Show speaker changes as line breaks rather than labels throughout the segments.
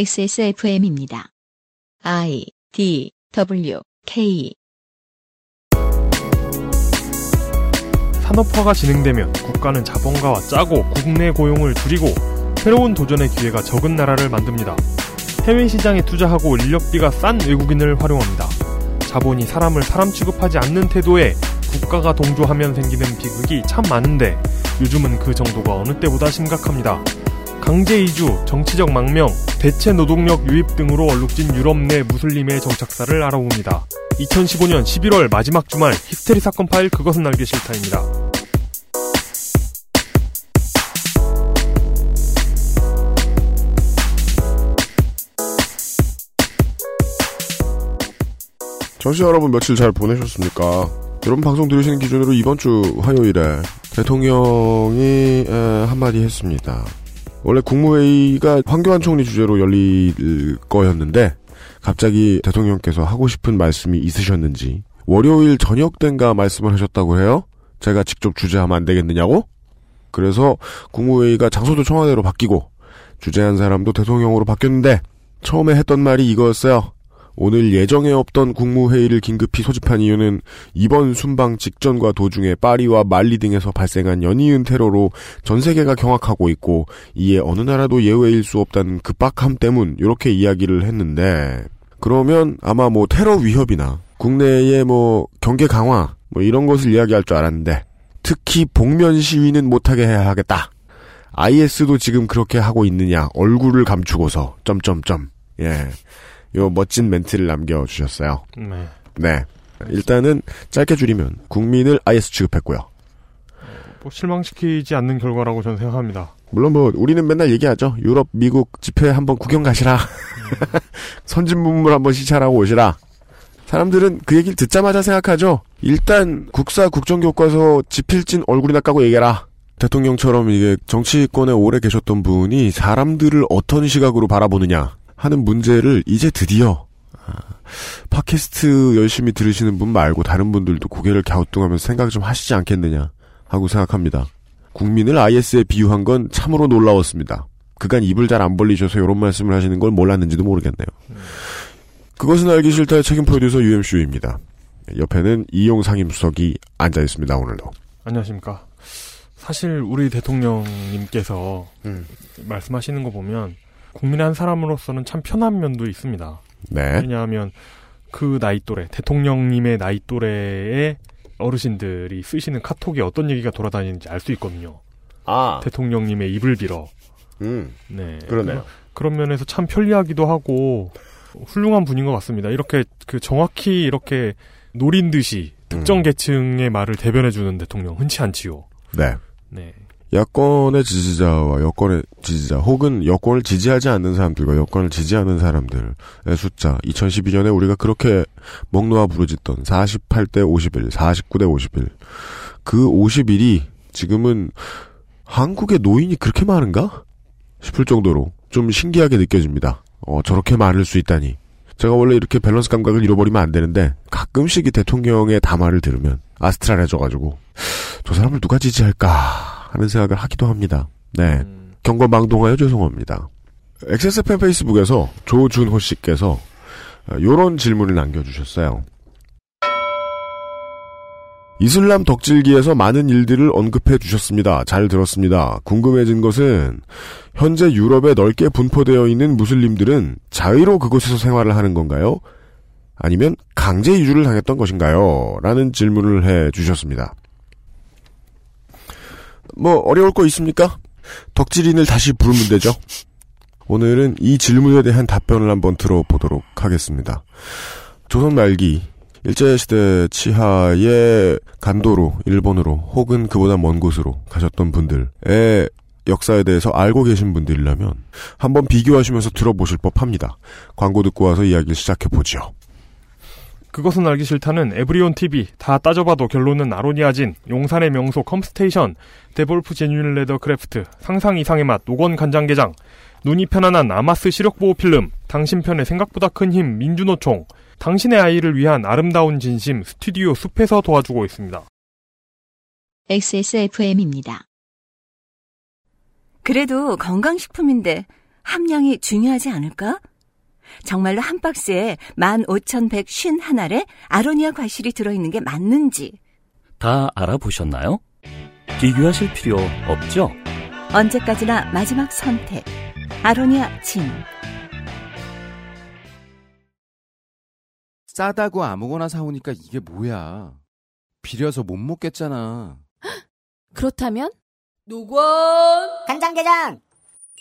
XSFM입니다. I D W K
산업화가 진행되면 국가는 자본가와 짜고 국내 고용을 줄이고 새로운 도전의 기회가 적은 나라를 만듭니다. 해외 시장에 투자하고 인력비가 싼 외국인을 활용합니다. 자본이 사람을 사람 취급하지 않는 태도에 국가가 동조하면 생기는 비극이 참 많은데 요즘은 그 정도가 어느 때보다 심각합니다. 강제 이주, 정치적 망명, 대체 노동력 유입 등으로 얼룩진 유럽 내 무슬림의 정착사를 알아봅니다. 2015년 11월 마지막 주말 히스테리 사건 파일 그것은 알기 싫다입니다.
정치 여러분 며칠 잘 보내셨습니까? 여러분 방송 들으시는 기준으로 이번 주 화요일에 대통령이 에, 한마디 했습니다. 원래 국무회의가 황교안 총리 주제로 열릴 거였는데 갑자기 대통령께서 하고 싶은 말씀이 있으셨는지 월요일 저녁 땐가 말씀을 하셨다고 해요. 제가 직접 주재하면 안 되겠느냐고? 그래서 국무회의가 장소도 청와대로 바뀌고 주재한 사람도 대통령으로 바뀌었는데 처음에 했던 말이 이거였어요. 오늘 예정에 없던 국무회의를 긴급히 소집한 이유는 이번 순방 직전과 도중에 파리와 말리 등에서 발생한 연이은 테러로 전 세계가 경악하고 있고 이에 어느 나라도 예외일 수 없다는 급박함 때문 이렇게 이야기를 했는데 그러면 아마 뭐 테러 위협이나 국내의 뭐 경계 강화 뭐 이런 것을 이야기할 줄 알았는데 특히 복면 시위는 못하게 해야 하겠다. IS도 지금 그렇게 하고 있느냐 얼굴을 감추고서 점점점 예. 요 멋진 멘트를 남겨주셨어요. 네. 일단은 짧게 줄이면 국민을 IS 취급했고요.
뭐 실망시키지 않는 결과라고 저는 생각합니다.
물론 뭐 우리는 맨날 얘기하죠. 유럽, 미국 집회 한번 구경 가시라. 선진 문물 한번 시찰하고 오시라. 사람들은 그 얘기를 듣자마자 생각하죠. 일단 국사 국정교과서 지필진 얼굴이나 까고 얘기해라. 대통령처럼 이게 정치권에 오래 계셨던 분이 사람들을 어떤 시각으로 바라보느냐 하는 문제를 이제 드디어 아, 팟캐스트 열심히 들으시는 분 말고 다른 분들도 고개를 갸우뚱하면서 생각 좀 하시지 않겠느냐 하고 생각합니다. 국민을 IS에 비유한 건 참으로 놀라웠습니다. 그간 입을 잘 안 벌리셔서 이런 말씀을 하시는 걸 몰랐는지도 모르겠네요. 그것은 알기 싫다의 책임 프로듀서 UMCU입니다. 옆에는 이용 상임수석이 앉아 있습니다, 오늘도.
안녕하십니까. 사실 우리 대통령님께서
음.
말씀하시는 거 보면 국민의 한 사람으로서는 참 편한 면도 있습니다.
네.
왜냐하면 그 나이 또래 대통령님의 나이 또래의 어르신들이 쓰시는 카톡에 어떤 얘기가 돌아다니는지 알 수 있거든요.
아,
대통령님의 입을 빌어.
음,
네.
그러네요.
그런 면에서 참 편리하기도 하고 훌륭한 분인 것 같습니다. 이렇게 그 정확히 이렇게 노린 듯이 특정 계층의 말을 대변해 주는 대통령 흔치 않지요.
네.
네.
야권의 지지자와 여권의 지지자 혹은 여권을 지지하지 않는 사람들과 여권을 지지하는 사람들의 숫자 2012년에 우리가 그렇게 먹놓아 부르짖던 48대 51, 49대 51 그 51이 지금은 한국의 노인이 그렇게 많은가 싶을 정도로 좀 신기하게 느껴집니다. 어, 저렇게 많을 수 있다니. 제가 원래 이렇게 밸런스 감각을 잃어버리면 안 되는데 가끔씩 이 대통령의 담화를 들으면 아스트랄해져가지고 저 사람을 누가 지지할까 하는 생각을 하기도 합니다. 네.
음,
경거망동하여 죄송합니다. XSFM 페이스북에서 조준호 씨께서 어, 요런 질문을 남겨주셨어요. 이슬람 덕질기에서 많은 일들을 언급해 주셨습니다. 잘 들었습니다. 궁금해진 것은 현재 유럽에 넓게 분포되어 있는 무슬림들은 자의로 그곳에서 생활을 하는 건가요? 아니면 강제 이주를 당했던 것인가요? 라는 질문을 해 주셨습니다. 뭐 어려울 거 있습니까? 덕질인을 다시 부르면 되죠. 오늘은 이 질문에 대한 답변을 한번 들어보도록 하겠습니다. 조선 말기 일제시대 치하의 간도로 일본으로 혹은 그보다 먼 곳으로 가셨던 분들의 역사에 대해서 알고 계신 분들이라면 한번 비교하시면서 들어보실 법합니다. 광고 듣고 와서 이야기를 시작해 보지요.
그것은 알기 싫다는 에브리온 TV 다 따져봐도 결론은 아로니아진 용산의 명소 컴스테이션 데볼프 제뉴인 레더 크래프트 상상 이상의 맛 노건 간장게장 눈이 편안한 아마스 시력보호 필름 당신 편의 생각보다 큰 힘 민주노총 당신의 아이를 위한 아름다운 진심 스튜디오 숲에서 도와주고 있습니다.
XSFM입니다.
그래도 건강식품인데 함량이 중요하지 않을까? 정말로 한 박스에 15,151알의 아로니아 과실이 들어있는 게 맞는지
다 알아보셨나요? 비교하실 필요 없죠?
언제까지나 마지막 선택 아로니아 진
싸다고 아무거나 사오니까 이게 뭐야. 비려서 못 먹겠잖아.
그렇다면 노건
간장게장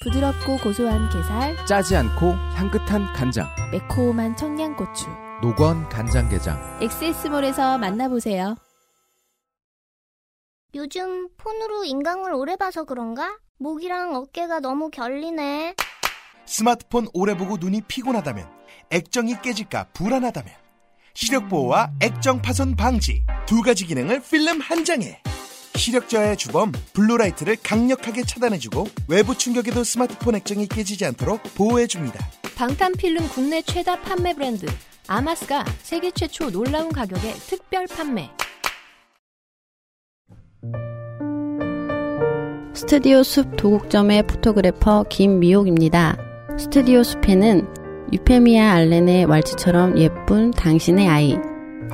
부드럽고 고소한 게살,
짜지 않고 향긋한 간장.
매콤한 청양고추.
노건 간장게장.
엑세스몰에서 만나보세요.
요즘 폰으로 인강을 오래 봐서 그런가? 목이랑 어깨가 너무 결리네
스마트폰 오래 보고 눈이 피곤하다면 액정이 깨질까 불안하다면 시력 보호와 액정 파손 방지 두 가지 기능을 필름 한 장에 시력 저하의 주범 블루라이트를 강력하게 차단해주고 외부 충격에도 스마트폰 액정이 깨지지 않도록 보호해줍니다.
방탄필름 국내 최다 판매 브랜드 아마스가 세계 최초 놀라운 가격에 특별 판매.
스튜디오 숲 도곡점의 포토그래퍼 김미옥입니다. 스튜디오 숲에는 유페미아 알렌의 왈츠처럼 예쁜 당신의 아이,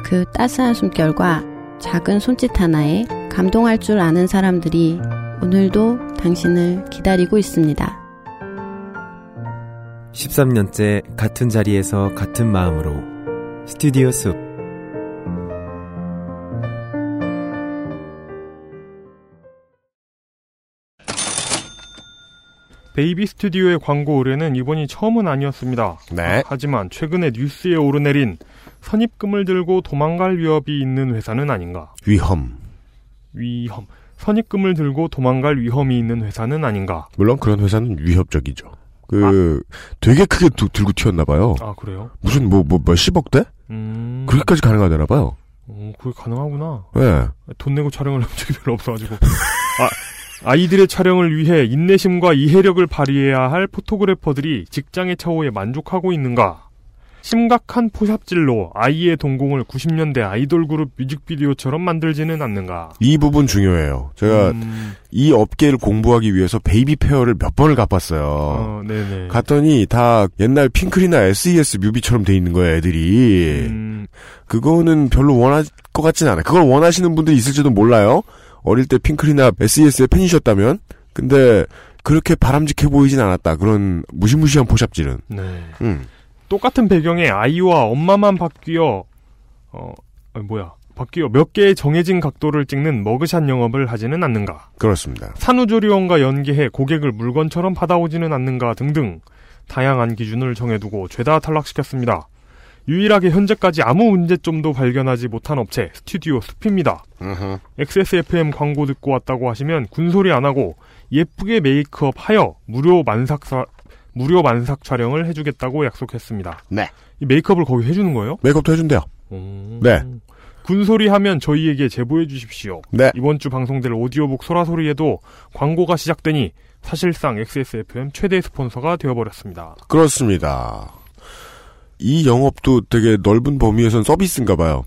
그 따스한 숨결과 작은 손짓 하나에 감동할 줄 아는 사람들이 오늘도 당신을 기다리고 있습니다.
13년째 같은 자리에서 같은 마음으로 스튜디오 숲
베이비 스튜디오의 광고 의뢰는 이번이 처음은 아니었습니다.
네.
하지만 최근에 뉴스에 오르내린 선입금을 들고 도망갈 위협이 있는 회사는 아닌가.
위험.
위험. 선입금을 들고 도망갈 위험이 있는 회사는 아닌가.
물론 그런 회사는 위협적이죠. 그 되게 크게 두- 들고 튀었나 봐요.
아 그래요?
무슨 뭐 뭐 몇십억 대?
음.
그렇게까지 가능하다나 봐요.
어, 그게 가능하구나.
예.
돈 내고 촬영을 한 적이 별로 없어가지고. 아, 아이들의 촬영을 위해 인내심과 이해력을 발휘해야 할 포토그래퍼들이 직장의 처우에 만족하고 있는가? 심각한 포샵질로 아이의 동공을 90년대 아이돌 그룹 뮤직비디오처럼 만들지는 않는가?
이 부분 중요해요. 제가
음,
이 업계를 공부하기 위해서 베이비 페어를 몇 번을 가봤어요.
어, 네네.
갔더니 다 옛날 핑클이나 SES 뮤비처럼 돼 있는 거예요, 애들이.
음,
그거는 별로 원할 것 같진 않아요. 그걸 원하시는 분들이 있을지도 몰라요. 어릴 때 핑클이나 SES의 팬이셨다면. 근데 그렇게 바람직해 보이진 않았다. 그런 무시무시한 포샵질은.
네.
음.
똑같은 배경에 아이와 엄마만 바뀌어 어 아니, 뭐야 바뀌어 몇 개의 정해진 각도를 찍는 머그샷 영업을 하지는 않는가?
그렇습니다.
산후조리원과 연계해 고객을 물건처럼 받아오지는 않는가 등등 다양한 기준을 정해두고 죄다 탈락시켰습니다. 유일하게 현재까지 아무 문제점도 발견하지 못한 업체 스튜디오 숲입니다. XSFM 광고 듣고 왔다고 하시면 군소리 안 하고 예쁘게 메이크업 하여 무료 만삭 사- 무료 만삭 촬영을 해주겠다고 약속했습니다.
네.
이 메이크업을 거기 해주는 거예요?
메이크업도 해준대요.
오.
네.
군소리 하면 저희에게 제보해 주십시오.
네.
이번 주 방송될 오디오북 소라소리에도 광고가 시작되니 사실상 XSFM 최대 스폰서가 되어버렸습니다.
그렇습니다. 이 영업도 되게 넓은 범위에선 서비스인가 봐요.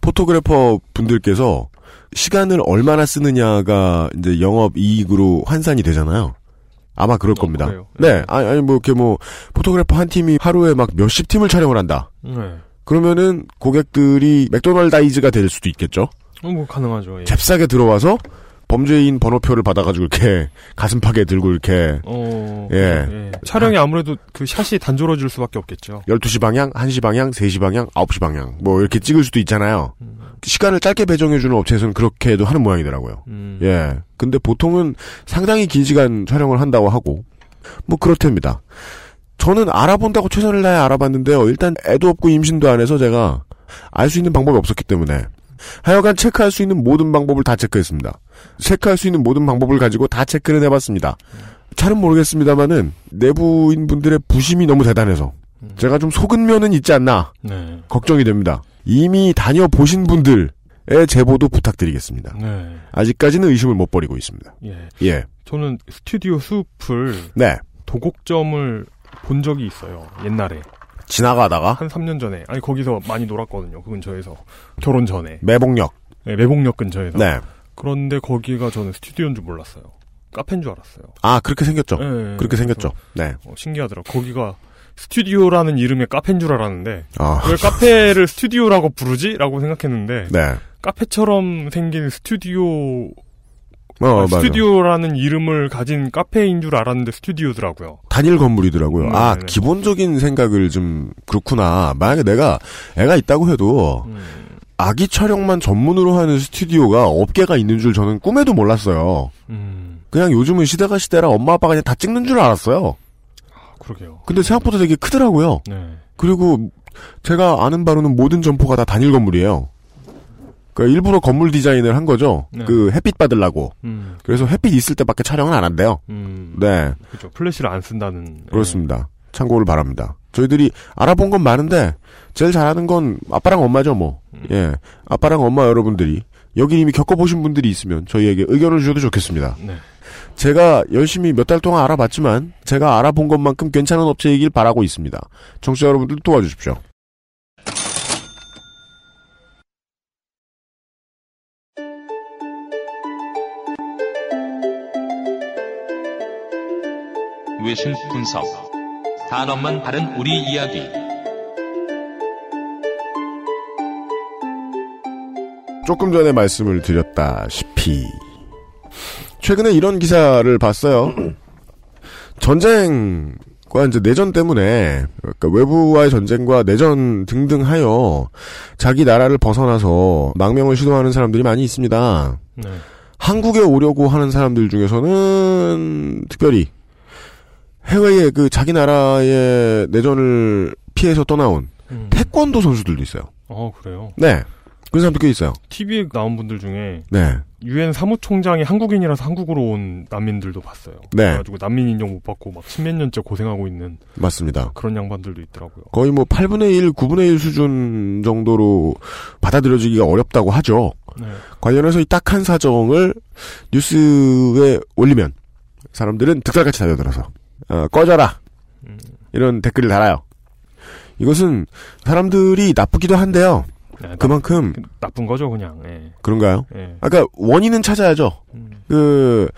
포토그래퍼 분들께서 시간을 얼마나 쓰느냐가 이제 영업 이익으로 환산이 되잖아요. 아마 그럴 겁니다.
어, 그래요?
네,
네.
아니, 아니, 뭐, 이렇게 뭐, 포토그래퍼 한 팀이 하루에 막 몇십 팀을 촬영을 한다.
네.
그러면은 고객들이 맥도날다이즈가 될 수도 있겠죠?
어, 뭐 가능하죠. 예.
잽싸게 들어와서 범죄인 번호표를 받아가지고 이렇게 가슴팍에 들고 이렇게
어,
예.
촬영이 아무래도 그 샷이 단조로워질 수밖에 없겠죠.
12시 방향, 1시 방향, 3시 방향, 9시 방향. 뭐 이렇게 찍을 수도 있잖아요. 시간을 짧게 배정해주는 업체에서는 그렇게도 하는 모양이더라고요.
음,
예. 근데 보통은 상당히 긴 시간 촬영을 한다고 하고, 뭐 그렇답니다. 저는 알아본다고 최선을 다해 알아봤는데요. 일단 애도 없고 임신도 안 해서 제가 알 수 있는 방법이 없었기 때문에. 하여간 체크할 수 있는 모든 방법을 다 체크했습니다. 체크할 수 있는 모든 방법을 가지고 다 체크는 해봤습니다. 잘은 모르겠습니다만은 내부인 분들의 부심이 너무 대단해서 제가 좀 속은 면은 있지 않나
네.
걱정이 됩니다. 이미 다녀보신 분들의 제보도 부탁드리겠습니다.
네.
아직까지는 의심을 못 버리고 있습니다.
예.
예.
저는 스튜디오 숲을
네.
도곡점을 본 적이 있어요. 옛날에.
지나가다가
한 3년 전에. 아니, 거기서 많이 놀았거든요. 그 근처에서. 결혼 전에.
매봉역.
네, 매봉역 근처에서.
네.
그런데 거기가 저는 스튜디오인 줄 몰랐어요. 카페인 줄 알았어요.
아 그렇게 생겼죠.
네,
그렇게 생겼죠. 네.
어, 신기하더라. 거기가 스튜디오라는 이름의 카페인 줄 알았는데
아.
왜 카페를 스튜디오라고 부르지?라고 생각했는데
네.
카페처럼 생긴 스튜디오
어,
아,
맞아요.
스튜디오라는 이름을 가진 카페인 줄 알았는데 스튜디오더라고요.
단일 건물이더라고요.
네,
아,
네.
기본적인 생각을 좀 그렇구나. 만약에 내가 애가 있다고 해도
음.
아기 촬영만 전문으로 하는 스튜디오가 업계가 있는 줄 저는 꿈에도 몰랐어요.
음.
그냥 요즘은 시대가 시대라 엄마 아빠가 그냥 다 찍는 줄 알았어요.
아, 그러게요.
근데 생각보다 되게 크더라고요.
네.
그리고 제가 아는 바로는 모든 점포가 다 단일 건물이에요. 그러니까 일부러 건물 디자인을 한 거죠.
네.
그 햇빛 받으려고.
음.
그래서 햇빛 있을 때밖에 촬영은 안 한대요.
음.
네.
그죠. 플래시를 안 쓴다는.
그렇습니다. 참고를 바랍니다. 저희들이 알아본 건 많은데 제일 잘하는 건 아빠랑 엄마죠 뭐.
음.
예, 아빠랑 엄마 여러분들이 여기 이미 겪어보신 분들이 있으면 저희에게 의견을 주셔도 좋겠습니다.
네.
제가 열심히 몇 달 동안 알아봤지만 제가 알아본 것만큼 괜찮은 업체이길 바라고 있습니다. 정치자 여러분들 도와주십시오.
외신 분석. 단어만 다른 우리 이야기.
조금 전에 말씀을 드렸다시피 최근에 이런 기사를 봤어요. 전쟁과 이제 내전 때문에 그러니까 외부와의 전쟁과 내전 등등하여 자기 나라를 벗어나서 망명을 시도하는 사람들이 많이 있습니다.
네.
한국에 오려고 하는 사람들 중에서는 특별히 해외에 그 자기 나라의 내전을 피해서 떠나온
음.
태권도 선수들도 있어요.
어, 그래요.
네. 그런 사람도 꽤 있어요.
TV에 나온 분들 중에
네.
유엔 사무총장이 한국인이라서 한국으로 온 난민들도 봤어요.
네.
그래가지고 난민 인정 못 받고 막 십몇 년째 고생하고 있는
맞습니다.
그런 양반들도 있더라고요.
거의 뭐 8분의 1, 9분의 1 수준 정도로 받아들여지기가 어렵다고 하죠.
네.
관련해서 이 딱한 사정을 뉴스에 올리면 사람들은 득달같이 달려들어서 어, 꺼져라 이런 댓글을 달아요. 이것은 사람들이 나쁘기도 한데요.
네,
그만큼
나쁜 거죠, 그냥. 예.
그런가요?
예. 음.
아까 원인은 찾아야죠. 그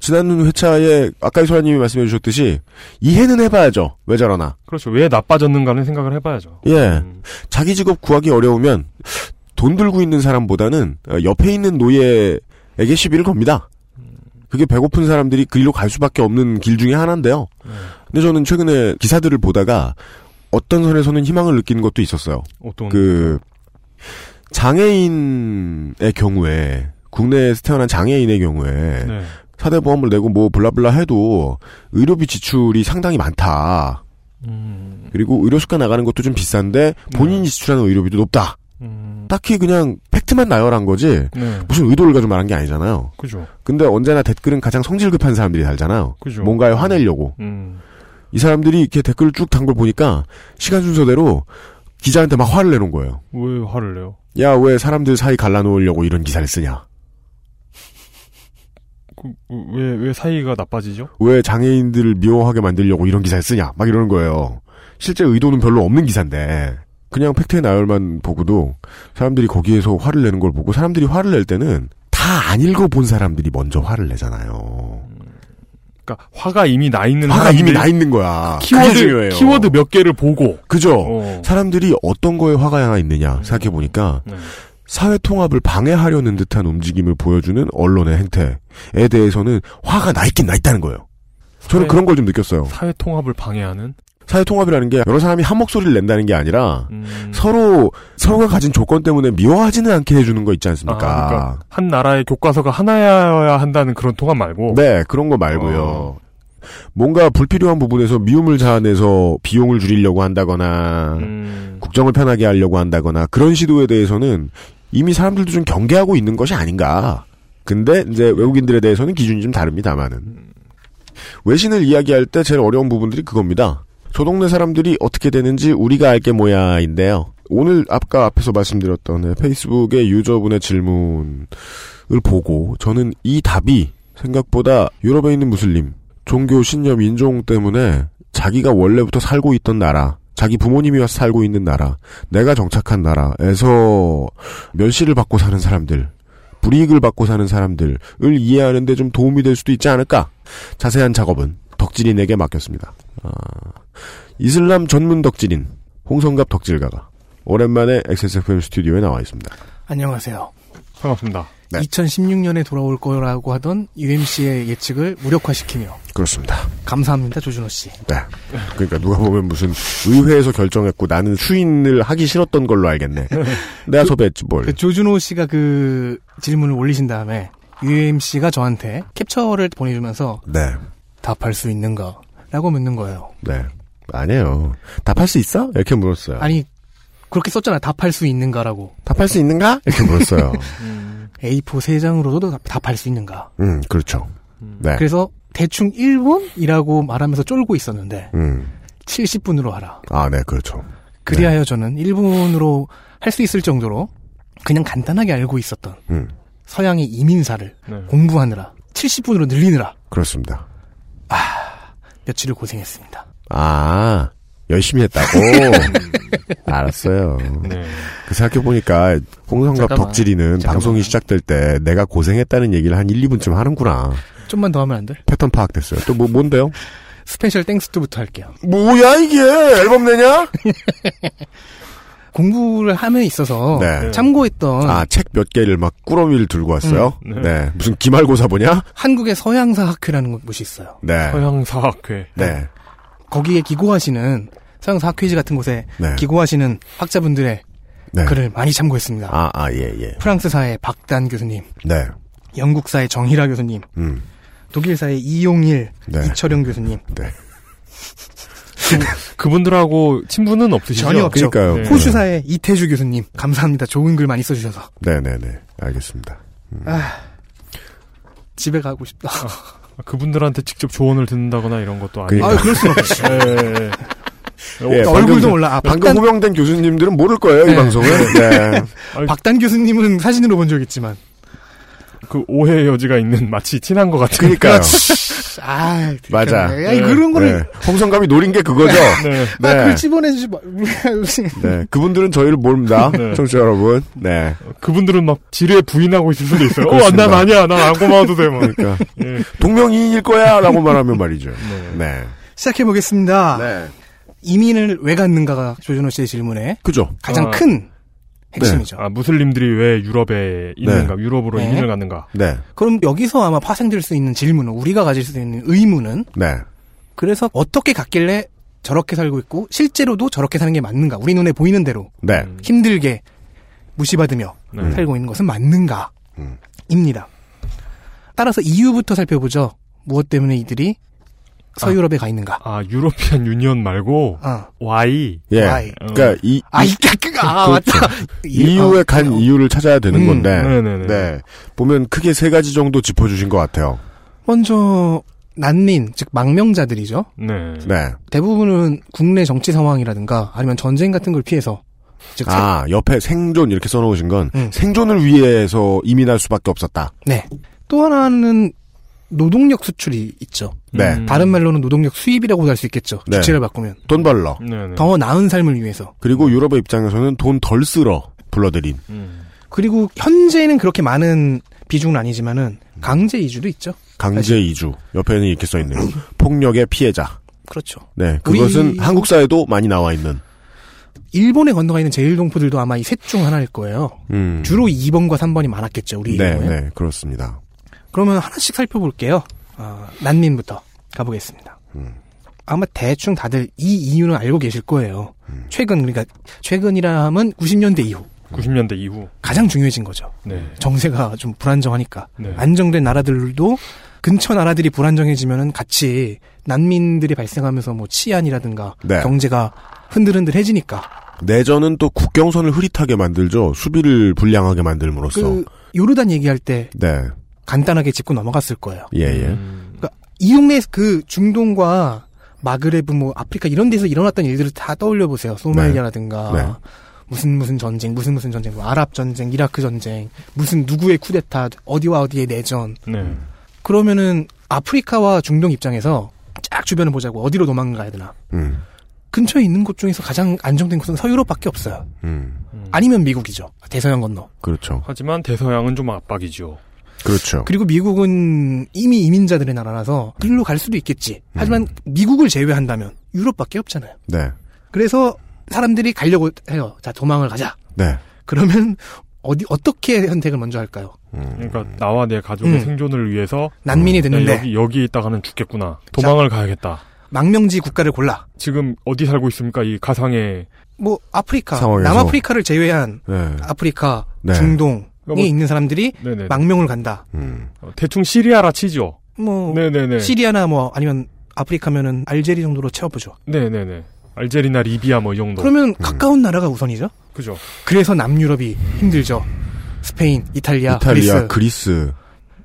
지난 회차에 아까 이소라님이 말씀해 주셨듯이 이해는 해봐야죠. 왜 저러나.
그렇죠. 왜 나빠졌는가는 생각을 해봐야죠. 음.
예. 자기 직업 구하기 어려우면 돈 들고 있는 사람보다는 어, 옆에 있는 노예에게 시비를 겁니다. 그게 배고픈 사람들이 그리로 갈 수밖에 없는 길 중에 하나인데요. 근데 저는 최근에 기사들을 보다가 어떤 선에서는 희망을 느끼는 것도 있었어요.
어떤-
그 장애인의 경우에 국내에서 태어난 장애인의 경우에
네.
사대보험을 내고 뭐 블라블라 해도 의료비 지출이 상당히 많다.
음.
그리고 의료수가 나가는 것도 좀 비싼데 본인이 지출하는 의료비도 높다. 딱히 그냥 팩트만 나열한 거지
음. 네.
무슨 의도를 가지고 말한 게 아니잖아요.
그죠.
근데 언제나 댓글은 가장 성질 급한 사람들이 달잖아요.
그죠.
뭔가에 화내려고.
음.
이 사람들이 이렇게 댓글을 쭉 단 걸 보니까 시간 순서대로 기자한테 막 화를 내놓은 거예요.
왜 화를 내요?
야, 왜 사람들 사이 갈라놓으려고 이런 기사를 쓰냐?
그, 왜, 왜 사이가 나빠지죠?
왜 장애인들을 미워하게 만들려고 이런 기사를 쓰냐? 막 이러는 거예요. 실제 의도는 별로 없는 기사인데 그냥 팩트의 나열만 보고도 사람들이 거기에서 화를 내는 걸 보고 사람들이 화를 낼 때는 다 안 읽어본 사람들이 먼저 화를 내잖아요.
그러니까 화가 이미 나 있는
화가
사람들이
이미 나 있는 거야. 그게
아, 네. 키워드,
중요해요.
키워드 몇 개를 보고.
그죠?
어.
사람들이 어떤 거에 화가 하나 있느냐 생각해 보니까
네.
사회 통합을 방해하려는 듯한 움직임을 보여주는 언론의 행태에 대해서는 화가 나 있긴 나 있다는 거예요. 저는
사회-
그런 걸 좀 느꼈어요.
사회 통합을 방해하는
사회 통합이라는 게 여러 사람이 한 목소리를 낸다는 게 아니라
음.
서로 서로가 가진 조건 때문에 미워하지는 않게 해주는 거 있지 않습니까?
아, 그러니까 한 나라의 교과서가 하나여야 한다는 그런 통합 말고.
네, 그런 거 말고요.
어.
뭔가 불필요한 부분에서 미움을 자아내서 비용을 줄이려고
음.
한다거나 국정을 편하게 하려고 한다거나 그런 시도에 대해서는 이미 사람들도 좀 경계하고 있는 것이 아닌가. 근데 이제 외국인들에 대해서는 기준이 좀 다릅니다만은 외신을 이야기할 때 제일 어려운 부분들이 그겁니다. 저 동네 사람들이 어떻게 되는지 우리가 알게 뭐야인데요. 오늘 아까 앞에서 말씀드렸던 네, 페이스북의 유저분의 질문을 보고 저는 이 답이 생각보다 유럽에 있는 무슬림 종교 신념 인종 때문에 자기가 원래부터 살고 있던 나라 자기 부모님이 와서 살고 있는 나라 내가 정착한 나라에서 멸시를 받고 사는 사람들 불이익을 받고 사는 사람들을 이해하는데 좀 도움이 될 수도 있지 않을까. 자세한 작업은 덕질인에게 맡겼습니다. 아, 이슬람 전문 덕질인 홍성갑 덕질가가 오랜만에 XSFM 스튜디오에 나와 있습니다.
안녕하세요.
반갑습니다.
네.
2016년에 돌아올 거라고 하던 UMC의 예측을 무력화시키며
그렇습니다.
감사합니다, 조준호 씨.
네. 그러니까 누가 보면 무슨 의회에서 결정했고 나는 수인을 하기 싫었던 걸로 알겠네. 내가 섭외했지 뭘.
그 조준호 씨가 그 질문을 올리신 다음에 UMC가 저한테 캡처를 보내주면서
네.
답할 수 있는가? 라고 묻는 거예요.
네. 아니에요. 답할 수 있어? 이렇게 물었어요.
아니, 그렇게 썼잖아요. 답할 수 있는가라고.
답할 수 있는가? 이렇게 물었어요.
A4 3장으로도 답할 수 있는가?
음, 그렇죠. 네.
그래서 대충 1분이라고 말하면서 쫄고 있었는데
음.
70분으로 하라.
아, 네, 그렇죠.
그리하여 저는 1분으로 할 수 있을 정도로 그냥 간단하게 알고 있었던
음.
서양의 이민사를
음.
네.
공부하느라 70분으로 늘리느라
그렇습니다.
며칠을 고생했습니다.
아, 열심히 했다고? 알았어요.
네.
그 생각해보니까, 홍성갑
잠깐만,
덕질이는 방송이 시작될 때 내가 고생했다는 얘기를 한 1, 2분쯤 하는구나.
좀만 더 하면 안 돼?
패턴 파악됐어요. 또 뭐, 뭔데요?
스페셜 땡스투부터 할게요.
뭐야, 이게! 앨범 내냐?
공부를 함에 있어서
네.
참고했던
아, 책 몇 개를 막 꾸러미를 들고 왔어요?
음,
네. 무슨 기말고사 보냐?
한국의 서양사학회라는 곳이 있어요.
네.
서양사학회.
네.
거기에 기고하시는 서양사학회지 같은 곳에
네.
기고하시는 학자분들의
네.
글을 많이 참고했습니다.
아, 아, 예, 예.
프랑스사의 박단 교수님,
네.
영국사의 정희라 교수님,
음.
독일사의 이용일,
네.
이철영 교수님.
네.
그분들하고 친분은 없으시죠?
전혀 없죠.
그러니까요.
호주사의 이태주 교수님 감사합니다. 좋은 글 많이 써주셔서
네네네. 알겠습니다.
아, 집에 가고 싶다.
그분들한테 직접 조언을 듣는다거나 이런 것도 아니고.
그러니까. 아유, 그럴 순
없지.
예, 예.
예,
어,
방금- 방금
아, 박단-
호명된 교수님들은 모를 거예요, 이 방송을. 네.
박단 교수님은 사진으로 본 적 있지만
그 오해의 여지가 있는 마치 티난 것 같은.
그러니까요.
아
네, 맞아.
그러니까요. 야, 이 그런 거를
네. 홍성감이 노린 게 그거죠.
네.
아, 글 집어내주지 마.
네. 그분들은 저희를 모릅니다.
네.
청취자 여러분. 네.
그분들은 막 지뢰 부인하고 있을 수도 있어요. 어,
그렇습니다.
난 아니야. 난 안 고마워도 돼. 막.
그러니까.
예.
동명이인일 거야! 라고 말하면 말이죠. 네.
시작해 보겠습니다. 이민을 왜 갔는가가 조준호 씨의 질문에
그죠.
가장
아,
큰
네.
핵심이죠.
아, 무슬림들이 왜 유럽에 있는가, 유럽으로
네.
이민을 갔는가.
네.
그럼 여기서 아마 파생될 수 있는 질문은 우리가 가질 수 있는 의문은
네.
그래서 어떻게 갔길래 저렇게 살고 있고 실제로도 저렇게 사는 게 맞는가? 우리 눈에 보이는 대로
네.
힘들게 무시받으며
네.
살고 있는 것은 맞는가?
음.
입니다. 따라서 이유부터 살펴보죠. 무엇 때문에 이들이 서유럽에 가 있는가?
아, 유로피안 유니언 말고,
아.
Y.
예.
와이.
그러니까 이.
아,
이-
이 까끄가 아, 맞다. 이- 아,
그렇죠. 이유에 간 이유를 찾아야 되는
음,
건데.
네네네.
네. 보면 크게 세 가지 정도 짚어주신 것 같아요.
먼저 난민, 즉 망명자들이죠.
네.
네.
대부분은 국내 정치 상황이라든가 아니면 전쟁 같은 걸 피해서 즉
아, 옆에 생존 이렇게 써놓으신 건
음.
생존을 위해서 이민할 수밖에 없었다.
네. 또 하나는 노동력 수출이 있죠.
네. 음.
다른 말로는 노동력 수입이라고도 할 수 있겠죠.
네.
주체를 바꾸면.
돈 벌러.
네,
더 나은 삶을 위해서.
그리고 유럽의 입장에서는 돈 덜 쓸어 불러들인.
그리고 현재는 그렇게 많은 비중은 아니지만은 강제 이주도 있죠.
강제 이주. 옆에는 이렇게 써있네요. 폭력의 피해자.
그렇죠.
네. 그것은
우리-
한국사에도 많이 나와 있는.
일본에 건너가 있는 제일동포들도 아마 이 셋 중 하나일 거예요.
음.
주로 2번과 3번이 많았겠죠. 우리
네,
일본에.
네. 그렇습니다.
그러면 하나씩 살펴볼게요. 아, 난민부터 가보겠습니다. 아마 대충 다들 이 이유는 알고 계실 거예요. 최근 그러니까 최근이라 하면 90년대 이후
90년대 이후.
가장 중요해진 거죠.
네.
정세가 좀 불안정하니까
네.
안정된 나라들도 근처 나라들이 불안정해지면은 같이 난민들이 발생하면서 뭐 치안이라든가
네.
경제가 흔들흔들해지니까
내전은 또 국경선을 흐릿하게 만들죠. 수비를 불량하게 만들므로써.
그 요르단 얘기할 때
네.
간단하게 짚고 넘어갔을 거예요.
예, 예.
음. 이용래 그 중동과 마그레브 뭐 아프리카 이런 데서 일어났던 일들을 다 떠올려 보세요. 소말리아라든가
네.
무슨 무슨 전쟁, 무슨 무슨 전쟁, 뭐 아랍 전쟁, 이라크 전쟁, 무슨 누구의 쿠데타, 어디와 어디의 내전.
네.
그러면은 아프리카와 중동 입장에서 쫙 주변을 보자고 어디로 도망가야 되나?
음.
근처에 있는 곳 중에서 가장 안정된 곳은 서유럽밖에 없어요.
음.
아니면 미국이죠. 대서양
어.
건너.
그렇죠.
하지만 대서양은 좀 압박이죠.
그렇죠.
그리고 미국은 이미 이민자들의 나라라서 일로 갈 수도 있겠지. 하지만
음.
미국을 제외한다면 유럽밖에 없잖아요.
네.
그래서 사람들이 가려고 해요. 자, 도망을 가자.
네.
그러면 어디 어떻게 선택을 먼저 할까요?
그러니까 나와 내 가족의
음. 네,
생존을 위해서
음.
난민이
야,
됐는데.
네, 여기, 여기 있다가는 죽겠구나. 도망을 가야겠다.
망명지 국가를 골라.
지금 어디 살고 있습니까? 이 가상의
뭐 아프리카,
상황에서.
남아프리카를 제외한
네.
아프리카,
네.
중동에
그러니까 뭐-
있는 사람들이
네네.
망명을 간다.
음.
어, 대충 시리아라 치죠.
뭐
네네네.
시리아나 뭐 아니면 아프리카면은 알제리 정도로 채워보죠.
네네네. 알제리나 리비아 뭐 이 정도.
그러면 가까운 나라가 우선이죠.
그죠.
그래서 남유럽이 힘들죠. 스페인, 이탈리아,
이탈리아,
그리스.
그리스.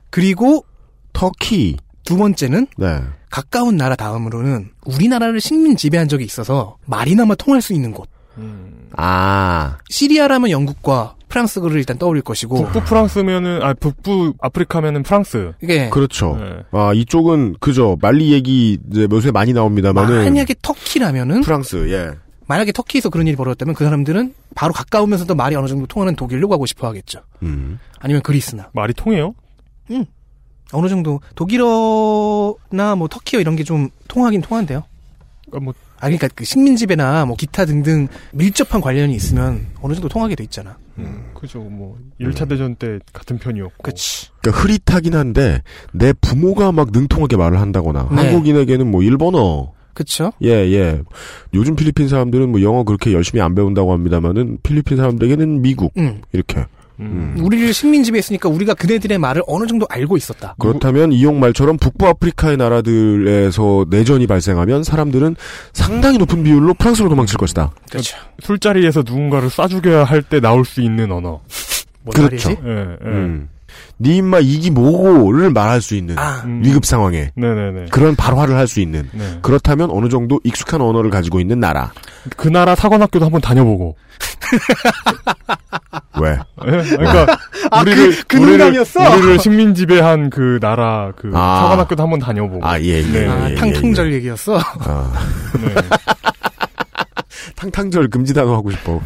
그리고
터키.
두 번째는
네.
가까운 나라 다음으로는 우리나라를 식민 지배한 적이 있어서 말이나마 통할 수 있는 곳.
음.
아.
시리아라면 영국과 프랑스를 일단 떠올릴 것이고
북부 프랑스면은 아 북부 아프리카면은 프랑스.
이게
그렇죠.
네.
아, 이쪽은 그죠. 말리 얘기 이제 요새 많이 나옵니다만은
만약에 터키라면은
프랑스, 예.
만약에 터키에서 그런 일이 벌어졌다면 그 사람들은 바로 가까우면서도 말이 어느 정도 통하는 독일로 가고 싶어 하겠죠.
음.
아니면 그리스나.
말이 통해요?
응. 어느 정도 독일어나 뭐 터키어 이런 게 좀 통하긴 통한데요.
그러니까 뭐
아 그러니까 그 식민지배나 뭐 기타 등등 밀접한 관련이 있으면 어느 정도 통하게 돼 있잖아.
그죠. 뭐 1차 대전 때 같은 편이었고.
음. 그렇지.
그러니까 흐릿하긴 한데 내 부모가 막 능통하게 말을 한다거나
네.
한국인에게는 뭐 일본어
그렇죠.
예, 예. 요즘 필리핀 사람들은 뭐 영어 그렇게 열심히 안 배운다고 합니다만은 필리핀 사람들에게는 미국
음.
이렇게. 음.
우리를 식민지배했으니까 우리가 그네들의 말을 어느 정도 알고 있었다.
그렇다면 이용 말처럼 북부 아프리카의 나라들에서 내전이 발생하면 사람들은 상당히 높은 비율로 프랑스로 도망칠 것이다.
그렇죠.
술자리에서 누군가를 쏴 죽여야 할 때 나올 수 있는 언어.
그렇죠.
예, 예.
음. 네 입마 이기 뭐고를 말할 수 있는
아, 음.
위급 상황에
네네네.
그런 발화를 할 수 있는
네.
그렇다면 어느 정도 익숙한 언어를 가지고 있는 나라.
그 나라 사관학교도 한번 다녀보고.
왜?
예? 그러니까
아,
우리를
그- 그
우리를,
농담이었어?
우리를 식민 지배한 그 나라 그
아.
사관학교도 한번 다녀보고.
아, 예, 예, 예, 예,
네. 탕통절 얘기였어.
아.
네.
탕탕절 금지 단어 하고 싶어.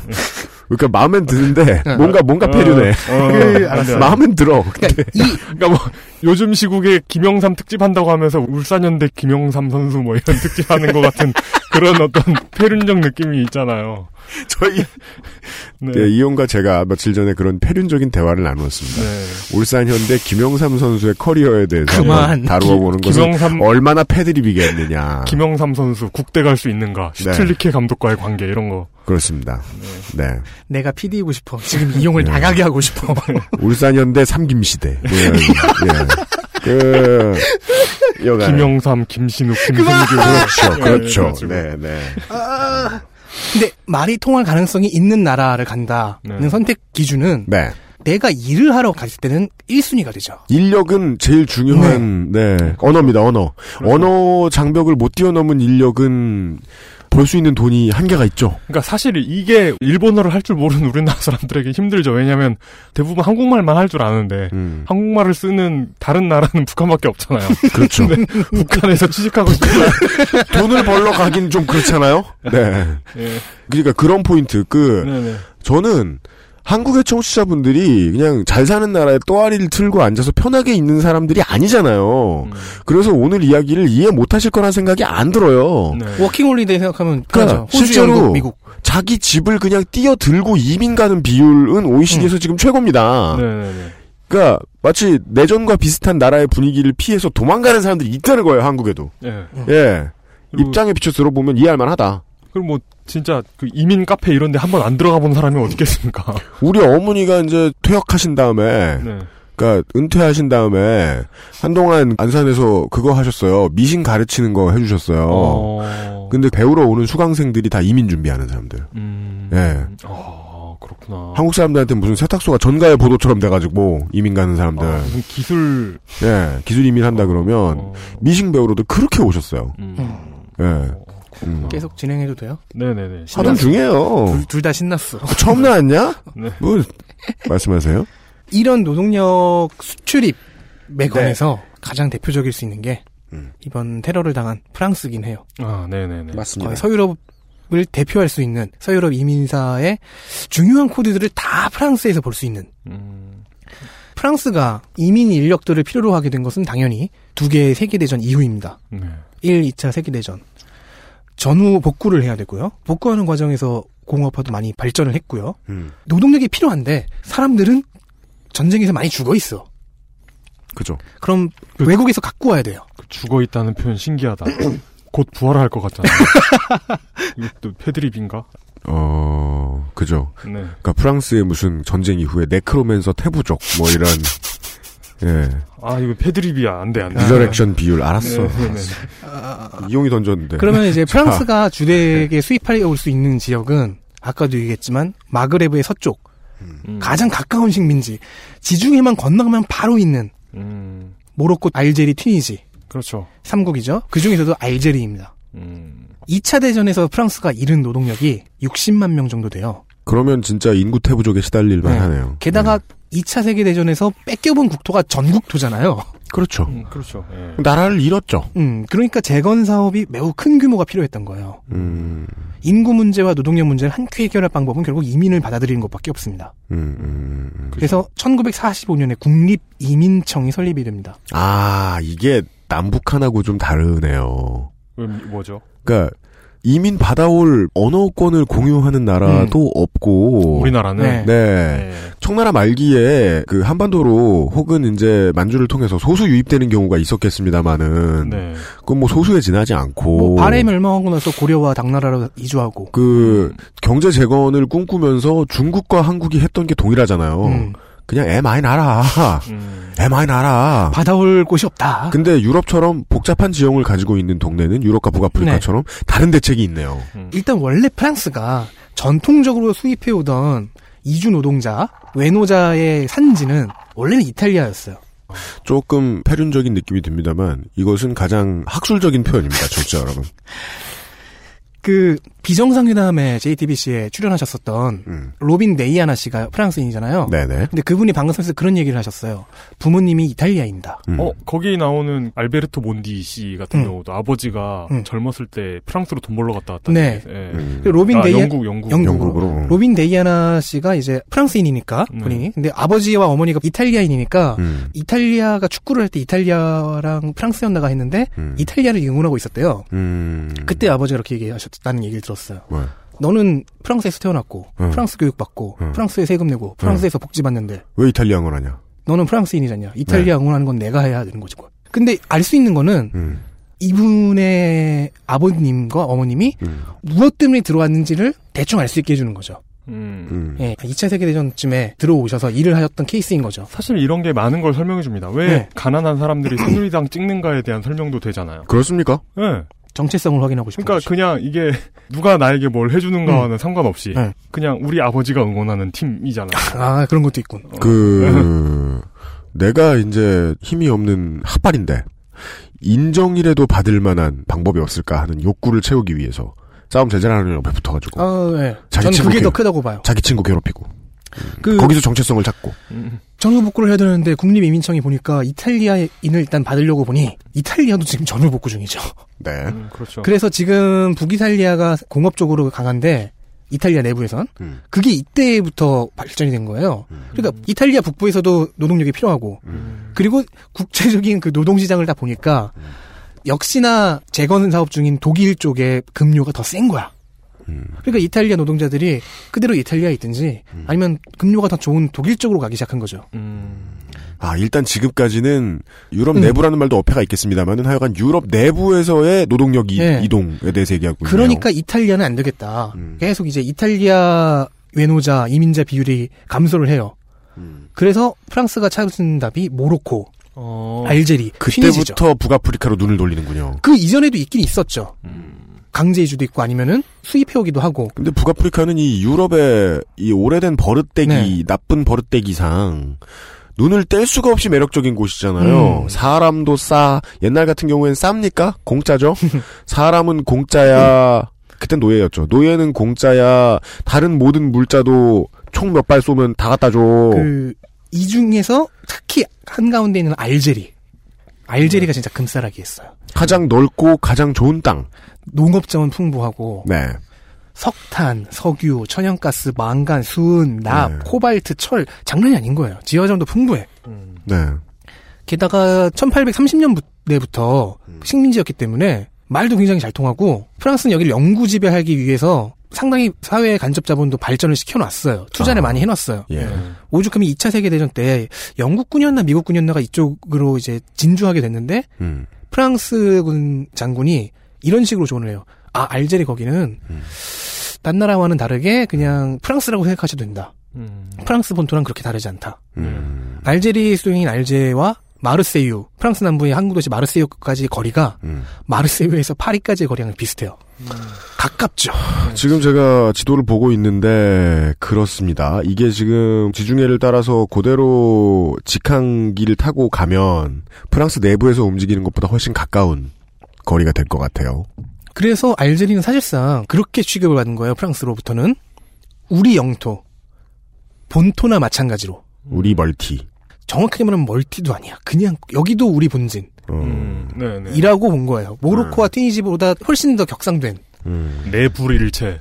그러니까 마음엔 드는데 뭔가 뭔가
어,
폐륜해.
어, 그, 알았어.
마음엔 들어. 근데
그러니까 뭐 요즘 시국에 김영삼 특집 한다고 하면서 울산현대 김영삼 선수 뭐 이런 특집 하는 것 같은 그런 어떤 폐륜적 느낌이 있잖아요.
저희
네.
예, 이용과 제가 며칠 전에 그런 폐륜적인 대화를 나누었습니다.
네.
울산 현대 김영삼 선수의 커리어에 대해서
그만.
한번 다루어 보는
기-
것은
김영삼-
얼마나 패드립이겠느냐.
김영삼 선수 국대 갈 수 있는가?
네.
슈틀리케 감독과의 관계 이런 거.
그렇습니다. 네.
내가 PD이고 싶어. 지금 이용을
예.
나가게 하고 싶어.
울산 현대 삼김시대. 뭐 이런, 예. 그 여간
김영삼, 김신욱, 김승규
네. 그렇죠,
예,
그렇죠.
그래가지고.
네, 네.
근데 말이 통할 가능성이 있는 나라를 간다는
네.
선택 기준은
네.
내가 일을 하러 갔을 때는 1순위가 되죠.
인력은 제일 중요한 네, 언어입니다. 언어.
그렇죠.
언어 장벽을 못 뛰어넘은 인력은 벌 수 있는 돈이 한계가 있죠.
그러니까 사실 이게 일본어를 할 줄 모르는 우리나라 사람들에게 힘들죠. 왜냐하면 대부분 한국말만 할 줄 아는데 한국말을 쓰는 다른 나라는 북한밖에 없잖아요.
음. 그렇죠.
근데 북한에서 취직하고 싶으면
돈을 벌러 가긴 좀 그렇잖아요. 네.
예.
그러니까 그런 포인트. 그
네네.
저는 한국의 청취자분들이 그냥 잘 사는 나라에 또아리를 틀고 앉아서 편하게 있는 사람들이
어,
아니잖아요.
음.
그래서 오늘 이야기를 이해 못하실 거란 생각이 안 들어요.
네.
워킹홀리데이 생각하면
네. 그러니까
편하죠. 호주,
실제로
영국, 미국.
자기 집을 그냥 뛰어들고 이민 가는 비율은 OECD에서 지금
어.
최고입니다.
네네네.
그러니까 마치 내전과 비슷한 나라의 분위기를 피해서 도망가는 사람들이 있다는 거예요 한국에도.
예.
예. 입장에 비춰 들어보면 이해할 만하다.
그럼 뭐 진짜 그 이민 카페 이런데 한번 안 들어가 본 사람이 어디 있겠습니까?
우리 어머니가 이제 퇴역하신 다음에,
네.
그러니까 은퇴하신 다음에 한동안 안산에서 그거 하셨어요. 미신 가르치는 거 해주셨어요. 그 근데 배우러 오는 수강생들이 다 이민 준비하는 사람들.
음.
음.
예.
아 그렇구나.
한국 사람들한테 무슨 세탁소가 전가의 보도처럼 돼가지고 이민 가는 사람들.
어.
아, 무슨 기술 어.
예, 기술 이민 네. 한다 그러면 미신 배우로도 그렇게 오셨어요. 예. 음.
계속 진행해도 돼요?
음. 네네네.
하던 중이에요.
둘 다 신났어.
아, 처음 나왔냐?
네.
뭐 말씀하세요?
이런 노동력 수출입 매건에서
네.
가장
음.
대표적일 수 있는 게 이번 테러를 당한 프랑스긴 해요.
아 네네네.
거의 서유럽 유럽을 대표할 수 있는 서유럽 이민사의 중요한 코드들을 다 프랑스에서 볼 수 있는
음.
프랑스가 이민 인력들을 필요로 하게 된 것은 당연히 두 개의 세계대전 이후입니다.
네.
1, 2차 세계대전. 전후 복구를 해야 되고요. 복구하는 과정에서 공업화도 많이 발전을 했고요.
음.
노동력이 필요한데 사람들은 전쟁에서 많이 죽어 있어.
그죠.
그럼 외국에서 갖고 와야 돼요.
죽어 있다는 표현 신기하다. 곧 부활할 것 같잖아요. 이것도 패드립인가?
어, 그죠.
네.
그러니까 프랑스의 무슨 전쟁 이후에 네크로맨서 태부족 뭐 이런 예
아 이거 패드립이야 안돼 안돼.
리저렉션 비율 알았어.
네, 네, 네.
알았어. 이용이 던졌는데.
그러면 이제
자,
프랑스가 주되게 수입하려 올 수 있는 지역은 아까도 얘기했지만 마그레브의 서쪽
음,
가장 가까운 식민지 지중해만 건너가면 바로 있는
음,
모로코, 알제리, 튀니지
그렇죠.
3국이죠. 그 중에서도 알제리입니다.
음.
2차 대전에서 프랑스가 잃은 노동력이 60만 명 정도 돼요.
그러면 진짜 인구 태부족에 시달릴만 하네요. 음.
게다가 2차 세계 대전에서 뺏겨본 국토가 전국토잖아요.
그렇죠.
그렇죠. 예.
나라를 잃었죠.
음, 그러니까 재건 사업이 매우 큰 규모가 필요했던 거예요.
음,
인구 문제와 노동력 문제를 한 큐에 해결할 방법은 결국 이민을 받아들이는 것밖에 없습니다.
음, 음, 음.
그래서 1945년에 국립이민청이 설립이 됩니다.
아 이게 남북한하고 좀 다르네요.
음, 뭐죠?
그러니까 이민 받아올 언어권을 공유하는 나라도 없고
우리나라는?
음. 네.
네.
청나라 말기에 그 한반도로 혹은 이제 만주를 통해서 소수 유입되는 경우가 있었겠습니다마는
네.
그건 뭐 소수에 지나지 않고
뭐 바레 멸망하고 나서 고려와 당나라로 이주하고
그 경제 재건을 꿈꾸면서 중국과 한국이 했던 게
어.
동일하잖아요.
음.
그냥 애 많이 낳아.
음.
애 많이 낳아.
받아올 곳이 없다.
근데 유럽처럼 복잡한 지형을 가지고 있는 동네는 유럽과 북아프리카처럼 다른 대책이 있네요.
일단 원래 프랑스가 전통적으로 수입해오던 이주 노동자, 외노자의 산지는 원래는 이탈리아였어요.
조금 패륜적인 느낌이 듭니다만 이것은 가장 학술적인 표현입니다, 청취자 여러분.
그 비정상회담에 JTBC에 출연하셨었던 로빈 네이아나 씨가 프랑스인이잖아요.
음. 네네.
근데 그분이 방송에서 그런 얘기를 하셨어요. 부모님이 이탈리아인이다.
음.
어 거기 나오는 알베르토 몬디 씨 같은
음.
경우도 아버지가
음.
젊었을 때 프랑스로 돈 벌러 갔다 왔다.
네.
예.
근데 로빈
아,
데이
영국 영국
음. 영국으로.
로빈 데이아나 씨가 이제 프랑스인이니까 본인이 근데 아버지와 어머니가 이탈리아인이니까
음.
이탈리아가 축구를 할 때 이탈리아랑 프랑스였나가 했는데
음.
이탈리아를 응원하고 있었대요.
음.
그때 아버지가 그렇게 얘기하셨다는 얘기를 들었어요.
왜?
너는 프랑스에서 태어났고
음.
프랑스 교육받고
음.
프랑스에 세금 내고 프랑스에서 복지받는데
왜 이탈리아 응원하냐?
너는 프랑스인이잖냐. 이탈리아
네.
응원하는 건 내가 해야 되는 거지 뭐. 근데 알 수 있는 거는
음.
이분의 아버님과 어머님이 무엇 때문에 들어왔는지를 대충 알 수 있게 해주는 거죠.
음.
예, 2차 세계대전쯤에 들어오셔서 일을 하셨던 케이스인 거죠.
사실 이런 게 많은 걸 설명해 줍니다. 왜
네.
가난한 사람들이 새누리당 찍는가에 대한 설명도 되잖아요.
그렇습니까?
어.
예.
정체성을 확인하고 싶은
그러니까 그냥 이게 누가 나에게 뭘 해주는가와는 상관없이
네.
그냥 우리 아버지가 응원하는 팀이잖아.
아 그런 것도 있군.
그 내가 이제 힘이 없는 핫발인데 인정이라도 받을 만한 방법이 없을까 하는 욕구를 채우기 위해서 싸움 재잘하는 옆에 붙어가지고
아 예.
자기
저는 그게
친구
더
걔-
크다고 봐요.
자기 친구 괴롭히고
그
거기서 정체성을 찾고
음.
전후 복구를 해야 되는데 국립이민청이 보니까 이탈리아인을 일단 받으려고 보니 이탈리아도 지금 전후 복구 중이죠.
네
그렇죠.
그래서 지금 북이탈리아가 공업적으로 강한데 이탈리아 내부에선 그게 이때부터 발전이 된 거예요. 그러니까
음.
이탈리아 북부에서도 노동력이 필요하고 그리고 국제적인 그 노동시장을 다 보니까
음.
역시나 재건 사업 중인 독일 쪽에 급료가 더 센 거야.
음.
그러니까 이탈리아 노동자들이 그대로 이탈리아에 있든지
음.
아니면 급료가 더 좋은 독일 쪽으로 가기 시작한 거죠.
음.
아 일단 지금까지는 유럽
음.
내부라는 말도 어폐가 있겠습니다만은 하여간 유럽 내부에서의 노동력 이,
네.
동에 대해서 얘기하고 있네요. 음.
그러니까 이탈리아는 안 되겠다. 계속 이제 이탈리아 외노자 이민자 비율이 감소를 해요.
음.
그래서 프랑스가 찾은 답이 모로코,
어.
알제리,
어.
튀니지죠.
그때부터 북아프리카로 눈을 돌리는군요.
그 이전에도 있긴 있었죠. 강제 이주도 있고 아니면은 수입해오기도 하고.
근데 북아프리카는 이 유럽의 이 오래된 버릇대기,
네.
나쁜 버릇대기상 눈을 뗄 수가 없이 매력적인 곳이잖아요.
음.
사람도 싸. 옛날 같은 경우엔 쌉니까? 공짜죠. 사람은
음.
공짜야. 그땐 노예였죠. 노예는 공짜야. 다른 모든 물자도 총 몇 발 쏘면 다 갖다 줘.
그, 이 중에서 특히 한가운데 있는 알제리.
네.
알제리가 진짜 금싸라기 했어요.
가장 넓고 가장 좋은 땅.
농업자원 풍부하고
네.
석탄, 석유, 천연가스, 망간, 수은, 납,
네.
코발트, 철 장난이 아닌 거예요. 지하자원도 풍부해.
네.
게다가 1830년대부터
음.
식민지였기 때문에 말도 굉장히 잘 통하고 프랑스는 여기를 영구 지배하기 위해서 상당히 사회의 간접 자본도 발전을 시켜놨어요. 투자를 많이 해놨어요.
네.
네.
예.
음.
오죽하면 2차 세계대전 때 영국군이었나 미국군이었나가 이쪽으로 이제 진주하게 됐는데
음.
프랑스군 장군이 이런 식으로 조언을 해요. 아, 알제리 거기는 딴 나라와는 다르게 그냥 프랑스라고 생각하셔도 된다. 프랑스 본토랑 그렇게 다르지 않다.
음.
알제리 수도인 알제와 마르세유, 프랑스 남부의 항구 도시 마르세유까지 거리가
음.
마르세유에서 파리까지의 거리랑 비슷해요. 가깝죠.
네.
지금 제가 지도를 보고 있는데 그렇습니다. 이게 지금 지중해를 따라서 그대로 직항기를 타고 가면 프랑스 내부에서 움직이는 것보다 훨씬 가까운 거리가 될 것 같아요.
그래서 알제리는 사실상 그렇게 취급을 받은 거예요. 프랑스로부터는 우리 영토, 본토나 마찬가지로
음.
우리 멀티.
정확하게 말하면 멀티도 아니야. 그냥 여기도 우리 본진.
어.
음. 네,
네.
이라고 본 거예요. 모로코와 튀니지보다 훨씬 더 격상된.
음.
내불일체.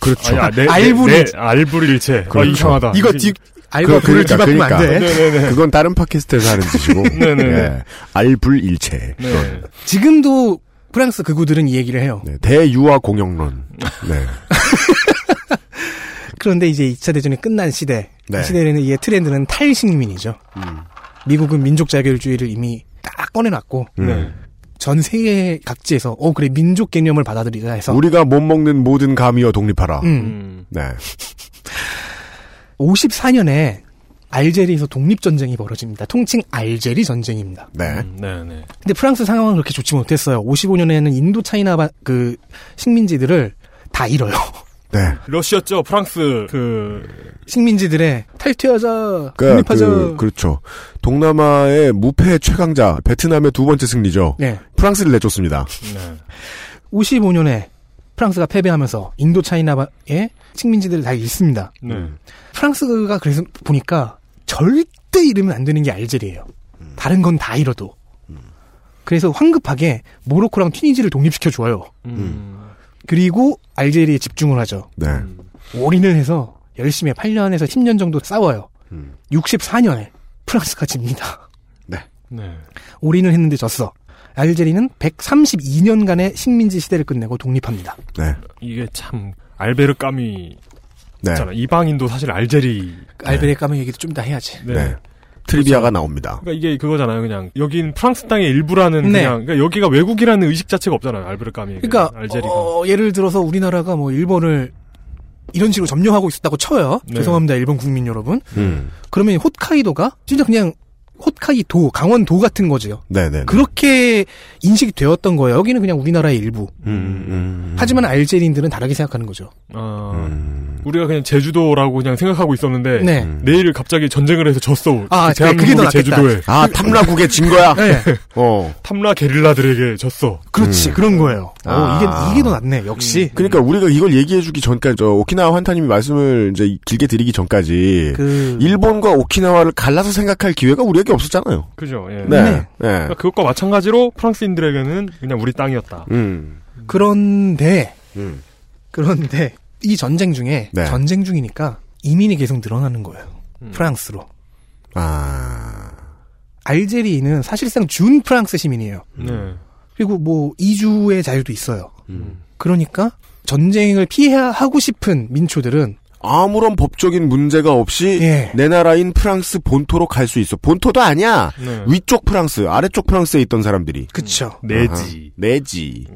그렇죠.
아니, 아, 내, 내,
알불일체.
내, 알불일체. 아,
그렇죠.
이상하다.
이거 뒤- 알과 불을 뒤바꾸면 안 돼. 네네네.
그, 그러니까, 그건 다른 팟캐스트에서 하는 짓이고.
네네네.
예. 알불일체.
네.
그건.
지금도 프랑스 극우들은 이 얘기를 해요.
네, 대유화 공영론. 네.
그런데 이제 2차 대전이 끝난 시대.
네. 음.
이 시대에는 이의 트렌드는 탈식민이죠. 미국은 민족 자결주의를 이미 딱 꺼내놨고
네.
전 세계 각지에서 어 그래 민족 개념을 받아들이자 해서
우리가 못 먹는 모든 감이여 독립하라.
음.
네.
54년에 알제리에서 독립 전쟁이 벌어집니다. 통칭 알제리 전쟁입니다.
네.
음. 네네.
근데 프랑스 상황은 그렇게 좋지 못했어요. 55년에는 인도 차이나 바- 그 식민지들을 다 잃어요.
네.
러시아죠, 프랑스, 그,
식민지들의 탈퇴하자,
그러니까
독립하자.
그, 그렇죠. 동남아의 무패 최강자 베트남의 두 번째 승리죠.
네.
프랑스를 내쫓습니다.
네.
55년에 프랑스가 패배하면서 인도 차이나의 식민지들을 다 잃습니다.
네.
프랑스가 그래서 보니까 절대 잃으면 안 되는 게 알제리예요. 다른 건 다 잃어도. 그래서 황급하게 모로코랑 튀니지를 독립시켜 줘요.
음.
그리고 알제리에 집중을 하죠.
네.
음.
올인을 해서 열심히 8년에서 10년 정도 싸워요.
음.
64년에 프랑스가 집니다.
네.
올인을 했는데 졌어. 알제리는 132년간의 식민지 시대를 끝내고 독립합니다.
네.
이게 참, 알베르 까미.
네.
있잖아. 이방인도 사실 알제리.
알베르 까미 얘기도 좀 이따 해야지.
네.
네. 트리비아가 나옵니다.
그러니까 이게 그거잖아요. 그냥 여긴 프랑스 땅의 일부라는
네.
그냥 그러니까 여기가 외국이라는 의식 자체가 없잖아요. 알베르 까미.
그러니까
네, 알제리가.
어, 예를 들어서 우리나라가 뭐 일본을 이런 식으로 점령하고 있었다고 쳐요.
네.
죄송합니다, 일본 국민 여러분.
음.
그러면 홋카이도가 진짜 그냥 홋카이도, 강원도 같은 거죠.
네네.
그렇게 인식이 되었던 거예요. 여기는 그냥 우리나라의 일부.
음.
음,
하지만 알제리인들은 다르게 생각하는 거죠.
아,
음.
우리가 그냥 제주도라고 그냥 생각하고 있었는데
네.
내일 갑자기 전쟁을 해서 졌어. 그
아, 그게 더
대한민국이
낫겠다.
제주도에.
아 탐라국에 진 거야.
네.
어.
탐라 게릴라들에게 졌어.
그렇지, 그런 거예요. 어,
음. 아.
이게, 이게 더 낫네, 역시.
그러니까 우리가 이걸 얘기해주기 전까지 저 오키나와 환타님이 말씀을 이제 길게 드리기 전까지
그-
일본과 오키나와를 갈라서 생각할 기회가 우리에게 없었잖아요.
그죠. 예.
네. 네.
그러니까 그것과 마찬가지로 프랑스인들에게는 그냥 우리 땅이었다.
음.
그런데,
음.
그런데, 이 전쟁 중에,
네.
전쟁 중이니까 이민이 계속 늘어나는 거예요. 프랑스로.
아.
알제리인은 사실상 준 프랑스 시민이에요.
음.
네.
그리고 뭐 이주의 자유도 있어요.
음.
그러니까 전쟁을 피해야 하고 싶은 민초들은
아무런 법적인 문제가 없이
예.
내 나라인 프랑스 본토로 갈 수 있어. 본토도 아니야.
네.
위쪽 프랑스, 아래쪽 프랑스에 있던 사람들이.
그쵸.
내지.
아하, 내지.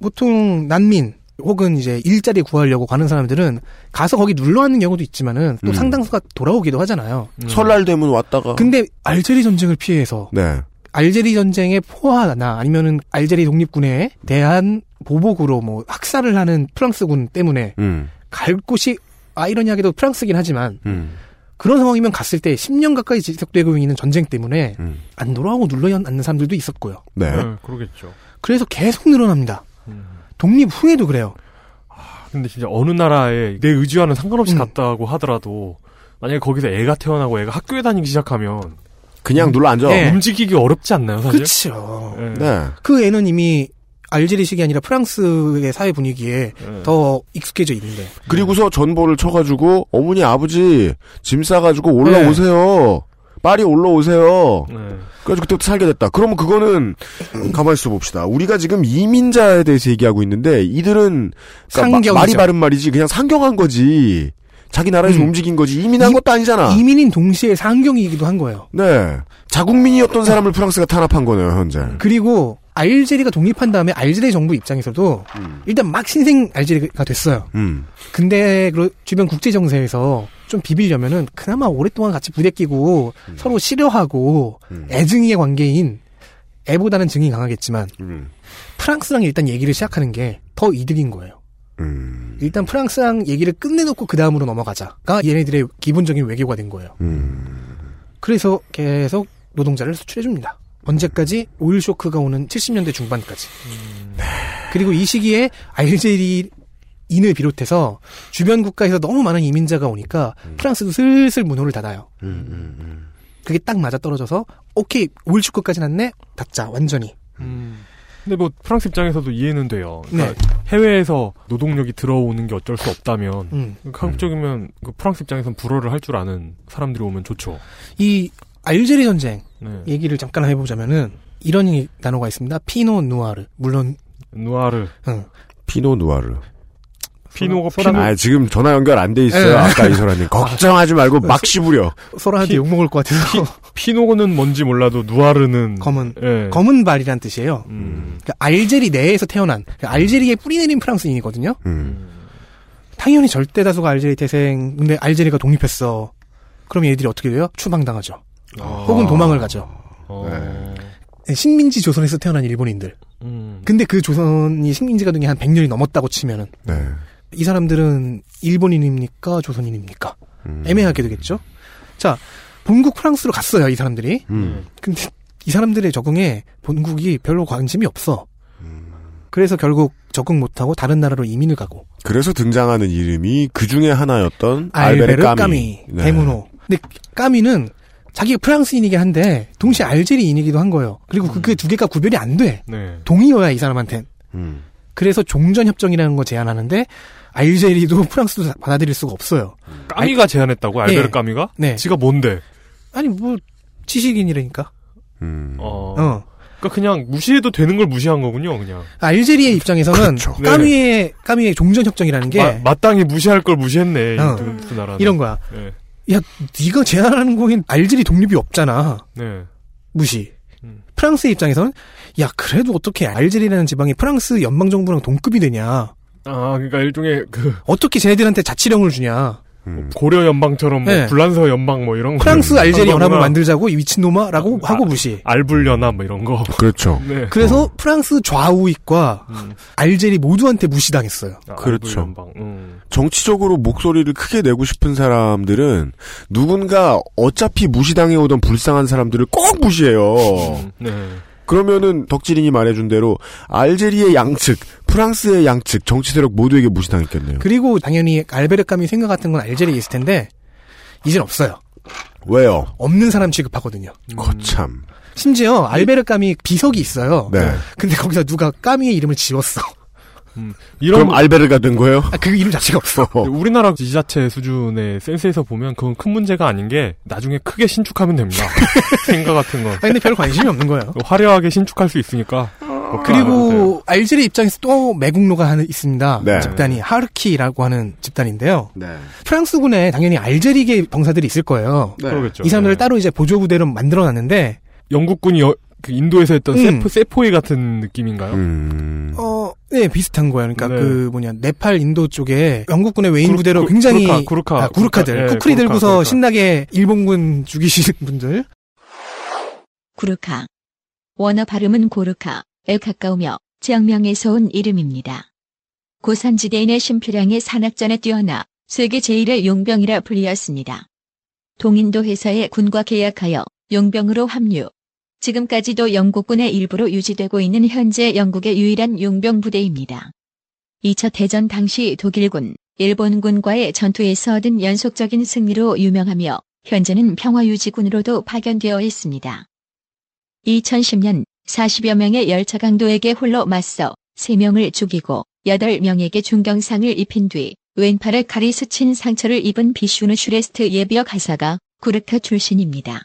보통 난민 혹은 이제 일자리 구하려고 가는 사람들은 가서 거기 눌러앉는 경우도 있지만은 또
음.
상당수가 돌아오기도 하잖아요.
설날 되면 왔다가.
음. 근데 알제리 전쟁을 피해서
네.
알제리 전쟁의 포화나 아니면은 알제리 독립군에 대한 보복으로 뭐 학살을 하는 프랑스군 때문에
음.
갈 곳이 아이러니하게도 프랑스긴 하지만
음.
그런 상황이면 갔을 때 10년 가까이 지속되고 있는 전쟁 때문에
음.
안 돌아오고 눌러앉는 사람들도 있었고요.
네.
그러겠죠.
그래서 계속 늘어납니다.
음.
독립 후에도 그래요.
근데 진짜 어느 나라에 내 의지와는 상관없이
음.
갔다고 하더라도 만약에 거기서 애가 태어나고 애가 학교에 다니기 시작하면
그냥 눌러 앉아.
네.
움직이기 어렵지 않나요, 사실?
그렇죠.
예.
네.
그 애는 이미 알제리식이 아니라 프랑스의 사회 분위기에
예.
더 익숙해져 있는데.
그리고서 전보를 쳐가지고 어머니 아버지 짐 싸가지고
네.
올라오세요. 파리 올라오세요.
네.
그래서 그때부터 살게 됐다. 그러면 그거는 가만히 있어 봅시다. 우리가 지금 이민자에 대해서 얘기하고 있는데 이들은
그러니까 상경이죠.
마- 말이 바른 말이지 그냥 상경한 거지. 자기 나라에서 움직인 거지 이민한 것도 아니잖아.
음. 이민인 동시에 상경이기도 한 거예요.
네. 자국민이었던 사람을 프랑스가 탄압한 거네요, 현재.
그리고 알제리가 독립한 다음에 알제리 정부 입장에서도 일단 막 신생 알제리가 됐어요.
음.
근데 그 주변 국제 정세에서 좀 비비려면은 그나마 오랫동안 같이 부대끼고 서로 싫어하고
음.
애증의 관계인 애보다는 증이 강하겠지만
음.
프랑스랑 일단 얘기를 시작하는 게 더 이득인 거예요.
음.
일단 프랑스랑 얘기를 끝내놓고 그 다음으로 넘어가자가 얘네들의 기본적인 외교가 된 거예요. 그래서 계속 노동자를 수출해줍니다. 언제까지 오일 쇼크가 오는 70년대 중반까지. 음. 네. 그리고 이 시기에 알제리인을 비롯해서 주변 국가에서 너무 많은 이민자가 오니까 프랑스도 슬슬 문호를 닫아요.
음.
그게 딱 맞아 떨어져서 오케이 오일 쇼크까지는 안 내 닫자 완전히.
근데 뭐 프랑스 입장에서도 이해는 돼요.
네.
그러니까 해외에서 노동력이 들어오는 게 어쩔 수 없다면
음.
그러니까 한국적이면 그 프랑스 입장에선 불어를 할 줄 아는 사람들이 오면 좋죠.
이 알제리 전쟁
네.
얘기를 잠깐 해보자면은 이런 이- 단어가 있습니다. 피노 누아르 물론
누아르
응.
피노 누아르.
피노가
아, 지금 전화 연결 안 돼 있어요.
예.
아까 이소라님. 걱정하지 말고 막 씹으려.
소라한테 욕 먹을 것 같아서 음.
피노는 뭔지 몰라도 누아르는
검은
예. 음.
검은 발이란 뜻이에요. 그러니까 알제리 내에서 태어난 그러니까 알제리에 뿌리내린 프랑스인이거든요.
음.
음. 당연히 절대 다수가 알제리 태생. 근데 알제리가 독립했어. 그럼 얘들이 어떻게 돼요? 추방당하죠.
아.
혹은 도망을 가죠.
어.
예, 식민지 조선에서 태어난 일본인들.
음.
근데 네. 그 조선이 식민지 가동이 한 100년이 넘었다고 치면은
네.
이 사람들은 일본인입니까 조선인입니까
음.
애매하게 되겠죠. 자 본국 프랑스로 갔어요 이 사람들이.
네.
음.
근데 이 사람들의 적응에 본국이 별로 관심이 없어. 음. 그래서 결국 적응 못하고 다른 나라로 이민을 가고
그래서 등장하는 이름이 그 중에 하나였던
알베르
알베르 까미.
까미,
네.
데무노. 근데 까미는 자기가 프랑스인이긴 한데 동시에 알제리인이기도 한 거예요. 그리고 그게 두 개가 구별이 안 돼.
네.
동의어야 이 사람한텐.
음,
그래서 종전협정이라는 거 제안하는데 알제리도 프랑스도 다 받아들일 수가 없어요.
까미가 제안했다고 알베르
네.
까미가?
네.
지가 뭔데?
아니 뭐 지식인이라니까.
음,
어.
어.
그러니까 그냥 무시해도 되는 걸 무시한 거군요, 그냥.
알제리의 입장에서는 까미의 까미의 종전협정이라는 게
마- 마땅히 무시할 걸 무시했네. 이
어.
두- 두 나라는.
이런 거야.
네.
야 네가 제안하는 거긴 알제리 독립이 없잖아.
네.
무시.
음.
프랑스 의 입장에서는 야 그래도 어떻게 알제리라는 지방이 프랑스 연방 정부랑 동급이 되냐?
아, 그러니까 일종의 그
어떻게 쟤네들한테 자치령을 주냐?
음.
고려 연방처럼 뭐
네.
불란서 연방 뭐 이런 거.
프랑스 알제리 연합을
상관없구나. 음.
만들자고 이 미친놈아라고 하고 무시.
알불 연합 뭐 이런 거.
그렇죠.
네. 음.
그래서 프랑스 좌우익과 알제리 모두한테 무시당했어요.
그렇죠.
아, 연방. 음.
정치적으로 목소리를 크게 내고 싶은 사람들은 누군가 어차피 무시당해오던 불쌍한 사람들을 꼭 무시해요.
네.
그러면은 덕질인이 말해준 대로 알제리의 양측, 프랑스의 양측 정치 세력 모두에게 무시당했겠네요.
그리고 당연히 알베르 까미 생각 같은 건 알제리에 있을 텐데 이젠 없어요.
왜요?
없는 사람 취급하거든요.
거참.
심지어 알베르 까미 비석이 있어요.
네.
근데 거기서 누가 까미의 이름을 지웠어.
그럼
아,
알베르가 된 거예요?
그 이름 자체가 없어.
근데 우리나라 지자체 수준의 센스에서 보면 그건 큰 문제가 아닌 게 나중에 크게 신축하면 됩니다. 생각 같은 건.
아, 근데 별 관심이 없는 거예요.
어, 화려하게 신축할 수 있으니까.
어.
걱정 안 해도 돼요.
그리고 알제리 입장에서 또 매국노가 하나 있습니다.
아, 네.
집단이 하르키라고 하는 집단인데요.
네.
프랑스군에 당연히 알제리계 병사들이 있을 거예요.
네. 그러겠죠.
이 사람들을 따로 이제 보조 부대로 만들어 놨는데
영국군이 여- 그 인도에서 했던
음.
세포, 세포이 같은 느낌인가요?
음.
어, 네, 비슷한 거예요. 그러니까
네.
그 뭐냐, 네팔 인도 쪽에 영국군의 외인
구루-
부대로
구-
굉장히
구루카, 구루카.
아, 구루카들
구루카, 예,
쿠크리
구루카,
들고서
구루카.
신나게 일본군 죽이시는 분들
구르카. 원어 발음은 고르카에 가까우며 지역명에서 온 이름입니다. 고산지대인의 심표량이 산악전에 뛰어나 세계 제1의 용병이라 불리었습니다. 동인도 회사의 군과 계약하여 용병으로 합류. 지금까지도 영국군의 일부로 유지되고 있는 현재 영국의 유일한 용병 부대입니다. 2차 대전 당시 독일군, 일본군과의 전투에서 얻은 연속적인 승리로 유명하며 현재는 평화유지군으로도 파견되어 있습니다. 2010년 40여 명의 열차 강도에게 홀로 맞서 3명을 죽이고 8명에게 중경상을 입힌 뒤 왼팔에 칼이 스친 상처를 입은 비슈누 슈레스트 예비어 가사가 구르카 출신입니다.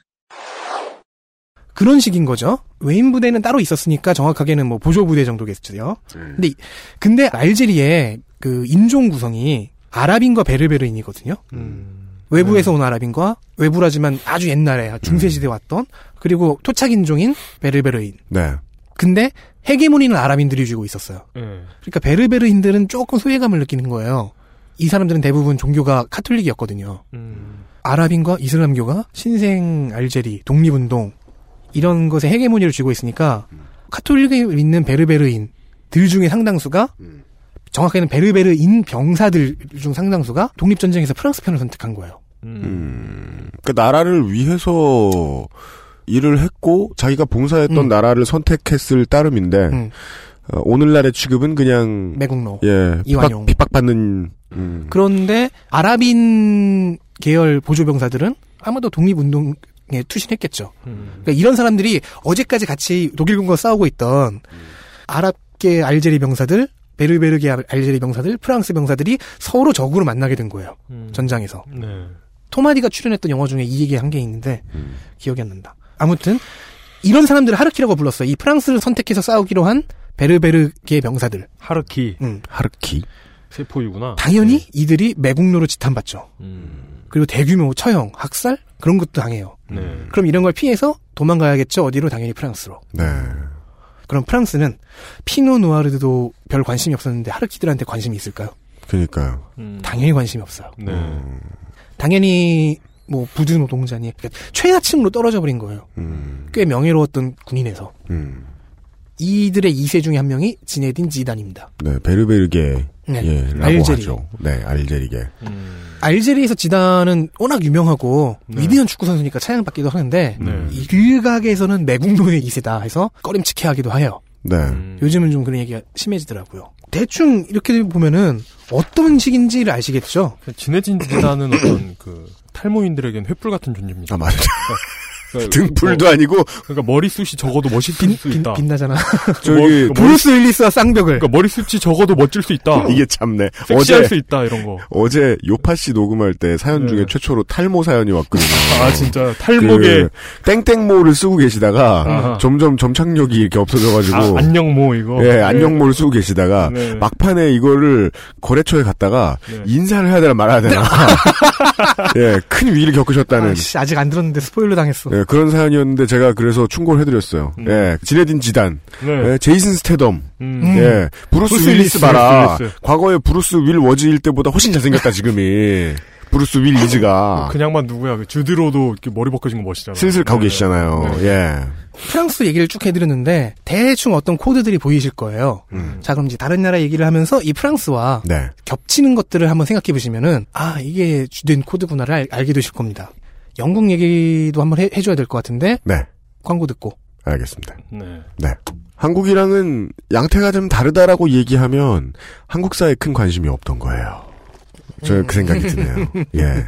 그런 식인 거죠. 외인 부대는 따로 있었으니까 정확하게는 뭐 보조 부대 정도겠어요. 근데 이- 근데 알제리의 그 인종 구성이 아랍인과 베르베르인이거든요.
음.
외부에서 온 아랍인과 외부라지만 아주 옛날에 중세 시대 에 왔던 그리고 토착 인종인 베르베르인.
네.
근데 헤게모니는 아랍인들이 쥐고 있었어요.
음. 예.
그러니까 베르베르인들은 조금 소외감을 느끼는 거예요. 이 사람들은 대부분 종교가 카톨릭이었거든요.
음.
아랍인과 이슬람교가 신생 알제리 독립운동 이런 것에 헤게모니를 쥐고 있으니까 카톨릭에 있는 베르베르인들 중에 상당수가 정확히는 베르베르인 병사들 중 상당수가 독립전쟁에서 프랑스 편을 선택한 거예요.
음, 그 나라를 위해서 일을 했고 자기가 봉사했던
음.
나라를 선택했을 따름인데 어, 오늘날의 취급은 그냥
매국노,
예,
네. 이완용.
핍박, 받는 음,
그런데 아랍인 계열 보조병사들은 아마도 독립운동에 투신했겠죠.
음.
그러니까 이런 사람들이 어제까지 같이 독일군과 싸우고 있던 아랍계 알제리 병사들, 베르베르계 알- 알제리 병사들, 프랑스 병사들이 서로 적으로 만나게 된 거예요.
음.
전장에서.
네.
토마디가 출연했던 영화 중에 이 얘기 한 게 있는데 기억이 안 난다. 아무튼 이런 사람들을 하르키라고 불렀어요. 이 프랑스를 선택해서 싸우기로 한 베르베르계 병사들. 음.
하르키.
하르키.
세포이구나. 예. 음.
당연히 이들이 매국노로 지탄받죠. 그리고 대규모 처형, 학살 그런 것도 당해요.
네.
그럼 이런 걸 피해서 도망가야겠죠. 어디로 당연히 프랑스로.
네.
그럼 프랑스는 피노 누아르도 별 관심이 없었는데 하르키들한테 관심이 있을까요?
그러니까요. 음,
당연히 관심이 없어요.
음. 네.
당연히 뭐 부두 노동자니 그러니까 최하층으로 떨어져 버린 거예요. 꽤 명예로웠던 군인에서
음,
이들의 2세 중에 한 명이 지네딘 지단입니다.
네, 베르베르게
네,
예, 라고
알제리.
하죠. 네, 알제리게.
음.
알제리에서 지단은 워낙 유명하고 위대한 축구 선수니까 찬양받기도 하는데 일각에서는 매국노의 2세다 해서 꺼림칙해하기도 해요.
네.
음.
요즘은 좀 그런 얘기가 심해지더라고요. 대충 이렇게 보면은 어떤 식인지를 아시겠죠?
그러니까 지네진 지단은 어떤 그 탈모인들에겐 횃불 같은 존재입니다.
아 맞아.
뭐,
등불도 아니고
그러니까 머리숱이 적어도 멋있을 수 있다.
빛나잖아.
저기
브루스 윌리스와 쌍벽을.
그러니까 머리숱이 적어도 멋질 수 있다.
이게 참네.
뭐. 섹시할
어제-
수 있다 이런 거.
어제 요파 씨 녹음할 때 사연 중에 최초로 탈모 사연이 왔거든요.
아 진짜 탈모계
그 땡땡모를 쓰고 계시다가
아하.
점점 점착력이 이렇게 없어져가지고
아, 안녕모 이거.
그, 예 안녕모를 쓰고 계시다가
네.
막판에 이거를 거래처에 갔다가 인사를 해야 되나 말아야 되나 예큰 위기를 겪으셨다는
아씨 아직 안 들었는데 스포일러 당했어.
네.
예, 그런 사연이었는데 제가 그래서 충고를 해드렸어요. 예, 지네딘 지단,
네.
예, 제이슨 스테덤,
음.
예, 브루스, 윌리스
브루스 윌리스,
봐라.
브루스 윌리스.
과거에 브루스 윌 워즈일 때보다 훨씬 잘생겼다 지금이. 브루스 윌리즈가
그냥만 누구야? 그 주드로도 이렇게 머리 벗겨진 거 멋있잖아.
슬슬 가고 계시잖아요. 예.
프랑스 얘기를 쭉 해드렸는데 대충 어떤 코드들이 보이실 거예요.
음.
자 그럼 이제 다른 나라 얘기를 하면서 이 프랑스와
네.
겹치는 것들을 한번 생각해 보시면은 아 이게 주된 코드구나를 알, 알게 되실 겁니다. 영국 얘기도 한번 해, 줘야 될 것 같은데
네.
광고 듣고
알겠습니다.
네.
네. 한국이랑은 양태가 좀 다르다라고 얘기하면 한국사에 큰 관심이 없던 거예요. 저 그 생각이 드네요. 예.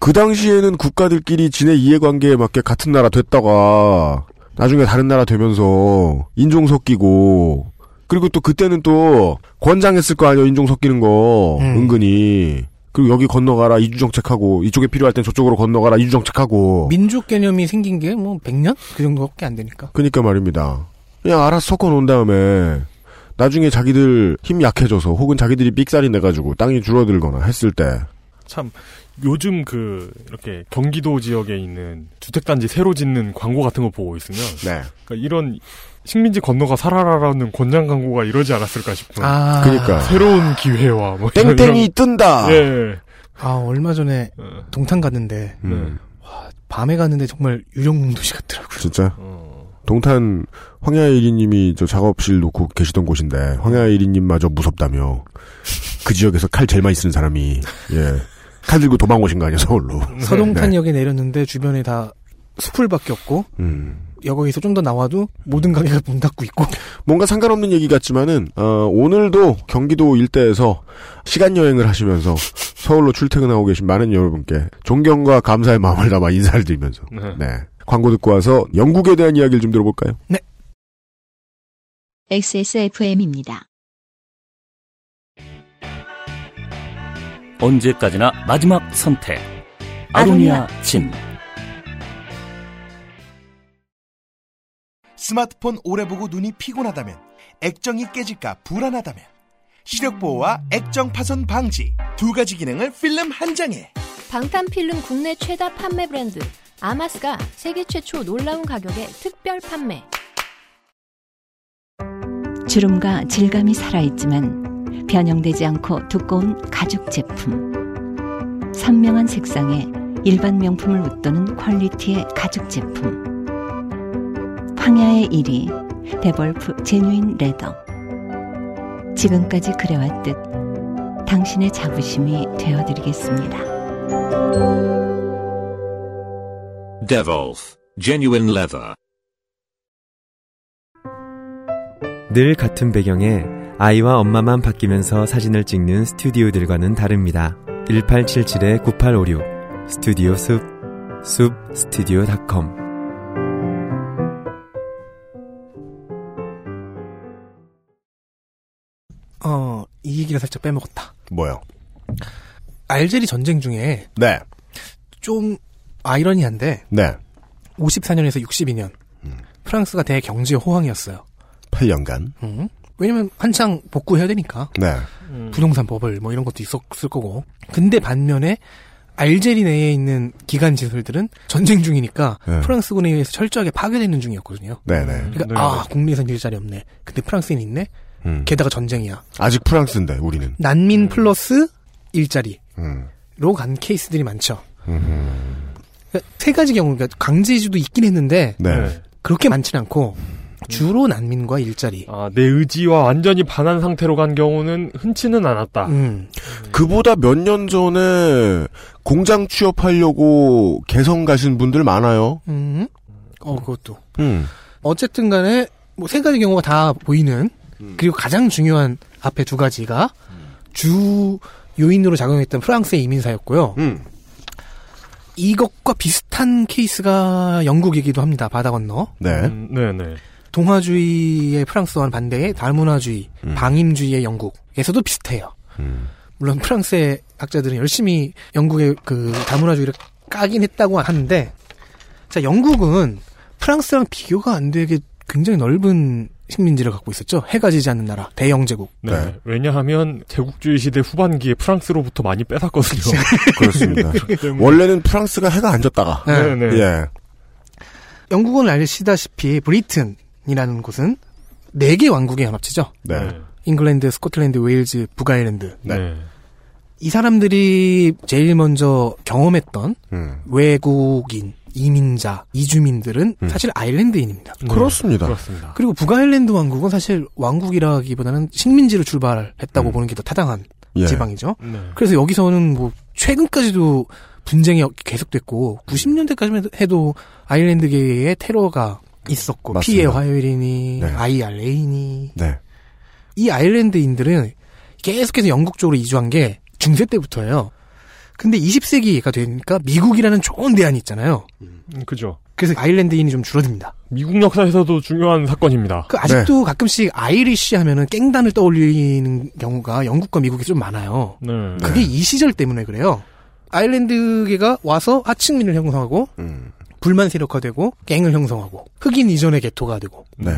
그 당시에는 국가들끼리 지네 이해관계에 맞게 같은 나라 됐다가 나중에 다른 나라 되면서 인종 섞이고 그리고 또 그때는 또 권장했을 거 아니에요 인종 섞이는 거 은근히 그리고 여기 건너가라 이주 정책하고 이쪽에 필요할 땐 저쪽으로 건너가라 이주 정책하고
민족 개념이 생긴 게 뭐 100년 그 정도밖에 안 되니까.
그니까 말입니다. 그냥 알아서 섞어 놓은 다음에 나중에 자기들 힘 약해져서 혹은 자기들이 삑살이 내가지고 땅이 줄어들거나 했을 때
참 요즘 그 이렇게 경기도 지역에 있는 주택단지 새로 짓는 광고 같은 거 보고 있으면 그러니까 이런 식민지 건너가 살아라라는 권장 광고가 이러지 않았을까 싶은
아. 그러니까.
새로운 기회와 뭐 이런-
땡땡이
이런-
뜬다.
예. 어.
아 얼마 전에 동탄 갔는데
음.
와, 밤에 갔는데 정말 유령문 도시 같더라고요.
진짜 동탄 황야일이님이 저 작업실 놓고 계시던 곳인데 황야일이님마저 무섭다며 그 지역에서 칼 제일 많이 쓰는 사람이 예칼 들고 도망 오신 거 아니에요 서울로
서동탄역에 내렸는데 주변에 다 숲풀밖에 없고
네. 음.
여기서 좀 더 나와도 모든 가게가 문 닫고 있고
뭔가 상관없는 얘기 같지만은 어, 오늘도 경기도 일대에서 시간 여행을 하시면서 서울로 출퇴근하고 계신 많은 여러분께 존경과 네. 감사의 마음을 담아 인사를 드리면서 네. 광고 듣고 와서 영국에 대한 이야기를 좀 들어볼까요?
네.
XSFM입니다.
언제까지나 마지막 선택. 아로니아 진.
스마트폰 오래 보고 눈이 피곤하다면 액정이 깨질까 불안하다면 시력 보호와 액정 파손 방지 두 가지 기능을 필름 한 장에
방탄필름 국내 최다 판매 브랜드 아마스가 세계 최초 놀라운 가격에 특별 판매.
주름과 질감이 살아있지만 변형되지 않고 두꺼운 가죽 제품. 선명한 색상에 일반 명품을 웃도는 퀄리티의 가죽 제품. 황야의 1위, 데볼프 제뉴인 레더. 지금까지 그래왔듯 당신의 자부심이 되어드리겠습니다.
Devolf Genuine Leather.
늘 같은 배경에 아이와 엄마만 바뀌면서 사진을 찍는 스튜디오들과는 다릅니다. 1877-9856 스튜디오 숲, 숲 스튜디오닷컴
어, 이 얘기를 살짝 빼먹었다.
뭐요?
알제리 전쟁 중에
네.
좀 아이러니한데
네.
54년에서 62년
음.
프랑스가 대경제 호황이었어요.
8년간.
음. 왜냐면 한창 복구해야 되니까.
네.
부동산 버블 뭐 이런 것도 있었을 거고. 근데 반면에 알제리 내에 있는 기간 시설들은 전쟁 중이니까
네.
프랑스군에 의해서 철저하게 파괴되는 중이었거든요.
네네.
그러니까 아 국내에선 일자리 없네. 근데 프랑스엔 있네.
음.
게다가 전쟁이야.
아직 프랑스인데 우리는.
난민 플러스 일자리로
음.
간 케이스들이 많죠.
음흠.
그러니까 세 가지 경우, 그러니까 강제주도 있긴 했는데
네.
그렇게 많진 않고 주로 난민과 일자리.
아, 내 의지와 완전히 반한 상태로 간 경우는 흔치는
아.
않았다.
음.
음.
그보다 몇 년 전에 공장 취업하려고 개성 가신 분들 많아요.
음. 어 그것도.
음.
어쨌든 간에 뭐 세 가지 경우가 다 보이는
음.
그리고 가장 중요한 앞에 두 가지가 주 요인으로 작용했던 프랑스의
음.
이민사였고요. 이것과 비슷한 케이스가 영국이기도 합니다. 바다 건너.
네.
음, 네네.
동화주의의 프랑스와는 반대의 다문화주의, 방임주의의 영국에서도 비슷해요.
음.
물론 프랑스의 학자들은 열심히 영국의 그 다문화주의를 까긴 했다고 하는데, 자, 영국은 프랑스랑 비교가 안 되게 굉장히 넓은 식민지를 갖고 있었죠. 해가 지지 않는 나라, 대영제국.
네. 왜냐하면 제국주의 시대 후반기에 프랑스로부터 많이 뺏었거든요.
그렇습니다.
그렇기 때문에.
원래는 프랑스가 해가 안 졌다가.
네.
네, 네.
예.
영국은 아시다시피 브리튼이라는 곳은 네 개 왕국의 연합체죠.
네.
잉글랜드, 스코틀랜드, 웨일즈, 북아일랜드.
네.
이 사람들이 제일 먼저 경험했던
음.
외국인, 이민자, 이주민들은 사실 아일랜드인입니다.
네.
그렇습니다.
그리고 북아일랜드 왕국은 사실 왕국이라기보다는 식민지로 출발했다고 보는 게 더 타당한
음. 예.
지방이죠.
네.
그래서 여기서는 뭐 최근까지도 분쟁이 계속됐고 90년대까지만 해도 아일랜드계의 테러가 있었고
맞습니다.
피해 화요일이니
네.
IRA니
네.
이 아일랜드인들은 계속해서 영국 쪽으로 이주한 게 중세 때부터예요. 근데 20세기가 되니까 미국이라는 좋은 대안이 있잖아요.
음, 그죠.
그래서 아일랜드인이 좀 줄어듭니다.
미국 역사에서도 중요한 사건입니다.
그
네.
아직도 가끔씩 아이리시 하면은 깽단을 떠올리는 경우가 영국과 미국이 좀 많아요.
네.
그게 이 시절 때문에 그래요. 아일랜드계가 와서 하층민을 형성하고
음.
불만 세력화되고 갱을 형성하고 흑인 이전의 게토가 되고
네.
음,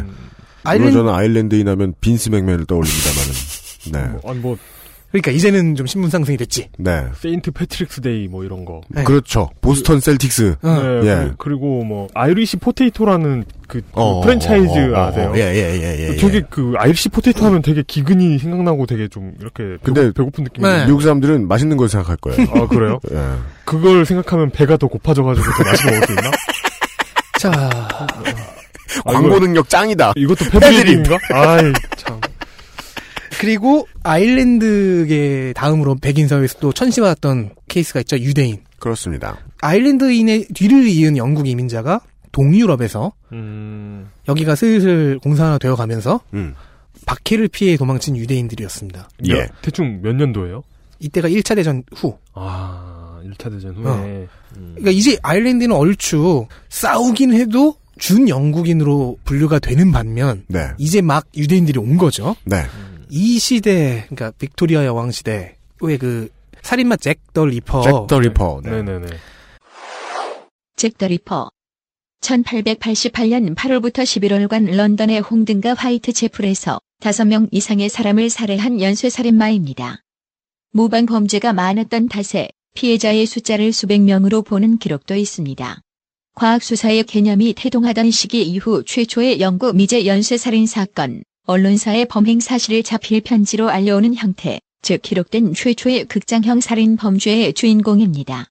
물론
아일랜드
저는 아일랜드인 하면 빈스 맥맨을 떠올립니다만은. 네.
아니 뭐
그러니까 이제는 좀 신분 상승이 됐지.
네.
세인트 패트릭스 데이 뭐 이런 거.
네.
그렇죠. 보스턴 셀틱스.
어.
네,
예.
그- 그리고 뭐 아이리시 포테이토라는 그
어,
프랜차이즈
어, 어, 어,
아세요?
예, 예, 예, 예, 예.
되게 그 아이리시 포테이토 하면 되게 기근이 생각나고 되게 좀 이렇게
근데
배고, 픈 느낌이.
네.
미국 사람들은 맛있는 걸 생각할 거예요.
아 그래요?
예.
그걸 생각하면 배가 더 고파져가지고 더 맛있게 먹을 수 있나?
자
광고 능력 짱이다.
이것도
패드립.
패브릭인가? 아이 참.
그리고 아일랜드계 다음으로 백인 사회에서 또 천시받았던 케이스가 있죠 유대인.
그렇습니다.
아일랜드인의 뒤를 이은 영국 이민자가 동유럽에서
음,
여기가 슬슬 공산화 되어 가면서
음.
박해를 피해 도망친 유대인들이었습니다.
예.
몇- 대충 몇 년도예요?
이때가 1차 대전 후. 그러니까
아 1차 대전 후에.
어. 그러니까 이제 아일랜드는 얼추 싸우긴 해도 준영국인으로 분류가 되는 반면
네.
이제 막 유대인들이 온 거죠.
네.
이 시대, 그러니까 빅토리아 여왕 시대 왜 그 살인마 잭 더 리퍼,
잭 더 리퍼. 네.
네네네.
잭더 리퍼. 1888년 8월부터 11월간 런던의 홍등가 화이트 제플에서 5명 이상의 사람을 살해한 연쇄살인마입니다. 모방 범죄가 많았던 탓에 피해자의 숫자를 수백 명으로 보는 기록도 있습니다. 과학수사의 개념이 태동하던 시기 이후 최초의 영구 미제 연쇄살인 사건, 언론사의 범행 사실을 자필 편지로 알려오는 형태, 즉 기록된 최초의 극장형 살인 범죄의 주인공입니다.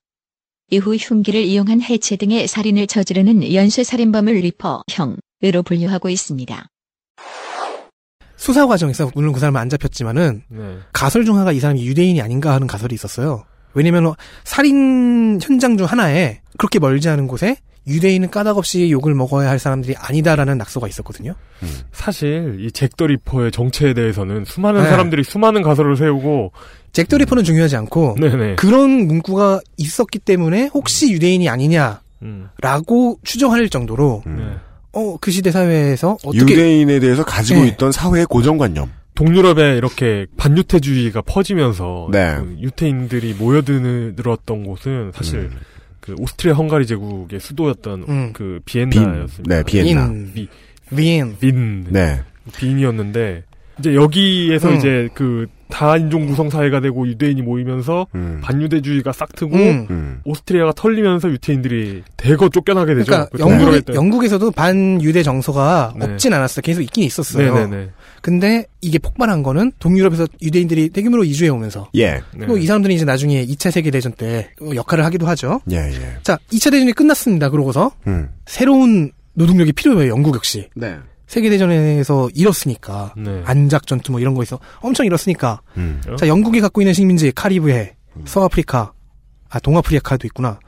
이후 흉기를 이용한 해체 등의 살인을 저지르는 연쇄살인범을 리퍼형으로 분류하고 있습니다.
수사 과정에서 물론 그 사람은 안 잡혔지만은
네.
가설 중 하나가 이 사람이 유대인이 아닌가 하는 가설이 있었어요. 왜냐면 살인 현장 중 하나에 그렇게 멀지 않은 곳에 유대인은 까닭없이 욕을 먹어야 할 사람들이 아니다라는 낙서가 있었거든요.
사실 이 잭더 리퍼의 정체에 대해서는 수많은
네.
사람들이 수많은 가설을 세우고
잭더 리퍼는 중요하지 않고
음. 네네.
그런 문구가 있었기 때문에 혹시 유대인이 아니냐라고
음. 네.
추정할 정도로 어 그 시대 사회에서 어떻게
유대인에 대해서 가지고
네.
있던 사회의 고정관념.
동유럽에 이렇게 반유태주의가 퍼지면서
네.
그 유태인들이 모여들었던 곳은 사실
음.
그 오스트리아 헝가리 제국의 수도였던
음.
그 비엔나였습니다.
빈. 네, 비엔나.
비,
빈.
빈.
네.
빈이었는데 이제 여기에서
음.
이제 그 다인종 구성 사회가 되고 유대인이 모이면서
음.
반유대주의가 싹트고 그
음.
오스트리아가 털리면서 유태인들이 대거 쫓겨나게 되죠.
그러니까
그 동유럽에
영국
있던-
영국에서도 반유대 정서가
네.
없진 않았어요. 계속 있긴 있었어요.
네네네.
근데 이게 폭발한 거는 동유럽에서 유대인들이 대규모로 이주해 오면서
예.
네.
그리고 이 사람들이 이제 나중에 2차 세계 대전 때 어, 역할을 하기도 하죠.
예, 예.
자, 2차 대전이 끝났습니다. 그러고서
음.
새로운 노동력이 필요해요. 영국 역시.
네.
세계 대전에서 잃었으니까
네.
안작 전투 뭐 이런 거에서 엄청 잃었으니까
음.
자, 영국이 갖고 있는 식민지 카리브해, 서아프리카, 아 동아프리카도 있구나.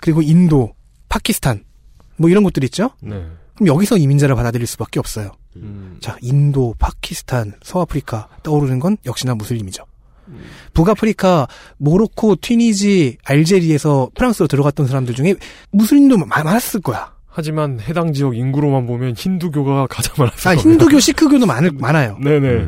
그리고 인도, 파키스탄 뭐 이런 곳들 있죠.
네.
그럼 여기서 이민자를 받아들일 수밖에 없어요.
음.
자, 인도, 파키스탄, 서아프리카 떠오르는 건 역시나 무슬림이죠. 북아프리카, 모로코, 튀니지, 알제리에서 프랑스로 들어갔던 사람들 중에 무슬림도 많- 많았을 거야.
하지만 해당 지역 인구로만 보면 힌두교가 가장 많았어요.
아, 힌두교, 시크교도 음. 많, 많아요.
네네.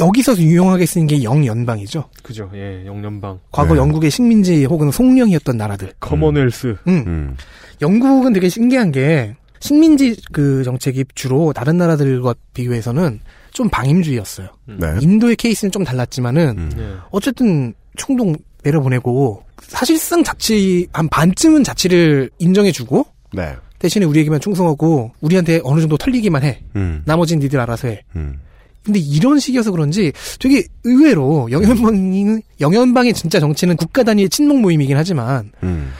여기서 유용하게 쓰는 게 영연방이죠.
그죠. 예, 영연방.
과거 영국의 식민지 혹은 속령이었던 나라들.
커먼웰스.
음. 영국은 되게 신기한 게 식민지 그 정책이 주로 다른 나라들과 비교해서는 좀 방임주의였어요.
네. 음.
인도의 케이스는 좀 달랐지만은
네.
어쨌든 충동 내려보내고 사실상 자치 한 반쯤은 자치를 인정해주고
네.
대신에 우리에게만 충성하고 우리한테 어느 정도 털리기만 해.
음.
나머지는 니들 알아서 해.
음.
근데 이런 식이어서 그런지 되게 의외로 영연방이 영연방의 진짜 정치는 국가 단위의 친목 모임이긴 하지만
음.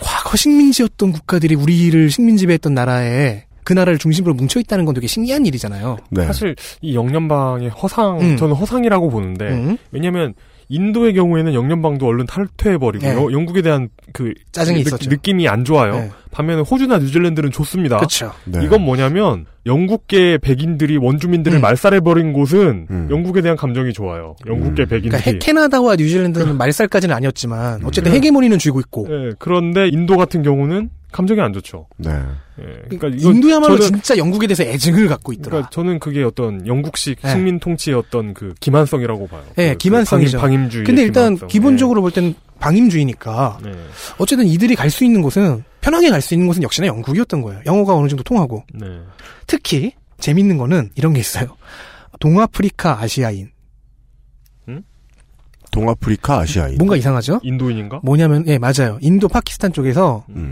과거 식민지였던 국가들이 우리를 식민지배 했던 나라에 그 나라를 중심으로 뭉쳐 있다는 건 되게 신기한 일이잖아요.
네.
사실 이 영연방의 허상,
음.
저는 허상이라고 보는데
음.
왜냐하면 인도의 경우에는 영연방도 얼른 탈퇴해버리고
네.
요- 영국에 대한 그
짜증이
느-
있었죠.
느낌이 안 좋아요. 아,
네.
반면에 호주나 뉴질랜드는 좋습니다.
그쵸. 네.
이건 뭐냐면 영국계 백인들이 원주민들을
음.
말살해버린 곳은 영국에 대한 감정이 좋아요. 영국계 백인들이.
그러니까 캐나다와 뉴질랜드는 말살까지는 아니었지만 어쨌든
네.
헤게모니는 쥐고 있고
예, 그런데 인도 같은 경우는 감정이 안 좋죠.
네.
예, 그러니까 이건
인도야말로
저는-
진짜 영국에 대해서 애증을 갖고 있더라.
그러니까 저는 그게 어떤 영국식
예.
식민 통치의 어떤 그 기만성이라고 봐요.
예,
그- 그
기만성이죠.
방임, 방임주의.
근데 일단
기만성.
기본적으로 볼 땐 방임주의니까
네.
어쨌든 이들이 갈 수 있는 곳은 편하게 갈 수 있는 곳은 역시나 영국이었던 거예요. 영어가 어느 정도 통하고
네.
특히 재밌는 거는 이런 게 있어요. 동아프리카 아시아인
동아프리카 아시아인.
뭔가 이상하죠?
인도인인가?
뭐냐면 예 맞아요. 인도 파키스탄 쪽에서
음.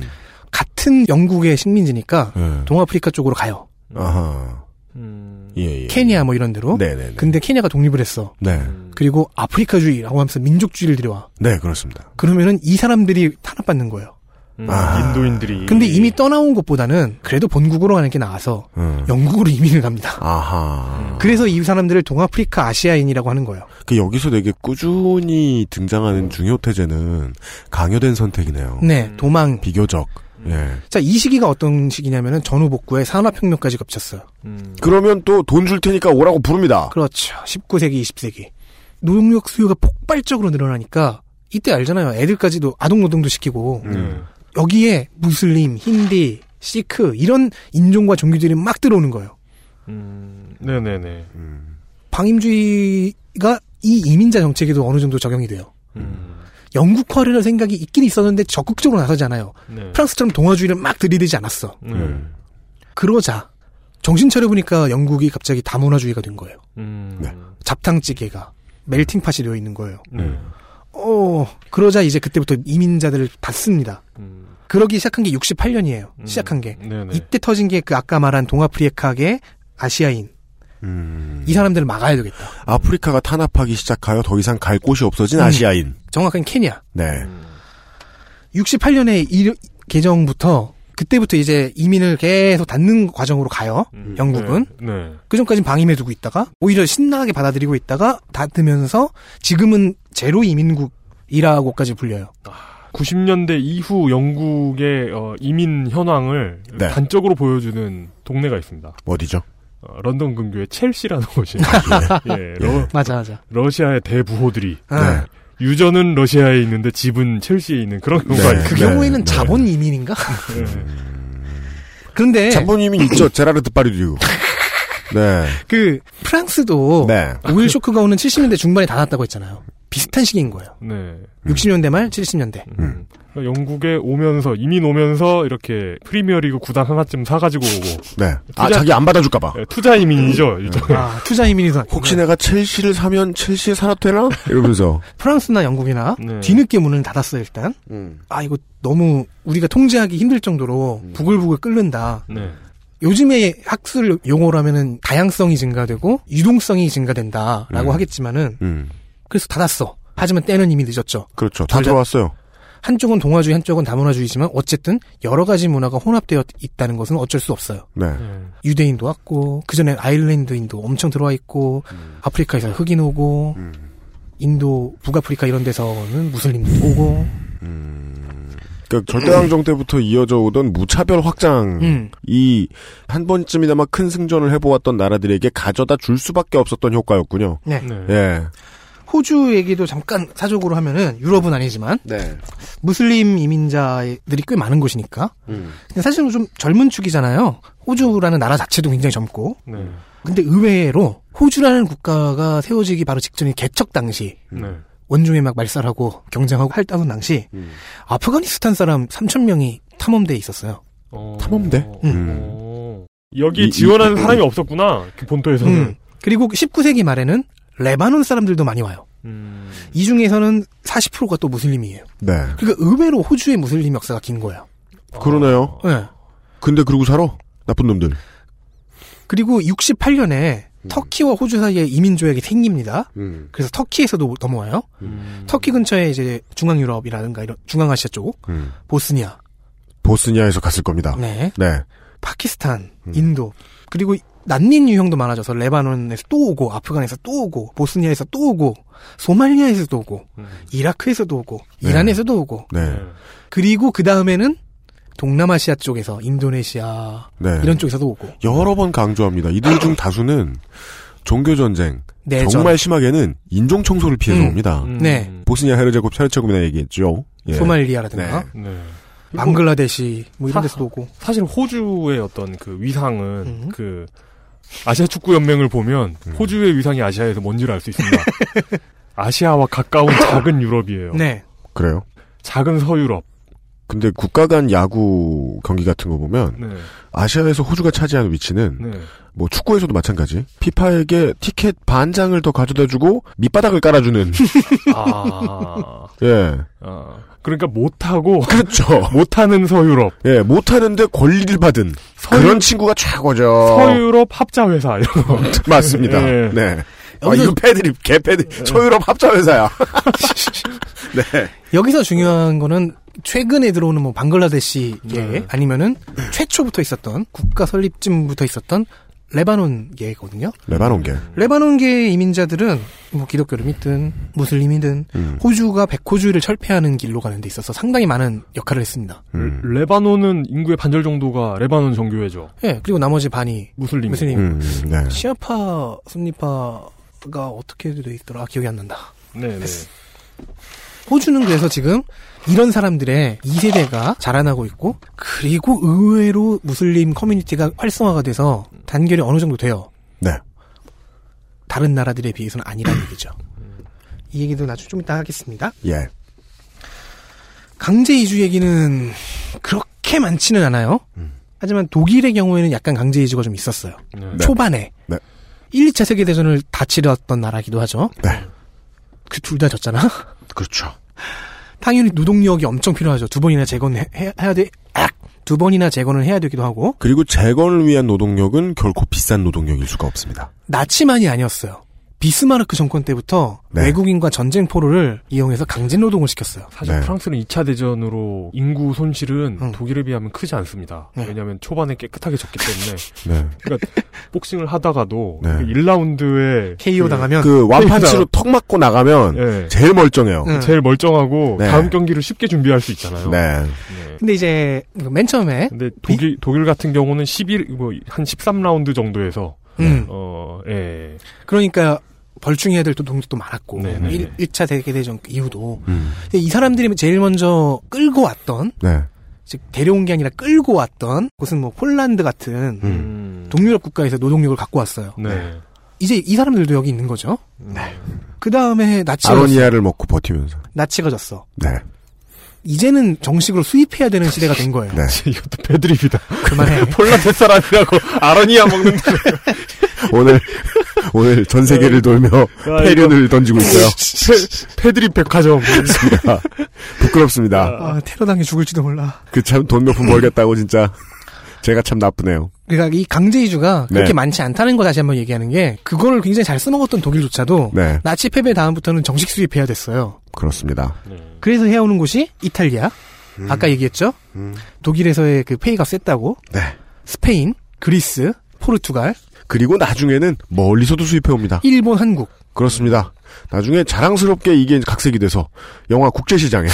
같은 영국의 식민지니까
예.
동아프리카 쪽으로 가요.
아하.
음.
예, 예.
케냐 뭐 이런 데로.
네네네.
근데 케냐가 독립을 했어.
네.
그리고 아프리카주의라고 하면서 민족주의를 들여와.
네, 그렇습니다.
그러면은 이 사람들이 탄압받는 거예요.
음. 인도인들이.
근데 이미 떠나온 것보다는 그래도 본국으로 가는 게 나아서 영국으로 이민을 갑니다.
음. 아하.
그래서 이 사람들을 동아프리카 아시아인이라고 하는 거예요.
그 여기서 되게 꾸준히 등장하는 중요 태제는 강요된 선택이네요.
네, 도망.
비교적. 예.
자, 이 시기가 어떤 시기냐면은 전후 복구에 산업혁명까지 겹쳤어요.
음.
그러면 또 돈 줄 테니까 오라고 부릅니다.
그렇죠. 19세기, 20세기. 노동력 수요가 폭발적으로 늘어나니까 이때 알잖아요. 애들까지도 아동 노동도 시키고 여기에 무슬림, 힌디, 시크 이런 인종과 종교들이 막 들어오는 거예요.
네네네.
음.
방임주의가 이 이민자 정책에도 어느 정도 적용이 돼요.
음.
영국화라는 생각이 있긴 있었는데 적극적으로 나서잖아요.
네.
프랑스처럼 동화주의를 막 들이대지 않았어.
네.
음.
그러자 정신 차려보니까 영국이 갑자기 다문화주의가 된 거예요.
음.
잡탕찌개가 멜팅팟이 되어 있는 거예요.
네.
어, 그러자 이제 그때부터 이민자들을 받습니다. 그러기 시작한 게 68년이에요. 시작한 게.
음. 네네.
이때 터진 게 그 아까 말한 동아프리카계 아시아인.
음.
음.
이 사람들을 막아야 되겠다.
아프리카가 탄압하기 시작하여 더 이상 갈 곳이 없어진
음.
아시아인.
정확하게 케냐.
네.
음.
68년에 이 개정부터 그때부터 이제 이민을 계속 닫는 과정으로 가요. 영국은.
음. 네.
그 전까지는 방임해두고 있다가 오히려 신나게 받아들이고 있다가 닫으면서 지금은 제로 이민국이라고까지 불려요.
90년대 이후 영국의 어, 이민 현황을
네.
단적으로 보여주는 동네가 있습니다.
어디죠?
어, 런던 근교의 첼시라는 곳이 예, 러,
맞아, 맞아.
러시아의 대부호들이
네.
유저는 러시아에 있는데 집은 첼시에 있는 그런 경우가
네.
있
그 경우에는 자본 이민인가? 그런데
자본님이 있죠. 제라르드 파리류. 네.
그 프랑스도 오일 쇼크가 오는 70년대 중반에 닫았다고 했잖아요. 비슷한 시기인 거예요.
네.
음.
60년대 말 70년대.
그러니까 영국에 오면서 이민 오면서 이렇게 프리미어리그 구단 하나쯤 사가지고 오고
네. 아,
투자-
자기 안 받아줄까봐.
예, 투자
음.
이민이죠. 일종의.
아, 투자 이민이다.
혹시 내가 첼시를 사면 첼시에 살아도 되나? 이러면서.
네. 프랑스나 영국이나
네.
뒤늦게 문을 닫았어요 일단.
음.
아 이거 너무 우리가 통제하기 힘들 정도로 부글부글 끓는다.
네.
요즘에 학술 용어로 하면은 다양성이 증가되고 유동성이
음.
증가된다라고 하겠지만은
음.
그래서 닫았어. 하지만 때는 이미 늦었죠.
그렇죠. 다
둘 다-
들어왔어요.
한쪽은 동화주의, 한쪽은 다문화주의지만 어쨌든 여러 가지 문화가 혼합되어 있다는 것은 어쩔 수 없어요.
네.
유대인도 왔고 그 전에 아일랜드인도 엄청 들어와 있고 아프리카에서 흑인 오고 인도 북아프리카 이런 데서는 무슬림도 오고
그러니까 절대왕정 때부터 이어져 오던 무차별 확장이 한 번쯤이나마 큰 승전을 해보았던 나라들에게 가져다 줄 수밖에 없었던 효과였군요.
네.
음.
예.
호주 얘기도 잠깐 사적으로 하면은 유럽은 아니지만
네.
무슬림 이민자들이 꽤 많은 곳이니까 근데 사실은 좀 젊은 축이잖아요. 호주라는 나라 자체도 굉장히 젊고
음.
네.
근데 의외로 호주라는 국가가 세워지기 바로 직전인 개척 당시
네.
원중에 막 말살하고 경쟁하고 할당한 당시 아프가니스탄 사람 3천 명이 탐험대에 있었어요.
탐험대?
어.
음.
여기
이-
지원하는
이-
사람이 없었구나. 그 본토에서는.
음. 그리고 19세기 말에는 레바논 사람들도 많이 와요.
음.
이 중에서는 40%가 또 무슬림이에요.
네.
그러니까 의외로 호주의 무슬림 역사가 긴 거예요.
그러네요.
네.
근데 그러고 살아? 나쁜 놈들.
그리고 68년에 터키와 호주 사이에 이민 조약이 생깁니다.
음.
그래서 터키에서도 넘어와요.
아.
터키 근처에 이제 중앙 유럽이라든가 이런 중앙아시아 쪽,
음.
보스니아,
보스니아에서 음. 갔을 겁니다.
네.
네.
파키스탄, 인도 그리고 난민 유형도 많아져서 레바논에서 또 오고 아프간에서 또 오고 보스니아에서 또 오고 소말리아에서도 오고
음.
이라크에서도 오고 이란에서도 오고
네.
음.
그리고 그 다음에는 동남아시아 쪽에서 인도네시아
네.
이런 쪽에서도 오고
여러 번 강조합니다. 이들 중 다수는 종교 전쟁,
내전.
정말 심하게는 인종 청소를 피해서
음.
옵니다.
음. 네.
보스니아 헤르제곱 체르체고미나 얘기했죠. 예.
소말리아라든가
네.
방글라데시 뭐 이런 데서도 오고
사실 호주의 어떤 그 위상은 그 아시아 축구 연맹을 보면
음.
호주의 위상이 아시아에서 뭔지를 알 수 있습니다. 아시아와 가까운 작은 유럽이에요.
네.
그래요.
작은 서유럽.
근데 국가 간 야구 경기 같은 거 보면
네.
아시아에서 호주가 차지하는 위치는
네.
뭐 축구에서도 마찬가지. 피파에게 티켓 반 장을 더 가져다주고 밑바닥을 깔아주는.
아.
예.
아. 그러니까 못하고
그렇죠.
못하는 서유럽.
예, 못하는데 권리를 받은 그런 어. 친구가 최고죠.
서유럽 합자회사 이런 거.
맞습니다.
예.
네. 아, 이거 패드립, 개패드, 서유럽 합자회사야. 네.
여기서 중요한 거는 최근에 들어오는 뭐 방글라데시계
네.
아니면은 최초부터 있었던 국가 설립쯤부터 있었던 레바논계거든요.
레바논계.
레바논계 이민자들은 뭐 기독교를 믿든 무슬림이든
음.
호주가 백호주의를 철폐하는 길로 가는 데 있어서 상당히 많은 역할을 했습니다.
음.
레바논은 인구의 반절 정도가 레바논 정교회죠.
예, 그리고 나머지 반이
무슬림.
무슬림.
음, 네.
시아파, 순리파가 어떻게 돼 있더라? 아, 기억이 안 난다.
네, 네.
호주는 그래서 지금 이런 사람들의 2세대가 자라나고 있고 그리고 의외로 무슬림 커뮤니티가 활성화가 돼서 단결이 어느 정도 돼요.
네.
다른 나라들에 비해서는 아니라는 얘기죠. 이 얘기도 나중에 좀 이따 하겠습니다.
예.
강제 이주 얘기는 그렇게 많지는 않아요. 하지만 독일의 경우에는 약간 강제 이주가 좀 있었어요.
네.
초반에
네.
1, 2차 세계 대전을 다 치렀던 나라기도 하죠. 그 둘 다 졌잖아.
그렇죠.
당연히 노동력이 엄청 필요하죠. 두 번이나 재건해 야 돼. 악! 두 번이나 재건을 해야 되기도 하고
그리고 재건을 위한 노동력은 결코 비싼 노동력일 수가 없습니다.
나치만이 아니었어요. 비스마르크 정권 때부터
네.
외국인과 전쟁 포로를 이용해서 강제 노동을 시켰어요.
네.
사실 프랑스는 2차 대전으로 인구 손실은
음.
독일에 비하면 크지 않습니다. 왜냐하면 초반에 깨끗하게 졌기 때문에.
네.
그러니까 복싱을 하다가도
네.
그 1라운드에 예,
KO 당하면
그 완판치로 턱 맞고 나가면 제일 멀쩡해요.
그 제일 멀쩡하고
네.
다음 경기를 쉽게 준비할 수 있잖아요.
네.
근데 이제 맨 처음에
근데 독일 독일 같은 경우는 11 뭐 한 13라운드 정도에서
음.
어 예.
그러니까 벌충해야 될 노동력도 많았고
네, 네,
1, 1차 세계대전 이후도
음.
근데 이 사람들이 제일 먼저 끌고 왔던
네.
즉 데려온 게 아니라 끌고 왔던 곳은 뭐 폴란드 같은
음.
음.
동유럽 국가에서 노동력을 갖고 왔어요.
네.
이제 이 사람들도 여기 있는 거죠. 그 다음에 나치가 졌어.
네. 아로니아를 먹고 버티면서.
나치가 졌어.
네.
이제는 정식으로 수입해야 되는 시대가 된 거예요.
네.
이것도 배드립이다.
그만해.
폴란드 사람이라고 아로니아 먹는
오늘 오늘 전 세계를 돌며
이거-
패륜을 던지고 있어요.
패드립 백화점.
그렇습니다. 부끄럽습니다.
아, 테러 당해 죽을지도 몰라.
그 참 돈 몇 푼 벌겠다고 진짜 제가 참 나쁘네요.
그러니까 이 강제 이주가
네.
그렇게 많지 않다는 거 다시 한번 얘기하는 게 그거를 굉장히 잘 써먹었던 독일조차도
네.
나치 패배 다음부터는 정식 수입해야 됐어요.
그렇습니다.
그래서 해오는 곳이 이탈리아.
음.
아까 얘기했죠.
음.
독일에서의 그 페이가 셌다고. 스페인, 그리스, 포르투갈,
네. 그리고 나중에는 멀리서도 수입해 옵니다.
일본, 한국.
그렇습니다. 나중에 자랑스럽게 이게 각색이 돼서 영화 국제 시장에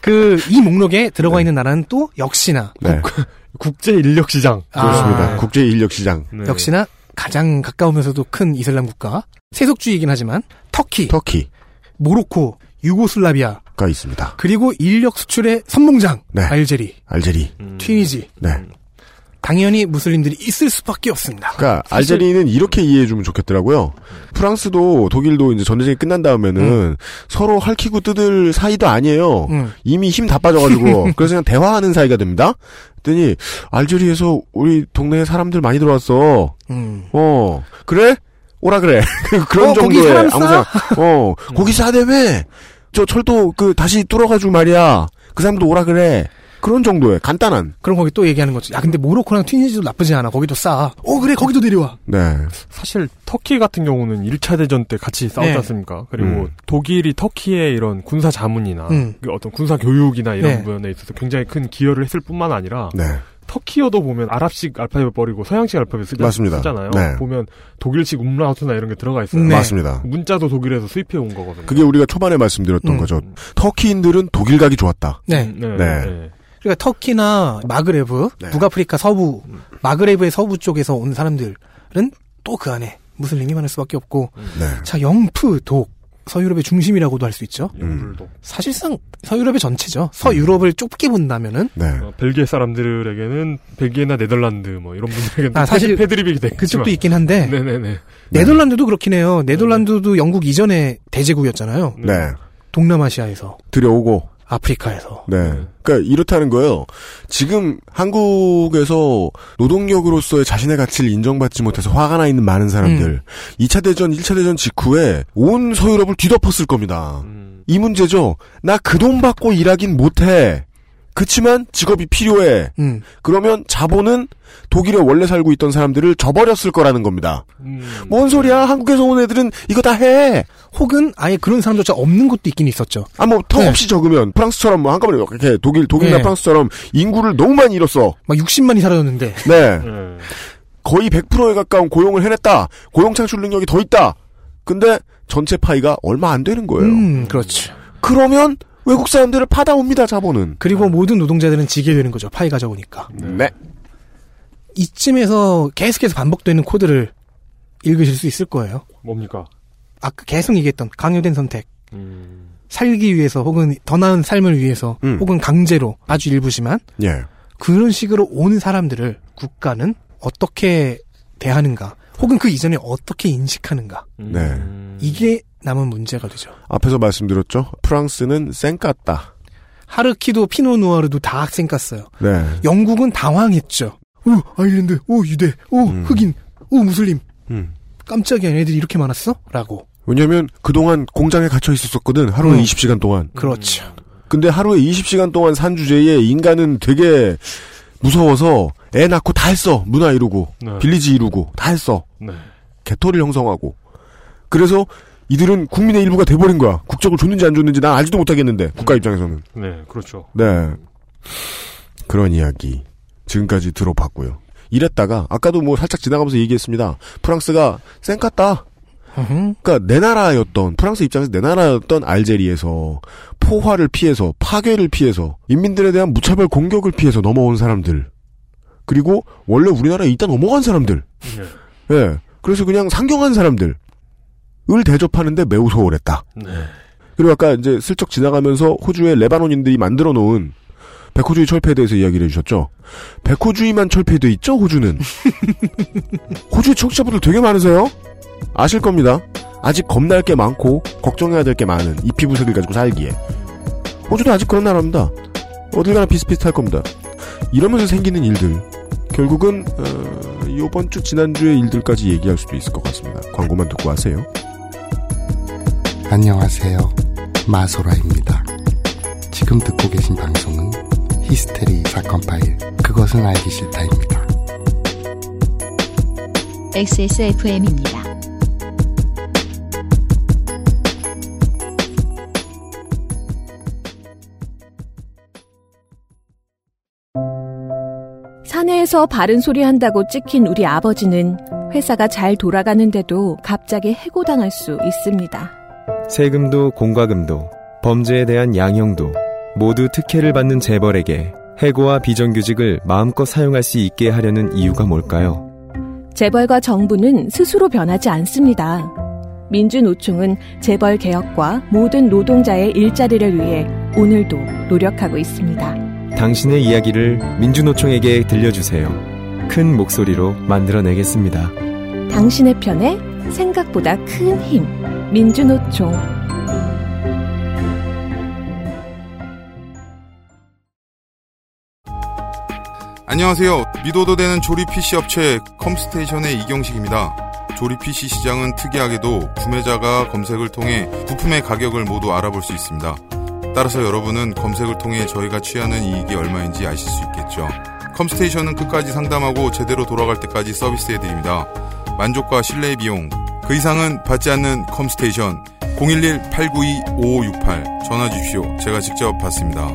그 이 목록에 들어가 있는 나라는 또 역시나
네.
국제 인력 시장. 네.
그렇습니다.
아.
국제 인력 시장.
역시나 가장 가까우면서도 큰 이슬람 국가 세속주의이긴 하지만 터키,
터키,
모로코, 유고슬라비아
가 있습니다.
그리고 인력 수출의 선봉장
네.
알제리,
알제리.
튀니지
네.
당연히 무슬림들이 있을 수밖에 없습니다.
그러니까
사실-
알제리는 이렇게 이해해주면 좋겠더라고요. 프랑스도 독일도 이제 전쟁이 끝난 다음에는 서로 할퀴고 뜯을 사이도 아니에요.
음.
이미 힘 다 빠져가지고 그래서 그냥 대화하는 사이가 됩니다. 그랬더니 알제리에서 우리 동네에 사람들 많이 들어왔어.
음.
어 그래 오라 그래 그런
어, 거기
정도의
사람 싸?
아무상 어 거기 싸대매 저 철도 그 다시 뚫어가지고 말이야 그 사람도 오라 그래 그런 정도의 간단한
그럼 거기 또 얘기하는 거죠. 야 근데 모로코랑 튀니지도 나쁘지 않아. 거기도 싸. 어 그래 거기도 내려와.
네
사실 터키 같은 경우는 1차 대전 때 같이 싸웠지
네.
않습니까? 그리고
음.
독일이 터키의 이런 군사 자문이나
음.
그 어떤 군사 교육이나 이런
네.
부분에 있어서 굉장히 큰 기여를 했을 뿐만 아니라
네.
터키어도 보면 아랍식 알파벳 버리고 서양식 알파벳 쓰,
맞습니다.
쓰잖아요.
네.
보면 독일식 um라우트나 이런 게 들어가 있어요.
네. 맞습니다.
문자도 독일에서 수입해 온 거거든요.
그게 우리가 초반에
음.
말씀드렸던 거죠 터키인들은 독일 가기 좋았다
네.
음.
그러니까 터키나 마그레브, 북아프리카 서부, 마그레브의 서부 쪽에서 온 사람들은 또 그 안에 무슬림이 많을 수밖에 없고,
네.
자 영프 독 서유럽의 중심이라고도 할 수 있죠.
음.
사실상 서유럽의 전체죠. 서유럽을 좁게 본다면은
네.
어, 벨기에 사람들에게는 벨기에나 네덜란드 뭐 이런 분들에게는
아, 사실
패드립이 되겠지만
그쪽도 있긴 한데
네네네.
네덜란드도 그렇긴 해요. 네덜란드도 영국 이전의 대제국이었잖아요.
네
동남아시아에서
들여오고
아프리카에서
네. 그러니까 이렇다는 거예요. 지금 한국에서 노동력으로서의 자신의 가치를 인정받지 못해서 화가 나 있는 많은 사람들. 2차 대전, 1차 대전 직후에 온 서유럽을 뒤덮었을 겁니다. 이 문제죠. 나 그 돈 받고 일하긴 못해. 그치만 직업이 필요해.
음.
그러면 자본은 독일에 원래 살고 있던 사람들을 저버렸을 거라는 겁니다.
음.
뭔 소리야? 한국에서 온 애들은 이거 다 해.
혹은 아예 그런 사람조차 없는 곳도 있긴 있었죠.
아, 뭐, 턱 없이 적으면 프랑스처럼 뭐 한꺼번에 이렇게 독일, 독일이나
네.
프랑스처럼 인구를 너무 많이 잃었어.
막 60만이 사라졌는데.
네. 거의 100%에 가까운 고용을 해냈다. 고용 창출 능력이 더 있다. 근데 전체 파이가 얼마 안 되는 거예요.
음, 그렇죠.
그러면 외국 사람들을 받아옵니다, 자본은.
네.
그리고 모든 노동자들은 지게 되는 거죠. 파이 가져오니까.
네.
이쯤에서 계속해서 반복되는 코드를 읽으실 수 있을 거예요.
뭡니까? 음.
아까 계속 얘기했던 강요된 선택. 살기 위해서 혹은 더 나은 삶을 위해서 혹은 강제로 아주 일부지만
예.
그런 식으로 오는 사람들을 국가는 어떻게 대하는가 혹은 그 이전에 어떻게 인식하는가
음.
네.
이게 남은 문제가 되죠.
앞에서 말씀드렸죠. 프랑스는 생깠다.
하르키도 피노누아르도 다 학생 갔어요.
네.
영국은 당황했죠. 오 아일랜드, 오 유대, 오
음.
흑인, 오 무슬림.
음.
깜짝이야 얘네들이 이렇게 많았어? 라고.
왜냐면 그동안 공장에 갇혀 있었었거든. 하루에
음.
20시간 동안.
그렇죠.
근데 하루에 20시간 동안 산 주제에 인간은 되게 무서워서 애 낳고 다 했어. 문화 이루고
네.
빌리지 이루고 다 했어.
네.
개토를 형성하고. 그래서 이들은 국민의 일부가 돼버린 거야. 국적을 줬는지 안 줬는지 난 알지도 못하겠는데 국가 입장에서는.
네, 그렇죠.
네. 그런 이야기 지금까지 들어봤고요. 이랬다가 아까도 뭐 살짝 지나가면서 얘기했습니다. 프랑스가 쌩 같다.
음.
그러니까 내 나라였던 프랑스 입장에서 내 나라였던 알제리에서 포화를 피해서 파괴를 피해서 인민들에 대한 무차별 공격을 피해서 넘어온 사람들 그리고 원래 우리나라에 있다 넘어간 사람들
네,
예 그래서 그냥 상경한 사람들을 대접하는데 매우 소홀했다.
네.
그리고 아까 이제 슬쩍 지나가면서 호주의 레바논인들이 만들어 놓은 백호주의 철폐에 대해서 이야기를 해주셨죠. 백호주의만 철폐돼 있죠, 호주는. 호주의 청취자분들 되게 많으세요? 아실 겁니다. 아직 겁날 게 많고, 걱정해야 될 게 많은 이 피부색을 가지고 살기에. 호주도 아직 그런 나라입니다. 어딜 가나 비슷비슷할 겁니다. 이러면서 생기는 일들. 결국은, 어, 이번 주 지난주의 일들까지 얘기할 수도 있을 것 같습니다. 광고만 듣고 하세요.
안녕하세요. 마소라입니다. 지금 듣고 계신 방송은 히스테리 사건 파일, 그것은 알기 싫다입니다.
XSFM입니다.
사내에서 바른 소리 한다고 찍힌 우리 아버지는 회사가 잘 돌아가는데도 갑자기 해고당할 수 있습니다.
세금도 공과금도 범죄에 대한 양형도 모두 특혜를 받는 재벌에게 해고와 비정규직을 마음껏 사용할 수 있게 하려는 이유가 뭘까요?
재벌과 정부는 스스로 변하지 않습니다. 민주노총은 재벌 개혁과 모든 노동자의 일자리를 위해 오늘도 노력하고 있습니다.
당신의 이야기를 민주노총에게 들려주세요. 큰 목소리로 만들어내겠습니다.
당신의 편에 생각보다 큰 힘. 민주노총.
안녕하세요. 믿어도 되는 조립 PC 업체 컴스테이션의 이경식입니다. 조립 PC 시장은 특이하게도 구매자가 검색을 통해 부품의 가격을 모두 알아볼 수 있습니다. 따라서 여러분은 검색을 통해 저희가 취하는 이익이 얼마인지 아실 수 있겠죠. 컴스테이션은 끝까지 상담하고 제대로 돌아갈 때까지 서비스해드립니다. 만족과 신뢰의 비용. 그 이상은 받지 않는 컴스테이션 011-892-5568 전화 주십시오. 제가 직접 받습니다.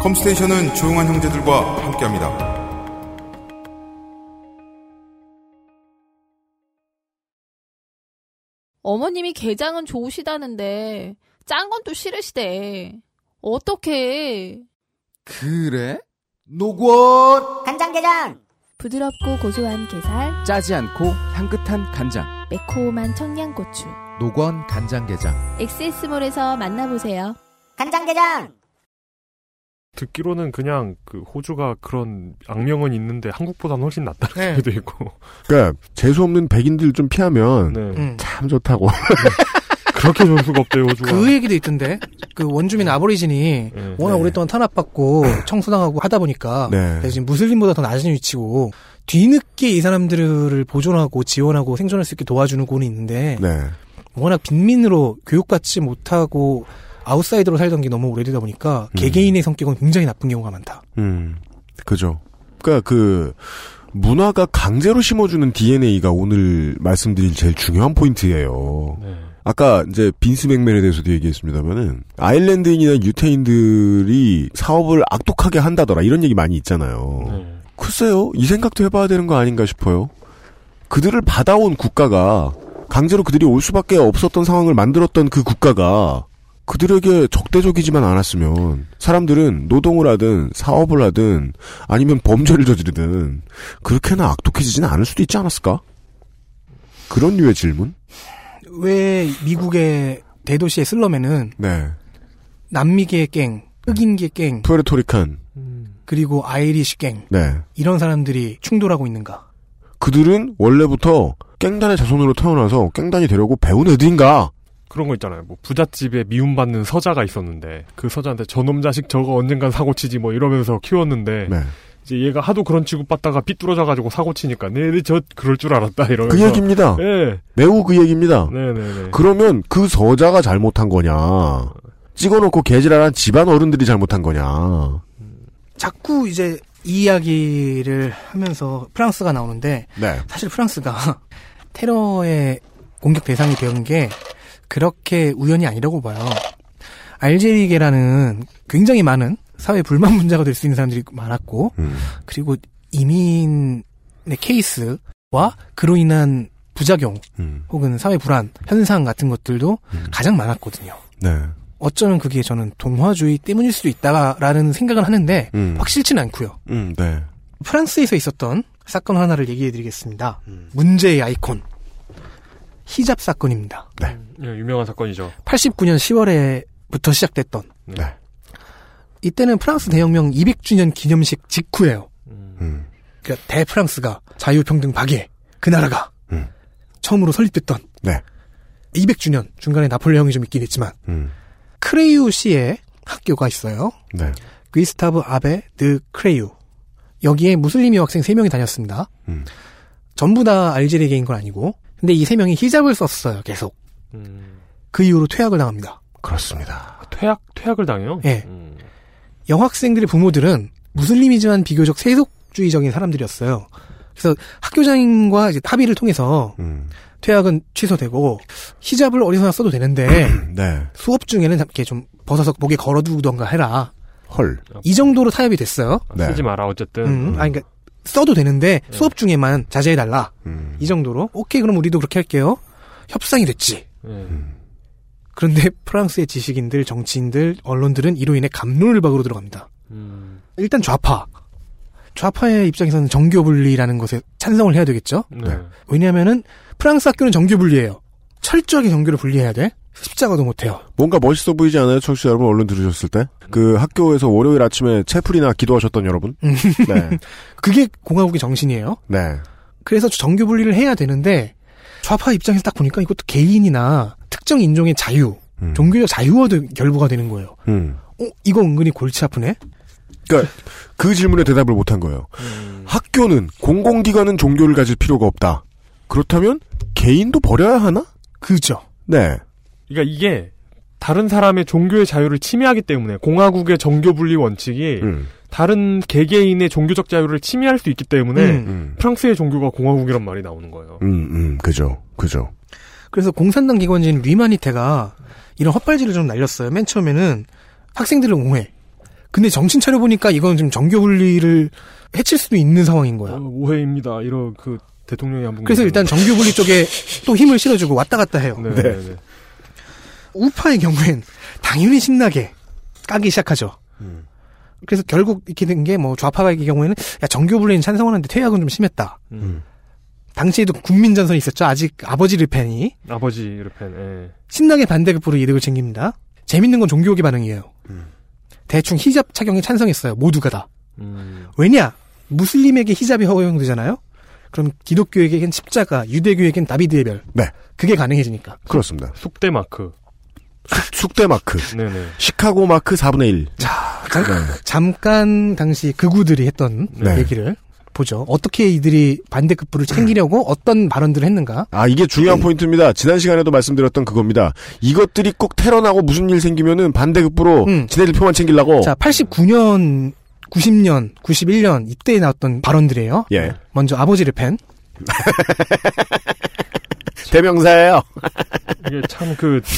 컴스테이션은 조용한 형제들과 함께합니다.
어머님이 게장은 좋으시다는데 짠 건 또 싫으시대. 어떻게?
그래? 노곤!
간장게장. 부드럽고 고소한 게살,
짜지 않고 향긋한 간장.
매콤한 청양고추.
노건 간장게장.
엑세스몰에서 만나보세요.
간장게장.
듣기로는 그냥 그 호주가 그런 악명은 있는데 한국보다는 훨씬 낫다는
네.
소리도 있고.
그러니까 재수 없는 백인들 좀
네.
네.
피하면
음.
참 좋다고.
아,
그렇게 좋을 수가 없대요, 호주가. 네,
그 얘기도 있던데 그 원주민 아보리진이
네.
워낙 오랫동안 탄압받고 청소당하고 하다 보니까
네.
대신 무슬림보다 더 낮은 위치고 뒤늦게 이 사람들을 보존하고 지원하고 생존할 수 있게 도와주는 곳이 있는데
네.
워낙 빈민으로 교육받지 못하고 아웃사이더로 살던 게 너무 오래되다 보니까 개개인의 성격은 굉장히 나쁜 경우가 많다.
음, 그죠. 그러니까 그 문화가 강제로 심어주는 DNA가 오늘 말씀드릴 제일 중요한 포인트예요.
네.
아까 이제 빈스 맥맨에 대해서도 얘기했습니다만은 아일랜드인이나 유태인들이 사업을 악독하게 한다더라 이런 얘기 많이
네.
있잖아요.
네.
어.
글쎄요, 이 생각도 해봐야 되는 거 아닌가 싶어요. 그들을 받아온 국가가 강제로 그들이 올 수밖에 없었던 상황을 만들었던 그 국가가 그들에게 적대적이지만 않았으면 사람들은 노동을 하든 사업을 하든 아니면 범죄를 저지르든 그렇게나 악독해지지는 않을 수도 있지 않았을까? 그런 류의 질문?
왜 미국의 대도시의 슬럼에는
네.
남미계 갱, 흑인계 갱,
푸에르토리칸.
그리고 아이리시 갱
네.
이런 사람들이 충돌하고 있는가?
그들은 원래부터 깽단의 자손으로 태어나서 깽단이 되려고 배운 애들인가?
그런 거 있잖아요. 뭐 부잣집에 미움받는 서자가 있었는데 그 서자한테 저놈 자식 저거 언젠간 사고 치지 뭐 이러면서
네.
키웠는데 이제 얘가 하도 그런 취급받다가 삐뚤어져 가지고 사고 치니까 네네 저 그럴 줄 알았다 이러면서
그 얘기입니다.
예.
매우 그 얘기입니다.
네네네.
그러면 그 서자가 잘못한 거냐? 찍어놓고 개지랄한 집안 어른들이 잘못한 거냐?
자꾸 이제 이 이야기를 하면서 프랑스가 나오는데
네.
사실 프랑스가 테러의 공격 대상이 되는 게 그렇게 우연이 아니라고 봐요. 알제리계라는 굉장히 많은 사회 불만 분자가 될 수 있는 사람들이 많았고
음,
그리고 이민의 케이스와 그로 인한 부작용
음,
혹은 사회 불안 현상 같은 것들도 가장 많았거든요.
네.
어쩌면 그게 저는 동화주의 때문일 수도 있다라는 생각을 하는데
음.
확실치는 않고요.
음, 네.
프랑스에서 있었던 사건 하나를 얘기해드리겠습니다. 문제의 아이콘 히잡 사건입니다.
예, 유명한 사건이죠.
89년 10월에부터 시작됐던
네.
이때는 프랑스 대혁명 200주년 기념식 직후예요.
음,
그러니까 대프랑스가 자유평등 박해 그 나라가 처음으로 설립됐던
네.
200주년 중간에 나폴레옹이 좀 있긴 했지만
음.
크레유시에 학교가 있어요.
네.
귀스타브 아베 드 크레유 여기에 무슬림 여학생 3명이 다녔습니다.
음.
전부 다 알제리계인 건 아니고 근데 이 3명이 히잡을 썼어요 계속.
음.
그 이후로 퇴학을 당합니다.
그렇습니다.
퇴학 퇴학을 당해요. 음.
예. 영학생들의 부모들은 무슬림이지만 비교적 세속주의적인 사람들이었어요. 그래서 학교장과 이제 합의를 통해서
음,
퇴학은 취소되고 히잡을 어디서나 써도 되는데
네.
수업 중에는 이렇게 좀 벗어서 목에 걸어두던가 해라.
헐.
이 정도로 타협이 됐어요.
아,
네.
쓰지 마라 어쨌든.
음, 아니 그러니까 써도 되는데 수업 중에만 자제해 달라.
음,
이 정도로 오케이 그럼 우리도 그렇게 할게요. 협상이 됐지.
예.
음.
그런데 프랑스의 지식인들, 정치인들, 언론들은 이로 인해 감론을박으로 들어갑니다.
예. 음.
일단 좌파. 좌파의 입장에서는 정교 분리라는 것에 찬성을 해야 되겠죠.
네.
왜냐하면은 프랑스 학교는 정교 분리예요. 철저하게 정교를 분리해야 돼. 십자가도 못 해요.
뭔가 멋있어 보이지 않아요, 청취자 여러분? 얼른 들으셨을 때? 그 학교에서 월요일 아침에 채플이나 기도하셨던 여러분?
음.
네.
그게 공화국의 정신이에요.
네.
그래서 정교 분리를 해야 되는데 좌파 입장에서 딱 보니까 이것도 개인이나 특정 인종의 자유, 종교적 자유와도 결부가 되는 거예요.
음.
어, 이거 은근히 골치 아프네.
그러니까 그 질문에 대답을 못한 거예요. 학교는 공공기관은 종교를 가질 필요가 없다. 그렇다면 개인도 버려야 하나?
그죠.
네.
그러니까 이게 다른 사람의 종교의 자유를 침해하기 때문에 공화국의 정교 분리 원칙이
음.
다른 개개인의 종교적 자유를 침해할 수 있기 때문에
음.
프랑스의 종교가 공화국이란 말이 나오는 거예요.
음, 음, 그죠, 그죠.
그래서 공산당 기관지인 리마니테가 이런 헛발질을 좀 날렸어요. 맨 처음에는 학생들을 옹호해. 근데 정신 차려 보니까 이건 좀 정교 분리를 해칠 수도 있는 상황인 거야.
어, 오해입니다. 이런 그 대통령이 한 분.
그래서 일단 정규 분리 쪽에 또 힘을 실어주고 왔다 갔다 해요.
네. 네. 네.
우파의 경우엔 당연히 신나게 까기 시작하죠.
음.
그래서 결국 이렇게 된 게 뭐 좌파의 경우에는 야 정교 분리는 찬성하는데 퇴학은 좀 심했다.
음.
당시에도 국민전선이 있었죠. 아직 아버지 르펜이
아버지 르펜. 예.
신나게 반대급부로 이득을 챙깁니다. 재밌는 건 종교계 반응이에요. 대충 히잡 착용에 찬성했어요. 모두가 다.
음.
왜냐? 무슬림에게 히잡이 허용되잖아요. 그럼 기독교에겐 십자가, 유대교에겐 다비드의 별.
네.
그게 가능해지니까.
그렇습니다.
숙대 마크.
숙대 마크.
네네.
시카고 마크 4분의 1.
자, 잠깐 당시 극우들이 했던
네.
얘기를 보죠. 어떻게 이들이 반대급부를 챙기려고 어떤 발언들을 했는가?
아, 이게 중요한
예.
포인트입니다. 지난 시간에도 말씀드렸던 그겁니다. 이것들이 꼭 테러나고 무슨 일 생기면은 반대급부로 지네들 표만 챙기려고.
음. 자, 89년, 90년, 91년 이때 나왔던 발언들이에요.
예.
먼저 아버지 르펜.
대명사예요.
이게 참 그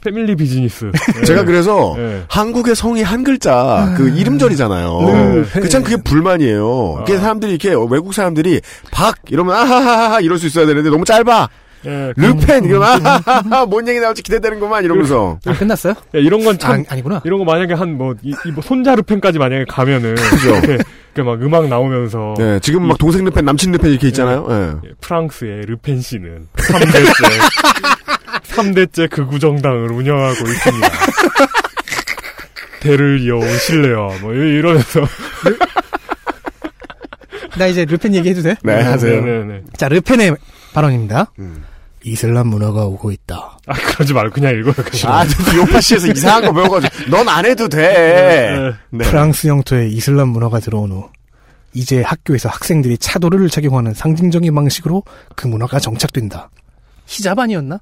패밀리 비즈니스. 예.
네. 제가 그래서
예.
한국의 성이 한 글자 그 이름절이잖아요.
네. 아.
그 참 그게 불만이에요. 그게 사람들이 이렇게 외국 사람들이 박 이러면 아하하하 이럴 수 있어야 되는데 너무 짧아.
예,
르펜 이러면 아하하하 뭔 얘기 나올지 기대되는구만 이러면서
아, 끝났어요?
야, 예, 이런 건 참.
아, 니구나
이런 거 만약에 한 뭐, 이, 이 뭐, 손자 르펜까지 만약에 가면은.
그죠.
그막 음악 나오면서.
예, 지금 막 동생 르펜
네.
네. 남친 르펜 이렇게 있잖아요. 예.
프랑스의 르펜 씨는 3대째 3대째 극우정당을 운영하고 있습니다. 대를 이어오실래요? 뭐 이- 이러면서
나 이제 르펜 얘기해도 돼? 어.
네, 하세요. 음. 네, 네, 네.
자, 르펜의 발언입니다. 이슬람 문화가 오고 있다.
아 그러지 말고 그냥 읽어요.
아, 저 요파시에서 이상한 거 배워가지고 넌 안 해도 돼. 네.
프랑스 영토에 이슬람 문화가 들어온 후 이제 학교에서 학생들이 차도를 착용하는 상징적인 방식으로 그 문화가 정착된다. 히잡 아니었나?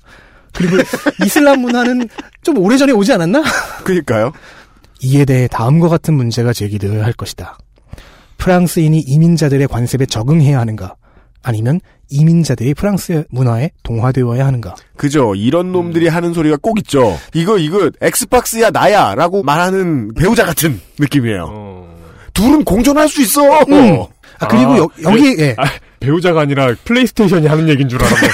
그리고 이슬람 문화는 좀 오래전에 오지 않았나?
그니까요.
이에 대해 다음과 같은 문제가 제기되어야 할 것이다. 프랑스인이 이민자들의 관습에 적응해야 하는가? 아니면 이민자들이 프랑스 문화에 동화되어야 하는가?
그죠. 이런 놈들이 하는 소리가 꼭 있죠. 이거, 이거, 엑스박스야, 나야. 라고 말하는 배우자 같은 느낌이에요. 둘은 공존할 수 있어!
아, 그리고 여- 여기-
배,
예.
아, 배우자가 아니라 플레이스테이션이 하는 얘기인 줄 알았네.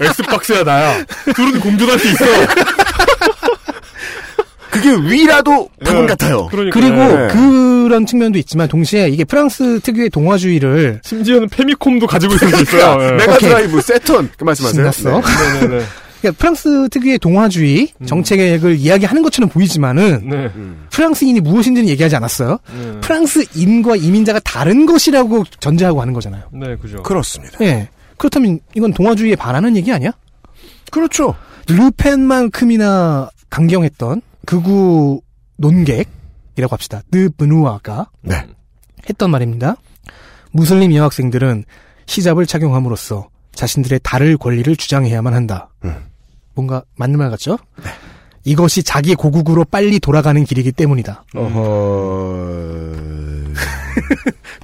엑스박스야 나야. 둘은 공존할 수 있어.
그게 위라도
답은 예, 같아요. 그러니까요.
리고
네.
그런 측면도 있지만 동시에 이게 프랑스 특유의 동화주의를
심지어는 페미콤도 가지고 있을 수 있어요. 예.
그러니까 메가드라이브, 세턴. 그 말씀하세요.
신났어.
네.
네네네. 음.
그러니까 프랑스 특유의 동화주의 정책을 이야기하는 것처럼 보이지만은
네.
프랑스인이 무엇인지는 얘기하지 않았어요.
네.
프랑스인과 이민자가 다른 것이라고 전제하고 하는 거잖아요.
네, 그죠.
그렇습니다.
예. 그렇다면 이건 동화주의에 반하는 얘기 아니야?
그렇죠.
르펜만큼이나 강경했던 극우 논객이라고 합시다. 느 브누아가
네.
했던 말입니다. 무슬림 여학생들은 히잡을 착용함으로써 자신들의 다를 권리를 주장해야만 한다. 뭔가 맞는 말 같죠? 이것이 자기 고국으로 빨리 돌아가는 길이기 때문이다.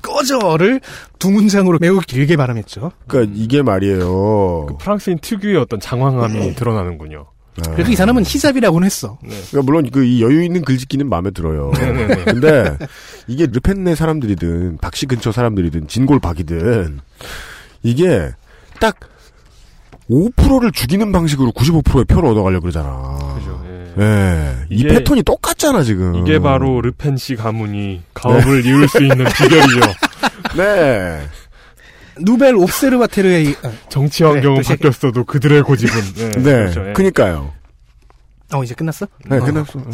꺼져를 두 문장으로 매우 길게 발음했죠.
그러니까 이게 말이에요.
그 프랑스인 특유의 어떤 장황함이 드러나는군요.
그래도 이 사람은 히잡이라고는 했어.
그러니까 물론 그 이 여유 있는 글짓기는 마음에 들어요.
네네네.
근데 이게 르펜네 사람들이든 박씨 근처 사람들이든 진골박이든 이게 딱 5%를 죽이는 방식으로 95%의 표를 얻어가려고 그러잖아.
그죠.
예. 이
이게-
패턴이 똑같잖아, 지금.
이게 바로 르펜 씨 가문이 가업을 이룰 수 있는 비결이죠.
네.
누벨 옵세르바테르의
정치 환경은
또 시작-
바뀌었어도 그들의 고집은. 네.
네.
그렇죠. 예.
그니까요.
어 이제 끝났어?
네,
어.
끝났어. 음.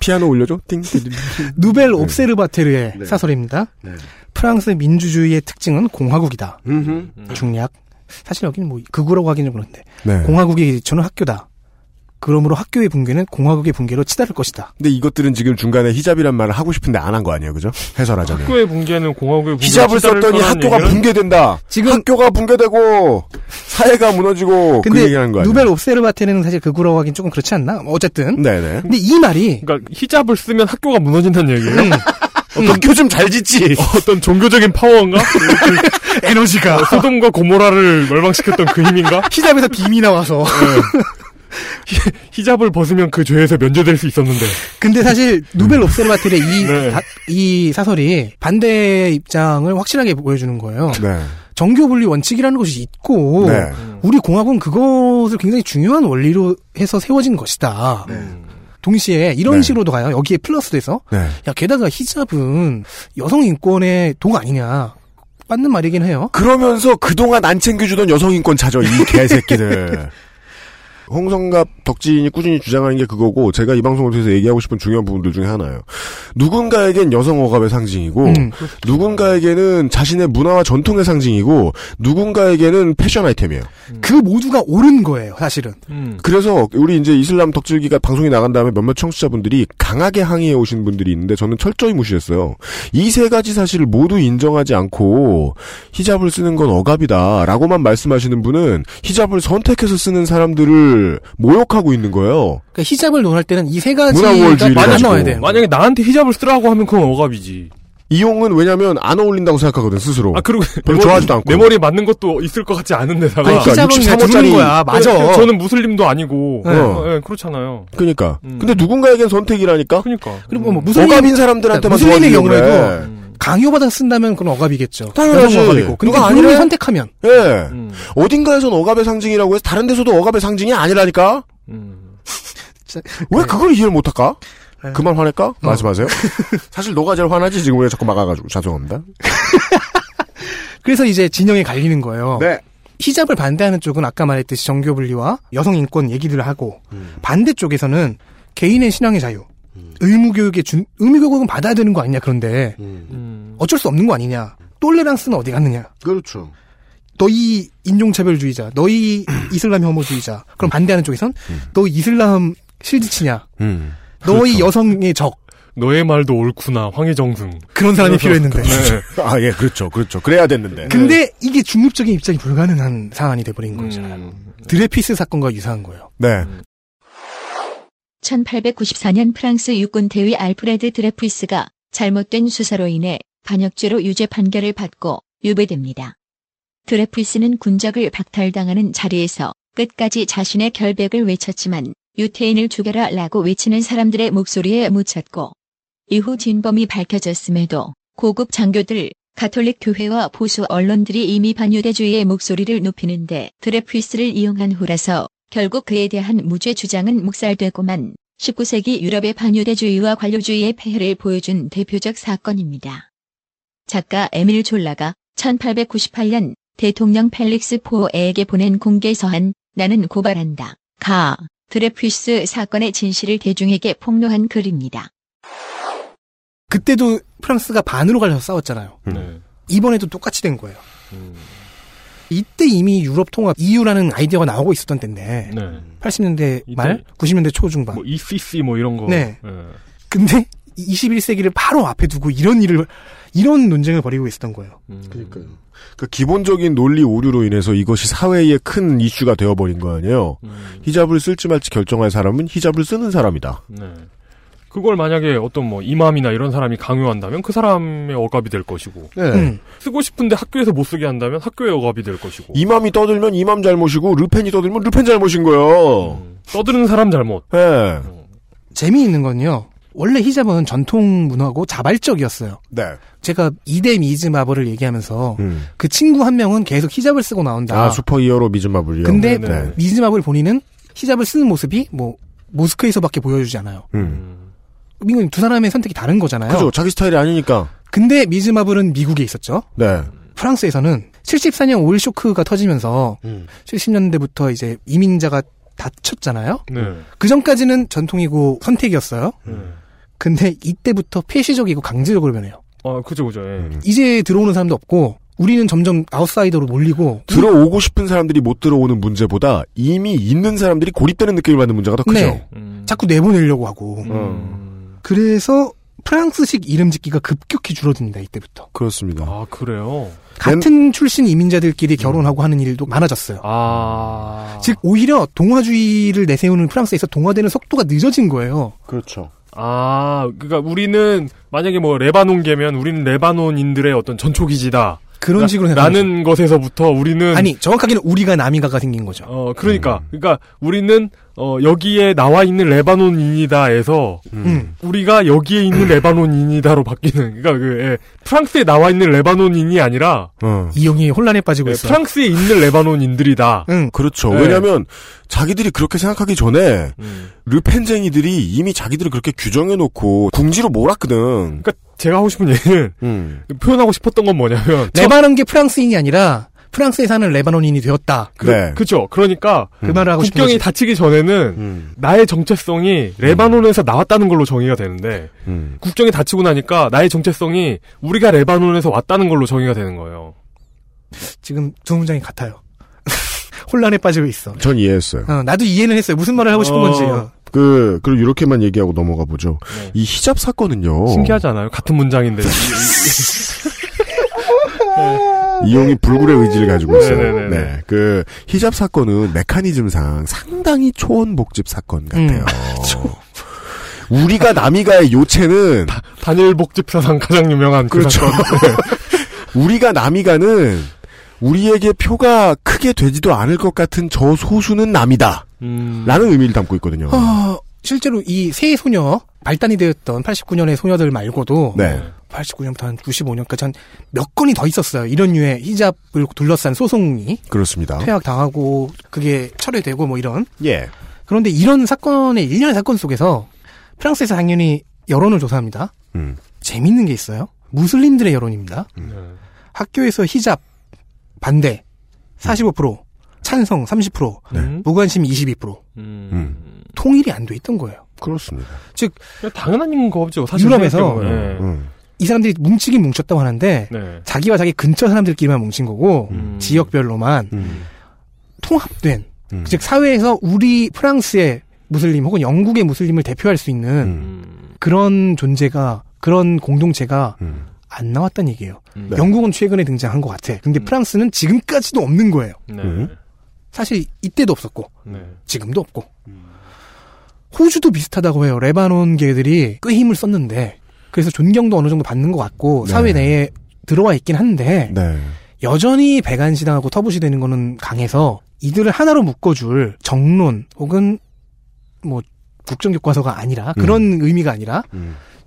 피아노 올려줘. 띵. 띵, 띵, 띵.
누벨 옵세르바테르의
네.
사설입니다.
네.
프랑스 민주주의의 특징은 공화국이다.
음흠.
중략. 사실 여기는 뭐 극우라고 하기는 그런데
네.
공화국이 저는 학교다. 그러므로 학교의 붕괴는 공화국의 붕괴로 치달을 것이다.
근데 이것들은 지금 중간에 히잡이란 말을 하고 싶은데 안 한 거 아니에요, 그죠? 해설하자면.
학교의 붕괴는 공화국의 붕괴.
히잡을 썼더니 학교가 붕괴된다.
지금
학교가 붕괴되고 사회가 무너지고 그
근데
얘기하는 거 아니에요?
누벨 옵세르바테르는 사실 극우라고 하긴 조금 그렇지 않나? 뭐 어쨌든.
네네.
근데 이 말이
그러니까 히잡을 쓰면 학교가 무너진다는 얘기예요. 어떤
그 학교 좀 잘 짓지.
어떤 종교적인 파워인가? 에너지가
어.
소돔과 고모라를 멸망시켰던 그 힘인가?
히잡에서 빔이 나와서.
히잡을 벗으면 그 죄에서 면제될 수 있었는데.
근데 사실 누벨 옵세르바텔의 이,
네.
다- 이 사설이 반대의 입장을 확실하게 보여주는 거예요.
네.
정교 분리 원칙이라는 것이 있고
네.
음. 우리 공화국은 그것을 굉장히 중요한 원리로 해서 세워진 것이다. 동시에 이런
네.
식으로도 가요. 여기에 플러스돼서
네.
야 게다가 히잡은 여성 인권의 독 아니냐 맞는 말이긴 해요.
그러면서 그동안 안 챙겨주던 여성인권 찾아, 이 개새끼들. 홍성갑 덕진이 꾸준히 주장하는 게 그거고, 제가 이 방송을 통해서 얘기하고 싶은 중요한 부분들 중에 하나예요. 누군가에겐 여성 억압의 상징이고,
음.
누군가에게는 자신의 문화와 전통의 상징이고, 누군가에게는 패션 아이템이에요.
그 모두가 옳은 거예요, 사실은.
그래서 우리 이제 이슬람 덕질기가 방송이 나간 다음에 몇몇 청취자분들이 강하게 항의해 오신 분들이 있는데 저는 철저히 무시했어요. 이 세 가지 사실을 모두 인정하지 않고 히잡을 쓰는 건 억압이다라고만 말씀하시는 분은 히잡을 선택해서 쓰는 사람들을 모욕하고 있는 거예요.
그러니까 히잡을 논할 때는 이 세 가지가
문화우월주의를
안
가지고.
나와야 돼요.
만약에 나한테 히잡을 쓰라고 하면 그건 억압이지.
이용은 왜냐면 안 어울린다고 생각하거든 스스로.
아 그리고
별로
내 머리-
좋아하지도 않고.
내 머리에 맞는 것도 있을 것 같지 않은 데다가.
아니, 히잡은 그냥 두르는 거야. 맞아.
그래, 저는 무슬림도 아니고.
네.
어, 예, 그렇잖아요.
그러니까. 근데 누군가에겐 선택이라니까.
그러니까.
그리고 뭐 무슬림
억압인 사람들한테만
무슬림의
도와주려고
경우에도
그래.
음,
강요받아 쓴다면 그건 억압이겠죠.
당연하지.
여성 억압이고. 근데
누가
본인이
아니래?
선택하면
예.
음,
어딘가에선 억압의 상징이라고 해서 다른 데서도 억압의 상징이 아니라니까?
음,
왜 그걸 이해를 못할까? 그 말 화낼까? 말씀하세요. 사실 너가 제일 화나지 지금 왜 자꾸 막아가지고 죄송합니다.
그래서 이제 진영이 갈리는 거예요.
네.
히잡을 반대하는 쪽은 아까 말했듯이 정교 분리와 여성 인권 얘기들을 하고 반대쪽에서는 개인의 신앙의 자유, 의무 교육의 준 의무 교육은 받아야 되는 거 아니냐
음.
그런데
음.
어쩔 수 없는 거 아니냐. 똘레랑스는 어디 갔느냐?
그렇죠.
너희 인종차별주의자, 너희 이슬람 혐오주의자. 그럼 반대하는 쪽에선 너 이슬람 실드치냐?
음.
너희 여성의 적.
너의 말도 옳구나 황해정승
그런 사람이 필요했는데.
아, 예, 그렇죠. 그렇죠. 그래야 됐는데.
근데 이게 중립적인 입장이 불가능한 사안이 돼버린
음.
거잖아요. 드레피스 사건과 유사한 거예요.
네.
1894년 프랑스 육군 대위 알프레드 드레프이스가 잘못된 수사로 인해 반역죄로 유죄 판결을 받고 유배됩니다. 드레프이스는 군적을 박탈당하는 자리에서 끝까지 자신의 결백을 외쳤지만 유태인을 죽여라 라고 외치는 사람들의 목소리에 묻혔고 이후 진범이 밝혀졌음에도 고급 장교들, 가톨릭 교회와 보수 언론들이 이미 반유대주의의 목소리를 높이는데 드레프이스를 이용한 후라서 결국 그에 대한 무죄 주장은 묵살되고만 19세기 유럽의 반유대주의와 관료주의의 폐해를 보여준 대표적 사건입니다. 작가 에밀 졸라가 1898년 대통령 펠릭스 포에에게 보낸 공개서한 나는 고발한다. 가 드레퓨스 사건의 진실을 대중에게 폭로한 글입니다.
그때도 프랑스가 반으로 갈려서 싸웠잖아요.
네.
이번에도 똑같이 된 거예요.
음.
이때 이미 유럽 통합 EU라는 아이디어가 나오고 있었던 때인데
네.
80년대 말, 90년대 초중반.
뭐 ECC 뭐 이런 거.
네.
예.
근데 21세기를 바로 앞에 두고 이런 일을 이런 논쟁을 벌이고 있었던 거예요.
그러니까요. 그 기본적인 논리 오류로 인해서 이것이 사회의 큰 이슈가 되어버린 거 아니에요. 히잡을 쓸지 말지 결정할 사람은 히잡을 쓰는 사람이다.
네. 그걸 만약에 어떤 뭐 이맘이나 이런 사람이 강요한다면 그 사람의 억압이 될 것이고
네. 음.
쓰고 싶은데 학교에서 못 쓰게 한다면 학교의 억압이 될 것이고
이맘이 떠들면 이맘 잘못이고 르펜이 떠들면 르펜 잘못인 거예요.
떠드는 사람 잘못.
네.
재미있는 건요. 원래 히잡은 전통 문화고 자발적이었어요.
네.
제가 이대 미즈마블을 얘기하면서
음.
그 친구 한 명은 계속 히잡을 쓰고 나온다.
아, 슈퍼 히어로 미즈마블이요.
근데
네.
미즈마블 본인은 히잡을 쓰는 모습이 뭐 모스크에서밖에 보여주지 않아요.
음.
이건 두 사람의 선택이 다른 거잖아요.
그죠. 자기 스타일이 아니니까.
근데 미즈마블은 미국에 있었죠.
네.
프랑스에서는 74년 오일 쇼크가 터지면서 70년대부터 이제 이민자가 다쳤잖아요.
네.
그 전까지는 전통이고 선택이었어요. 근데 이때부터 폐쇄적이고 강제적으로 변해요.
아 그죠 그죠. 예.
이제 들어오는 사람도 없고 우리는 점점 아웃사이더로 몰리고
들어오고 싶은 사람들이 못 들어오는 문제보다 이미 있는 사람들이 고립되는 느낌을 받는 문제가 더 크죠.
네.
음.
자꾸 내보내려고 하고 음. 그래서 프랑스식 이름 짓기가 급격히 줄어듭니다. 이때부터
그렇습니다.
아 그래요.
음.
네.
같은 출신 이민자들끼리 결혼하고 하는 일도 많아졌어요.
아
즉 오히려 동화주의를 내세우는 프랑스에서 동화되는 속도가 늦어진 거예요.
그렇죠.
아 그러니까 우리는 만약에 뭐 레바논계면 우리는 레바논인들의 어떤 전초기지다.
그런
라-
식으로 생각하죠.
라는 것에서부터 우리는
아니 음. 정확하게는 우리가 남이가가 생긴 거죠.
어 그러니까 그러니까 우리는 어 여기에 나와 있는 레바논인이다에서
음.
우리가 여기에 있는 레바논인이다로 바뀌는 그러니까 그 예, 프랑스에 나와 있는 레바논인이 아니라
어.
이용이 혼란에 빠지고
예,
있어요.
프랑스에 있는 레바논인들이다.
그렇죠.
네.
왜냐하면 자기들이 그렇게 생각하기 전에 르펜쟁이들이 이미 자기들을 그렇게 규정해놓고 궁지로 몰았거든.
그러니까 제가 하고 싶은 얘기는 표현하고 싶었던 건 뭐냐면
레바논계 프랑스인이 아니라 프랑스에 사는 레바논인이 되었다.
그,
네.
그, 그죠. 그러니까
그 말을 네. 하고 싶은
국경이
거지.
닫히기 전에는 나의 정체성이 레바논에서 나왔다는 걸로 정의가 되는데
음.
국경이 닫히고 나니까 나의 정체성이 우리가 레바논에서 왔다는 걸로 정의가 되는 거예요.
지금 두 문장이 같아요. 혼란에 빠지고 있어.
전 이해했어요.
어, 나도 이해는 했어요. 무슨 말을 하고 싶은 건지요.
그, 그럼 이렇게만 얘기하고 넘어가 보죠. 이 히잡 사건은요.
신기하지 않아요? 같은 문장인데.
이용이 불굴의 의지를 가지고 있어요.
네. 네네네네.
네. 그 히잡 사건은 메커니즘상 상당히 초원복집 사건 같아요.
음.
우리가 남이가의 요체는
단일 복집 사상 가장 유명한 그
그렇죠.
사건.
우리가 남이가는 우리에게 표가 크게 되지도 않을 것 같은 저 소수는 남이다.
음.
라는 의미를 담고 있거든요.
아.
어, 실제로 이 새 소녀 발단이 되었던 89년의 소녀들 말고도
네.
89년부터 한 95년까지 한 몇 건이 더 있었어요. 이런 류의 히잡을 둘러싼 소송이
그렇습니다.
퇴학 당하고 그게 철회되고 뭐 이런
예.
그런데 이런 사건의 일련의 사건 속에서 프랑스에서 당연히 여론을 조사합니다.
음.
재밌는 게 있어요. 무슬림들의 여론입니다. 학교에서 히잡 반대 45%, 찬성 30%,
음?
무관심 22%. 통일이 안 돼 있던 거예요.
그렇습니다.
즉
당연한 거죠. 사실
유럽에서
생각해보면.
음.
네.
이 사람들이 뭉치긴 뭉쳤다고 하는데
네.
자기와 자기 근처 사람들끼리만 뭉친 거고
음.
지역별로만
음.
통합된 음. 즉 사회에서 우리 프랑스의 무슬림 혹은 영국의 무슬림을 대표할 수 있는
음.
음. 그런 존재가 그런 공동체가
음.
안 나왔단 얘기예요.
네.
영국은 최근에 등장한 것 같아. 근데 프랑스는 지금까지도 없는 거예요.
네.
음.
사실 이때도 없었고 지금도 없고
음.
호주도 비슷하다고 해요. 레바논계들이 꽤 힘을 썼는데 그래서 존경도 어느 정도 받는 것 같고
네.
사회 내에 들어와 있긴 한데
네.
여전히 배간시당하고 터부시 되는 거는 강해서 이들을 하나로 묶어줄 정론 혹은 뭐 국정교과서가 아니라
음.
그런 의미가 아니라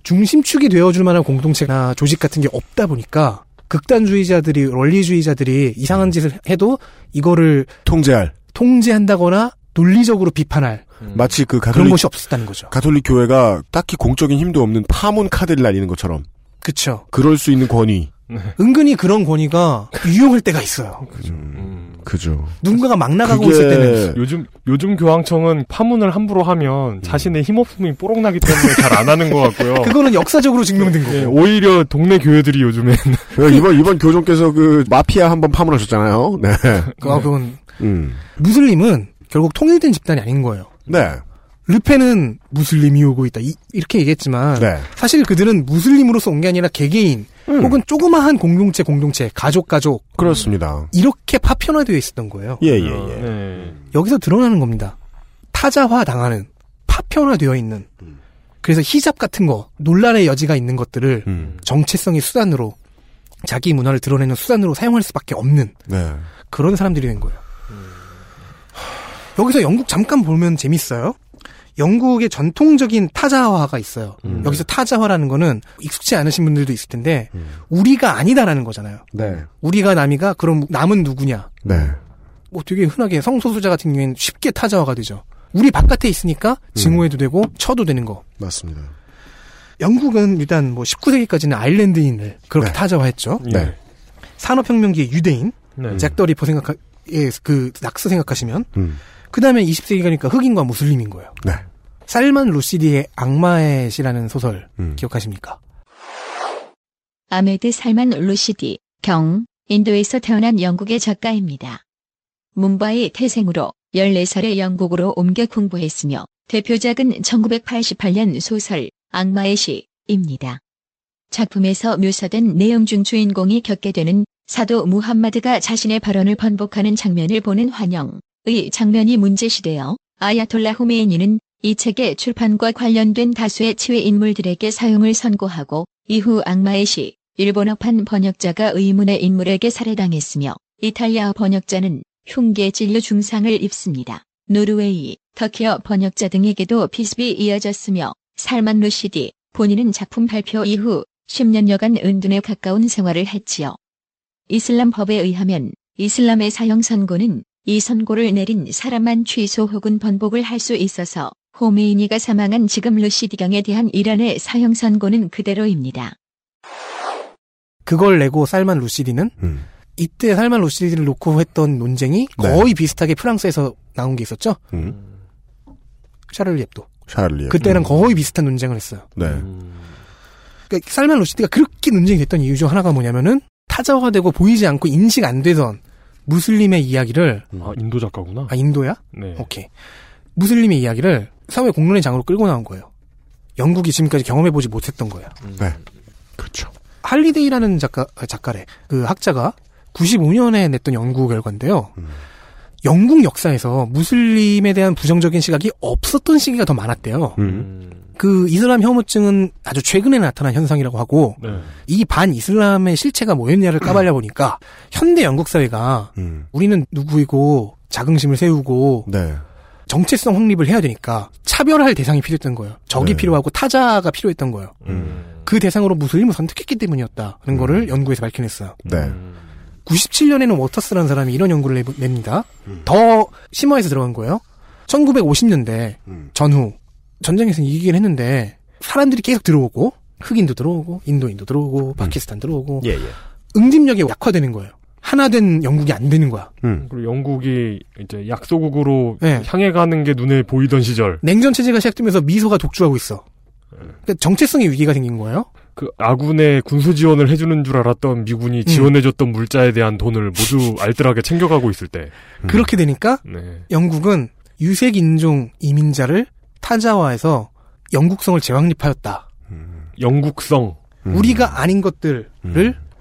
중심축이 되어줄 만한 공동체나 조직 같은 게 없다 보니까 극단주의자들이 원리주의자들이
음.
이상한 짓을 해도 이거를
통제할
통제한다거나 논리적으로 비판할
마치 그
아,
가톨릭,
그런 곳이 없었다는 거죠.
가톨릭 교회가 딱히 공적인 힘도 없는 파문 카드를 날리는 것처럼.
그쵸.
그럴 수 있는 권위.
네.
은근히 그런 권위가 유용할 때가 있어요.
그죠.
누군가가 막 나가고
그러니까 그게
있을
네.
때는
요즘 요즘 교황청은 파문을 함부로 하면 자신의 힘없음이 뽀록나기 때문에 잘 안 하는 것 같고요. 네,
그거는 역사적으로 증명된 거고.
오히려 동네 교회들이 요즘엔
이번 이번 교종께서 그 마피아 한번 파문하셨잖아요. 네.
예.
아, 그건
음.
무슬림은 결국 통일된 집단이 아닌 거예요.
네.
르펜은 무슬림이 오고 있다 이, 렇게 얘기했지만
네.
사실 그들은 무슬림으로서 온 게 아니라 개개인 혹은 조그마한 공동체 공동체 가족 가족
그렇습니다.
이렇게 파편화되어 있었던 거예요.
예, 예, 예.
네.
여기서 드러나는 겁니다. 타자화 당하는 파편화되어 있는 그래서 히잡 같은 거 논란의 여지가 있는 것들을
음.
정체성의 수단으로 자기 문화를 드러내는 수단으로 사용할 수밖에 없는
네.
그런 사람들이 된 거예요. 여기서 영국 잠깐 보면 재밌어요. 영국의 전통적인 타자화가 있어요. 여기서 타자화라는 거는 익숙치 않으신 분들도 있을 텐데 우리가 아니다라는 거잖아요.
네.
우리가 남이가 그럼 남은 누구냐?
네.
뭐 되게 흔하게 성소수자 같은 경우에는 쉽게 타자화가 되죠. 우리 바깥에 있으니까 증오해도 되고 쳐도 되는 거.
맞습니다.
영국은 일단 뭐 19세기까지는 아일랜드인을 그렇게 타자화했죠.
네.
산업혁명기의 유대인,
네.
잭 더리퍼 생각, 예, 그 낙서 생각하시면,
음.
그 다음에 20세기가니까 흑인과 무슬림인 거예요.
네.
살만 루시디의 악마의 시라는 소설
음.
기억하십니까?
아메드 살만 루시디, 경, 인도에서 태어난 영국의 작가입니다. 뭄바이 태생으로 14살에 영국으로 옮겨 공부했으며 대표작은 1988년 소설 악마의 시입니다. 작품에서 묘사된 내용 중 주인공이 겪게 되는 사도 무함마드가 자신의 발언을 번복하는 장면을 보는 환영의 장면이 문제시되어 아야톨라 호메이니는 이 책의 출판과 관련된 다수의 치외 인물들에게 사용을 선고하고 이후 악마의 시 일본어판 번역자가 의문의 인물에게 살해당했으며 이탈리아어 번역자는 흉계 진료 중상을 입습니다. 노르웨이, 터키어 번역자 등에게도 피습이 이어졌으며 살만 루시디 본인은 작품 발표 이후 10년여간 은둔에 가까운 생활을 했지요. 이슬람 법에 의하면 이슬람의 사형 선고는 이 선고를 내린 사람만 취소 혹은 번복을 할 수 있어서 호메이니가 사망한 지금 루시디경에 대한 이란의 사형 선고는 그대로입니다.
그걸 내고 살만 루시디는,
음.
이때 살만 루시디를 놓고 했던 논쟁이 거의 비슷하게 프랑스에서 나온 게 있었죠?
음.
샤를 옙도.
샤를리.
그때랑 거의 비슷한 논쟁을 했어요.
네.
그러니까 살만 루시디가 그렇게 논쟁이 됐던 이유 중 하나가 뭐냐면은 타자화가 되고 보이지 않고 인식 안 되던 무슬림의 이야기를
아 인도 작가구나.
아 인도야?
네.
어,
오케이. 무슬림의 이야기를 사회 공론의 장으로 끌고 나온 거예요. 영국이 지금까지 경험해보지 못했던 거예요.
네.
그렇죠. 할리데이라는 작가 아, 작가래 그 학자가 95년에 냈던 연구 결과인데요. 영국 역사에서 무슬림에 대한 부정적인 시각이 없었던 시기가 더 많았대요.
음.
그 이슬람 혐오증은 아주 최근에 나타난 현상이라고 하고
네.
이 반 이슬람의 실체가 뭐였냐를 까발려 보니까 현대 영국 사회가
음.
우리는 누구이고 자긍심을 세우고
네.
정체성 확립을 해야 되니까 차별할 대상이 필요했던 거예요. 적이
네.
필요하고 타자가 필요했던 거예요.
음.
그 대상으로 무슬림을 선택했기 때문이었다는 거를 연구에서 밝혀냈어요.
네.
97년에는 워터스라는 사람이 이런 연구를 내- 냅니다.
음.
더 심화해서 들어간 거예요. 1950년대
음.
전후 전쟁에서 이기긴 했는데 사람들이 계속 들어오고 흑인도 들어오고 인도인도 들어오고 파키스탄 들어오고
음. 예, 예.
응집력이 약화되는 거예요. 하나 된 영국이 안 되는 거야.
음.
그리고 영국이 이제 약소국으로
네.
향해 가는 게 눈에 보이던 시절
냉전 체제가 시작되면서 미소가 독주하고 있어.
음.
그러니까 정체성의 위기가 생긴 거예요.
그 아군의 군수 지원을 해주는 줄 알았던
음.
미군이 지원해줬던 물자에 대한 돈을 모두 알뜰하게 챙겨가고 있을 때
음.
네.
그렇게 되니까 영국은 유색 인종 이민자를 타자화해서 영국성을 재확립하였다.
영국성
우리가 아닌 것들을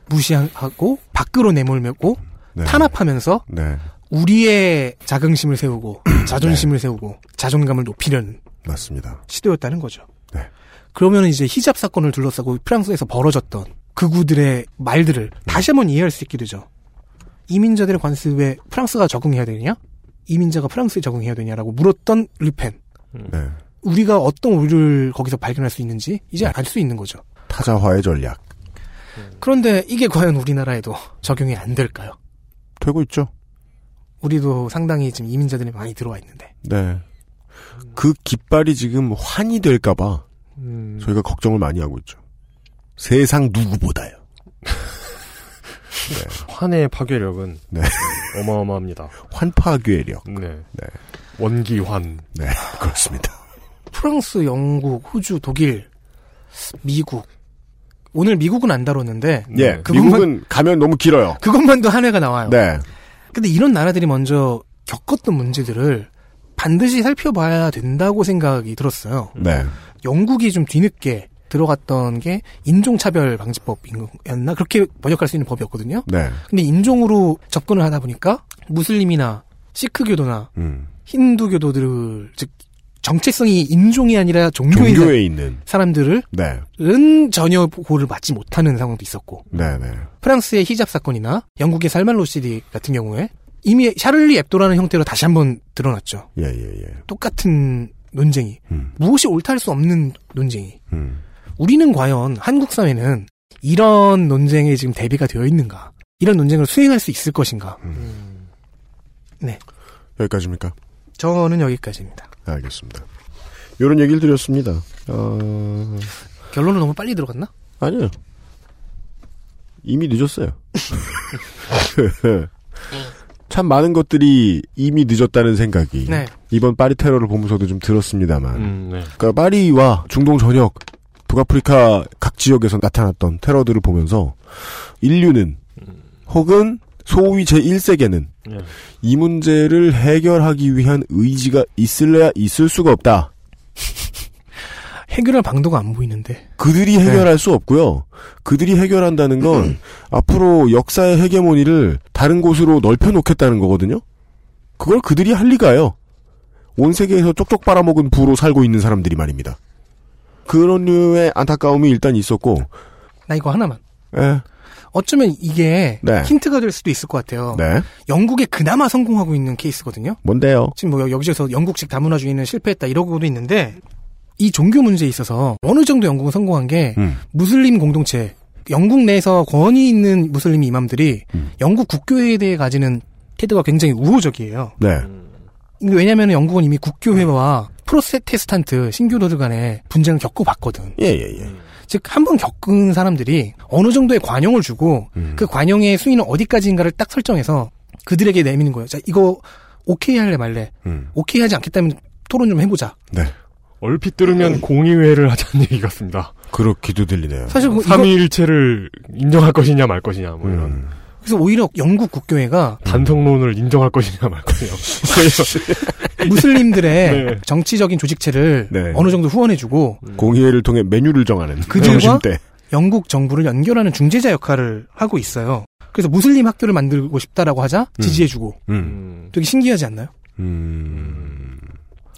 무시하고 밖으로 내몰매고
네.
탄압하면서
네.
우리의 자긍심을 세우고 자존심을 세우고 자존감을 높이려는
맞습니다.
시도였다는 거죠.
네.
그러면 이제 히잡 사건을 둘러싸고 프랑스에서 벌어졌던 극우들의 말들을
음.
다시 한번 이해할 수 있게 되죠. 이민자들의 관습 왜 프랑스가 적응해야 되냐? 이민자가 프랑스에 적응해야 되냐라고 물었던 르펜.
네.
우리가 어떤 오류를 거기서 발견할 수 있는지 이제 알 수 있는 거죠.
타자화의 전략.
그런데 이게 과연 우리나라에도 적용이 안 될까요?
되고 있죠.
우리도 상당히 지금 이민자들이 많이 들어와 있는데.
네. 그 깃발이 지금 환이 될까봐
그
저희가 걱정을 많이 하고 있죠. 세상 누구보다요.
환의 파괴력은
네.
어마어마합니다.
환파괴력.
네. 원기환.
네, 그렇습니다.
프랑스, 영국, 호주, 독일, 미국. 오늘 미국은 안 다뤘는데.
예,
네. 그것만-
미국은 가면 너무 길어요.
그것만도 한 해가 나와요.
네.
근데 이런 나라들이 먼저 겪었던 문제들을 반드시 살펴봐야 된다고 생각이 들었어요.
네.
영국이 좀 뒤늦게 들어갔던 게 인종차별 방지법이었나 그렇게 번역할 수 있는 법이었거든요.
네.
근데 인종으로 접근을 하다 보니까 무슬림이나 시크교도나
음.
힌두교도들 즉 정체성이 인종이 아니라 종교에,
종교에 있는.
사람들을
네.
은 전혀 보호를 받지 못하는 상황도 있었고
네, 네.
프랑스의 히잡 사건이나 영국의 살만 로시디 같은 경우에 이미 샤를리 앱도라는 형태로 다시 한번 드러났죠.
예, 예, 예.
똑같은 논쟁이 무엇이 옳다 할 수 없는 논쟁이
음.
우리는 과연 한국 사회는 이런 논쟁에 지금 대비가 되어 있는가 이런 논쟁을 수행할 수 있을 것인가
음.
네
여기까지입니까? 네,
저는 여기까지입니다
알겠습니다. 요런 얘기를 드렸습니다. 어...
결론은 너무 빨리 들어갔나?
아니요. 이미 늦었어요. 참 많은 것들이 이미 늦었다는 생각이
네.
이번 파리 테러를 보면서도 좀 들었습니다만.
네.
그러니까 파리와 중동 전역, 북아프리카 각 지역에서 나타났던 테러들을 보면서 인류는 혹은 소위 제1세계는
예.
이 문제를 해결하기 위한 의지가 있을래야 있을 수가 없다.
해결할 방도가 안 보이는데
그들이 해결할 수 없고요. 그들이 해결한다는
음.
건 앞으로 역사의 헤게모니를 다른 곳으로 넓혀놓겠다는 거거든요. 그걸 그들이 할 리가요. 온 세계에서 쪽쪽 빨아먹은 부로 살고 있는 사람들이 말입니다. 그런 류의 안타까움이 일단 있었고,
나 이거 하나만
예,
어쩌면 이게
네.
힌트가 될 수도 있을 것 같아요
네,
영국에 그나마 성공하고 있는 케이스거든요
뭔데요?
지금 뭐 여기저기서 영국식 다문화주의는 실패했다 이러고도 있는데 이 종교 문제에 있어서 어느 정도 영국은 성공한 게
음.
무슬림 공동체 영국 내에서 권위 있는 무슬림 이맘들이 영국 국교회에 대해 가지는 태도가 굉장히 우호적이에요.
네,
왜냐하면 영국은 이미 국교회와 프로테스탄트 신교도들 간의 분쟁을 겪어봤거든.
예, 예, 예.
즉 한 번 겪은 사람들이 어느 정도의 관용을 주고
음.
그 관용의 수위는 어디까지인가를 딱 설정해서 그들에게 내미는 거예요. 자 이거 오케이 할래 말래.
음.
오케이 하지 않겠다면 토론 좀 해보자.
얼핏
음.
들으면 공의회를 하자는 얘기 같습니다.
그렇기도 들리네요.
사실 그 이거-
삼위일체를 인정할 것이냐 말 것이냐 뭐 이런
음.
그래서 오히려 영국 국교회가
단성론을 인정할 것이냐 말 것이냐.
무슬림들의
네.
정치적인 조직체를
네.
어느 정도 후원해주고
공의회를 통해 메뉴를 정하는
음. 그들과
점심때.
영국 정부를 연결하는 중재자 역할을 하고 있어요. 그래서 무슬림 학교를 만들고 싶다라고 하자 지지해주고
음.
되게 신기하지 않나요?
음.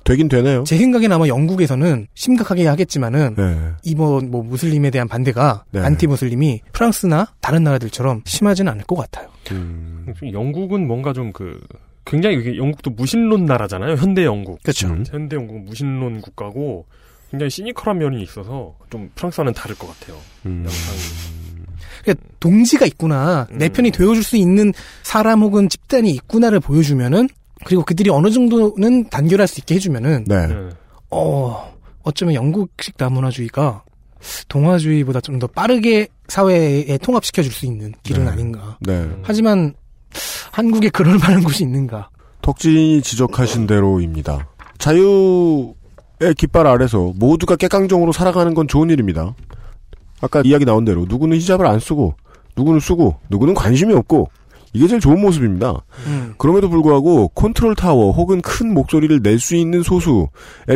되긴 되네요.
제 생각엔 아마 영국에서는 심각하게 하겠지만은
어? 네.
이번 뭐 무슬림에 대한 반대가
네.
안티 무슬림이 프랑스나 다른 나라들처럼 심하지는 않을 것 같아요.
영국은 뭔가 좀 그 굉장히 이게 영국도 무신론 나라잖아요. 현대 영국.
그렇죠.
현대 영국은 무신론 국가고 굉장히 시니컬한 면이 있어서 좀 프랑스와는 다를 것 같아요.
그러니까 동지가 있구나 내 편이 되어줄 수 있는 사람 혹은 집단이 있구나를 보여주면은 그리고 그들이 어느 정도는 단결할 수 있게 해주면은
네.
어 어쩌면 영국식 다문화주의가 동화주의보다 좀 더 빠르게 사회에 통합시켜 줄 수 있는 길은
네.
아닌가.
네.
하지만 한국에 그럴 만한 곳이 있는가?
덕진이 지적하신 대로입니다. 자유의 깃발 아래서 모두가 깨깡정으로 살아가는 건 좋은 일입니다. 아까 이야기 나온 대로 누구는 히잡을 안 쓰고 누구는 쓰고 누구는 관심이 없고 이게 제일 좋은 모습입니다. 그럼에도 불구하고 컨트롤 타워 혹은 큰 목소리를 낼 수 있는 소수의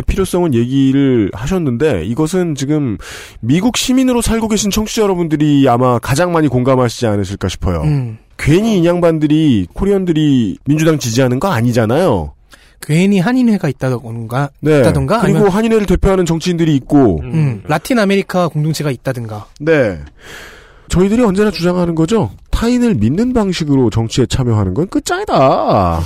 필요성은 얘기를 하셨는데 이것은 지금 미국 시민으로 살고 계신 청취자 여러분들이 아마 가장 많이 공감하시지 않으실까 싶어요.
음.
괜히 인양반들이 코리안들이 민주당 지지하는 거 아니잖아요.
괜히 한인회가 있다던가
네.
있다던가
그리고
아니면-
한인회를 대표하는 정치인들이 있고
음, 라틴 아메리카 공동체가 있다든가.
네. 저희들이 언제나 주장하는 거죠. 타인을 믿는 방식으로 정치에 참여하는 건 끝장이다.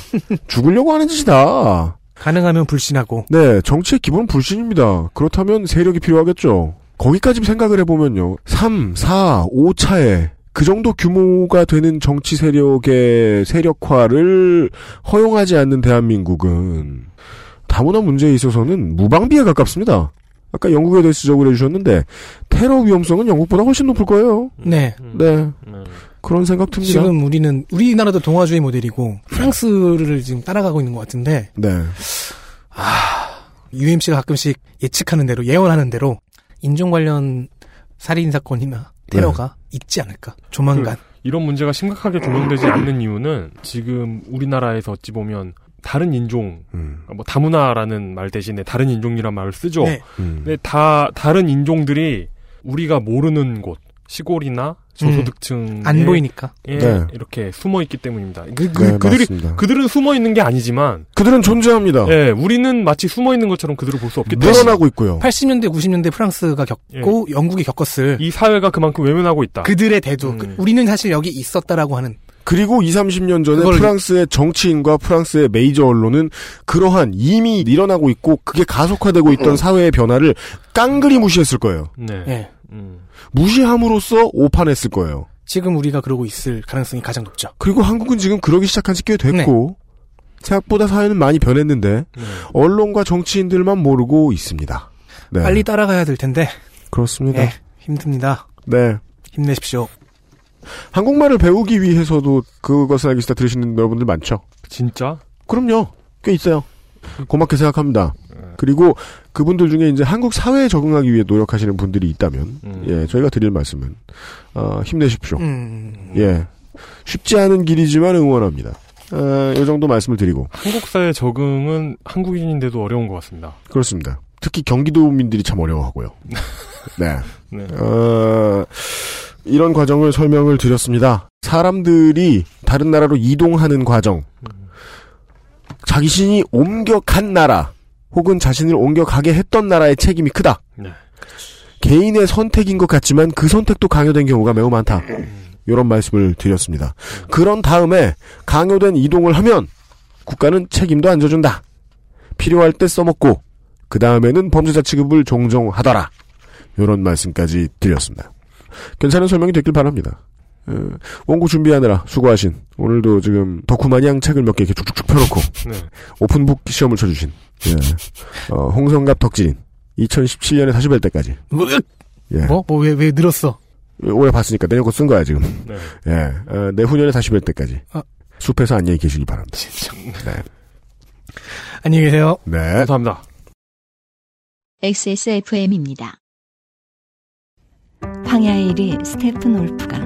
죽으려고 하는 짓이다.
가능하면 불신하고.
네, 정치의 기본은 불신입니다. 그렇다면 세력이 필요하겠죠. 거기까지 생각을 해보면요. 3, 4, 5차에 그 정도 규모가 되는 정치 세력의 세력화를 허용하지 않는 대한민국은 다문화 문제에 있어서는 무방비에 가깝습니다. 아까 영국에 대해서 지적을 해주셨는데 테러 위험성은 영국보다 훨씬 높을 거예요.
네.
네. 그런 생각 듭니다.
지금 우리는 우리나라도 동아주의 모델이고 프랑스를 지금 따라가고 있는 것 같은데
네.
UMC가 가끔씩 예측하는 대로 예언하는 대로 인종 관련 살인 사건이나 테러가
네.
있지 않을까 조만간
그, 이런 문제가 심각하게 조명되지 않는 이유는 지금 우리나라에서 어찌 보면 다른 인종,
음,
뭐 다문화라는 말 대신에 다른 인종이란 말을 쓰죠.
네.
음.
근데 다 다른 인종들이 우리가 모르는 곳 시골이나 저소득층
음.
음.
안 보이니까.
네.
이렇게 숨어 있기 때문입니다. 그,
네,
들이
맞습니다.
그들은 숨어 있는 게 아니지만
그들은 존재합니다.
네.
예, 우리는 마치 숨어 있는 것처럼 그들을 볼 수 없기 때문에
늘어나고 예. 있고요.
80년대 90년대 프랑스가 겪고 영국이 겪었을
이 사회가 그만큼 외면하고 있다.
그들의 대두
음.
그- 우리는 사실 여기 있었다라고 하는
그리고 20, 30년 전에
그걸-
프랑스의 정치인과 프랑스의 메이저 언론은 그러한 이미 일어나고 있고 그게 가속화되고 있던 사회의 변화를 깡그리 무시했을 거예요.
네.
예.
무시함으로써 오판했을 거예요.
지금 우리가 그러고 있을 가능성이 가장 높죠.
그리고 한국은 지금 그러기 시작한 지 꽤 됐고
네.
생각보다 사회는 많이 변했는데 언론과 정치인들만 모르고 있습니다. 네.
빨리 따라가야 될 텐데
그렇습니다.
예, 힘듭니다.
네.
힘내십시오.
한국말을 배우기 위해서도 그것을 알기 싫다 들으시는 여러분들 많죠?
진짜?
그럼요. 꽤 있어요. 고맙게 생각합니다. 그리고 그분들 중에 이제 한국 사회에 적응하기 위해 노력하시는 분들이 있다면,
음.
예, 저희가 드릴 말씀은, 어,
음.
힘내십시오. 예. 쉽지 않은 길이지만 응원합니다. 어, 요 정도 말씀을 드리고.
한국 사회 적응은 한국인인데도 어려운 것 같습니다.
그렇습니다. 특히 경기도민들이 참 어려워하고요. 네.
네.
어, 이런 과정을 설명을 드렸습니다. 사람들이 다른 나라로 이동하는 과정. 자기 신이 옮겨간 나라, 혹은 자신을 옮겨가게 했던 나라의 책임이 크다.
네.
개인의 선택인 것 같지만 그 선택도 강요된 경우가 매우 많다. 이런 말씀을 드렸습니다. 그런 다음에 강요된 이동을 하면 국가는 책임도 안 져준다. 필요할 때 써먹고 그 다음에는 범죄자 취급을 종종 하더라. 이런 말씀까지 드렸습니다. 괜찮은 설명이 됐길 바랍니다. 어, 원고 준비하느라 수고하신 오늘도 지금 덕후마냥 책을 몇 개 이렇게 쭉쭉쭉 펴놓고
네.
오픈북 시험을 쳐주신 예. 어, 홍성갑 덕질인 2017년에 다시 뵐 때까지 예.
뭐? 뭐 왜 왜 늘었어?
오래 봤으니까 내년 거쓴 거야
음.
지금
네.
예. 어, 내후년에 다시 뵐 때까지
아.
숲에서 안녕히 계시기 바랍니다 네.
안녕히 계세요.
네.
감사합니다.
XSFM입니다. 황야의 1위 스테픈 올프가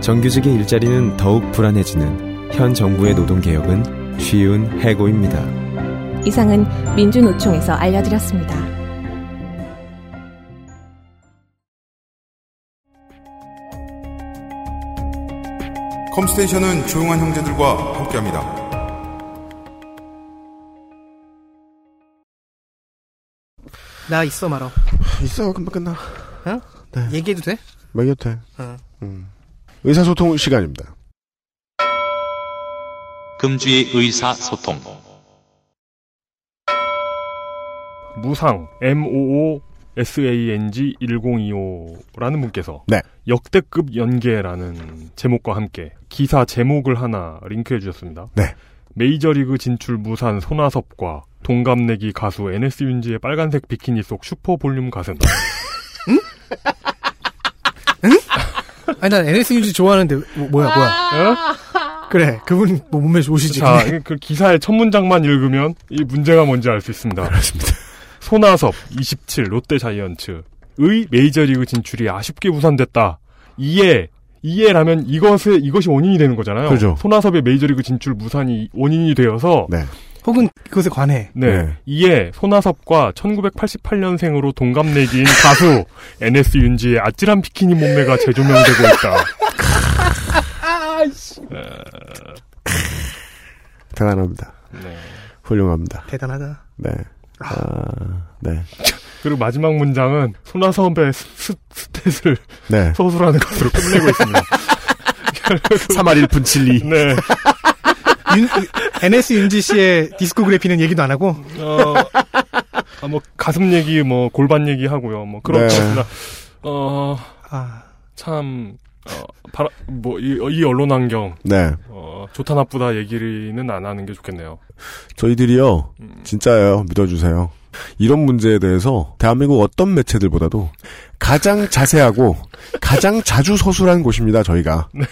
정규직의 일자리는 더욱 불안해지는 현 정부의 노동개혁은 쉬운 해고입니다.
이상은 민주노총에서 알려드렸습니다.
컴스테이션은 조용한 형제들과 함께합니다.
나 있어 말어.
있어 금방 끝나.
응? 얘기해도 돼?
매겨도 돼.
응.
음. 의사소통 시간입니다.
금주의 의사소통.
무상 MOOSANG1025라는 분께서
네.
역대급 연계라는 제목과 함께 기사 제목을 하나 링크해 주셨습니다.
네.
메이저리그 진출 무산 손아섭과 동갑내기 가수 NS 윤지의 빨간색 비키니 속 슈퍼 볼륨 가슴.
아니 난 NS 유지 좋아하는데 뭐, 뭐야 뭐야. 그래 그분 뭐 몸매 좋으시지.
자,
근데.
이- 그 기사의 첫 문장만 읽으면 이 문제가 뭔지 알 수 있습니다.
그렇습니다.
손아섭 27 롯데 자이언츠의 메이저리그 진출이 아쉽게 무산됐다. 이에 이에라면 이것의 이것이 원인이 되는 거잖아요.
그죠.
손아섭의 메이저리그 진출 무산이 원인이 되어서
네.
혹은 그것에 관해.
네. 이에 손아섭과 1988년생으로 동갑내기인 가수 NS 윤지의 아찔한 비키니 몸매가 재조명되고 있다.
아씨.
대단합니다.
네.
훌륭합니다.
대단하다.
네. 아, 네.
그리고 마지막 문장은 손아섭의 스, 스, 탯을
네.
서술하는 것으로 끝내고 있습니다.
3할 1푼 7리.
네.
윤, NS 윤지 씨의 디스코그래피는 얘기도 안 하고.
어, 아, 뭐 가슴 얘기, 뭐 골반 얘기 하고요. 뭐 그런
네.
것이나 어,
아,
어참 어, 바라 뭐이 이 언론 환경
네.
어, 좋다 나쁘다 얘기는 안 하는 게 좋겠네요.
저희들이요, 진짜예요. 믿어주세요. 이런 문제에 대해서 대한민국 어떤 매체들보다도 가장 자세하고 가장 자주 서술한 곳입니다, 저희가.
네.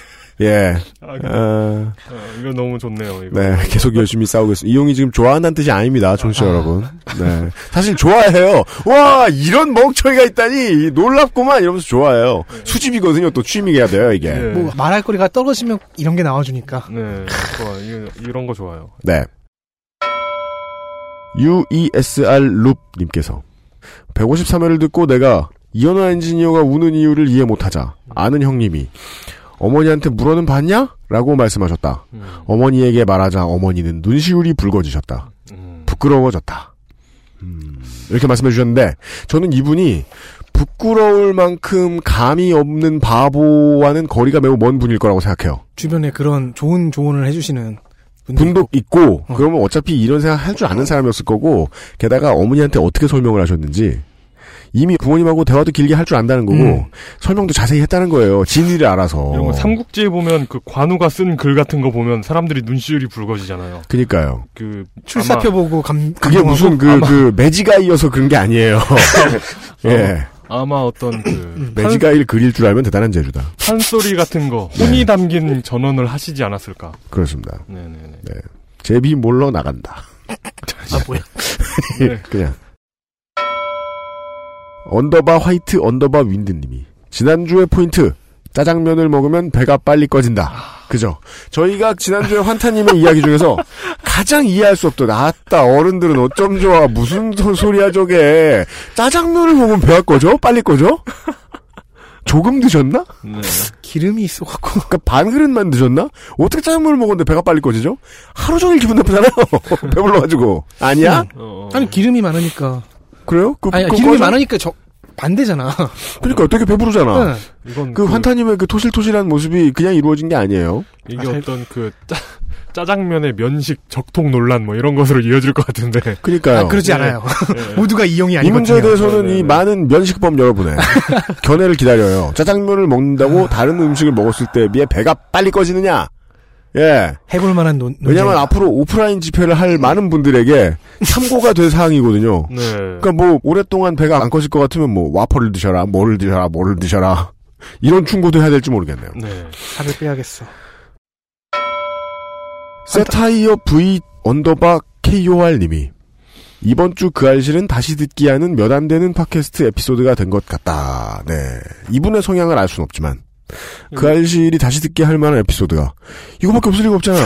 예.
아,
어,
어, 이거 너무 좋네요. 이거.
네, 계속 열심히 싸우겠습니다. 이용이 지금 좋아한다는 뜻이 아닙니다, 정치 여러분. 네. 사실 좋아해요. 와, 이런 멍청이가 있다니! 놀랍구만! 이러면서 좋아해요. 수집이거든요, 또 취미가 돼요, 이게.
뭐 말할 거리가 떨어지면 이런 게 나와주니까.
예. 네, 좋아. 이, 이런 거 좋아요.
네. UESR 룹님께서 153회를 듣고 내가 이현화 엔지니어가 우는 이유를 이해 못하자 아는 형님이 어머니한테 물어는 봤냐? 라고 말씀하셨다. 어머니에게 말하자 어머니는 눈시울이 붉어지셨다.
음.
부끄러워졌다. 음, 이렇게 말씀해 주셨는데 저는 이분이 부끄러울 만큼 감이 없는 바보와는 거리가 매우 먼 분일 거라고 생각해요.
주변에 그런 좋은 조언을 해주시는
네.
분도 있고 그러면 어차피 이런 생각 할 줄 아는 사람이었을 거고 게다가 어머니한테 어떻게 설명을 하셨는지 이미 부모님하고 대화도 길게 할 줄 안다는 거고
음.
설명도 자세히 했다는 거예요 진리를 알아서
이런 거 삼국지에 보면 그 관우가 쓴 글 같은 거 보면 사람들이 눈시울이 붉어지잖아요.
그니까요
그
출사표
아마-
보고 감.
그게
감동하고
무슨 그,
아마-
그 매지가이여서 그런 게 아니에요 예
아마 어떤 그
매지가이를 그릴 줄 알면 대단한 재주다
한, 소리 같은 거 혼이
네.
담긴 전언을 하시지 않았을까.
그렇습니다
네네네.
네. 제비 몰러 나간다
아 뭐야?
네.
그냥 언더바 화이트 언더바 윈드님이 지난주의 포인트 짜장면을 먹으면 배가 빨리 꺼진다. 그죠? 저희가 지난주에 환타님의 이야기 중에서 가장 이해할 수 없던 아따 어른들은 어쩜 좋아 무슨 소, 소리야 저게 짜장면을 먹으면 배가 꺼져 빨리 꺼져 조금 드셨나?
기름이 있어갖고
그러니까 반 그릇만 드셨나? 어떻게 짜장면을 먹었는데 배가 빨리 꺼지죠? 하루 종일 기분 나쁘잖아요. 배불러가지고 아니야?
응. 아니 기름이 많으니까.
그래요? 그,
아니
그
기름이
꺼져?
많으니까 저 반대잖아.
그러니까 되게 배부르잖아.
응.
이건
그 환타님의 그 토실토실한 모습이 그냥 이루어진 게 아니에요.
이게 어떤 그 짜, 짜장면의 면식 적통 논란 뭐 이런 것으로 이어질 것 같은데.
그러니까요.
아, 그러지 않아요. 모두가 이용이
네. 이
아니거든요. 네,
문제에 대해서는 이 많은 면식법 여러분의 견해를 기다려요. 짜장면을
아.
먹는다고 다른 음식을 먹었을 때에 비해 배가 빨리 꺼지느냐? 예.
해볼 만한 논.
왜냐면 앞으로 오프라인 집회를 할 많은 분들에게 참고가 될 사항이거든요.
네.
그러니까 뭐 오랫동안 배가 안 꺼질 것 같으면 뭐 와퍼를 드셔라, 뭐를 드셔라, 뭐를 드셔라. 이런 충고도 해야 될지 모르겠네요.
네.
살을 빼야겠어.
세타이어 V 언더바 KOR 님이 이번 주 그 알실은 다시 듣기 하는 몇 안 되는 팟캐스트 에피소드가 된 것 같다. 네. 이분의 성향을 알 수는 없지만 그 알실이 다시 듣기 할 만한 에피소드가 이거밖에 없을 리가 없잖아.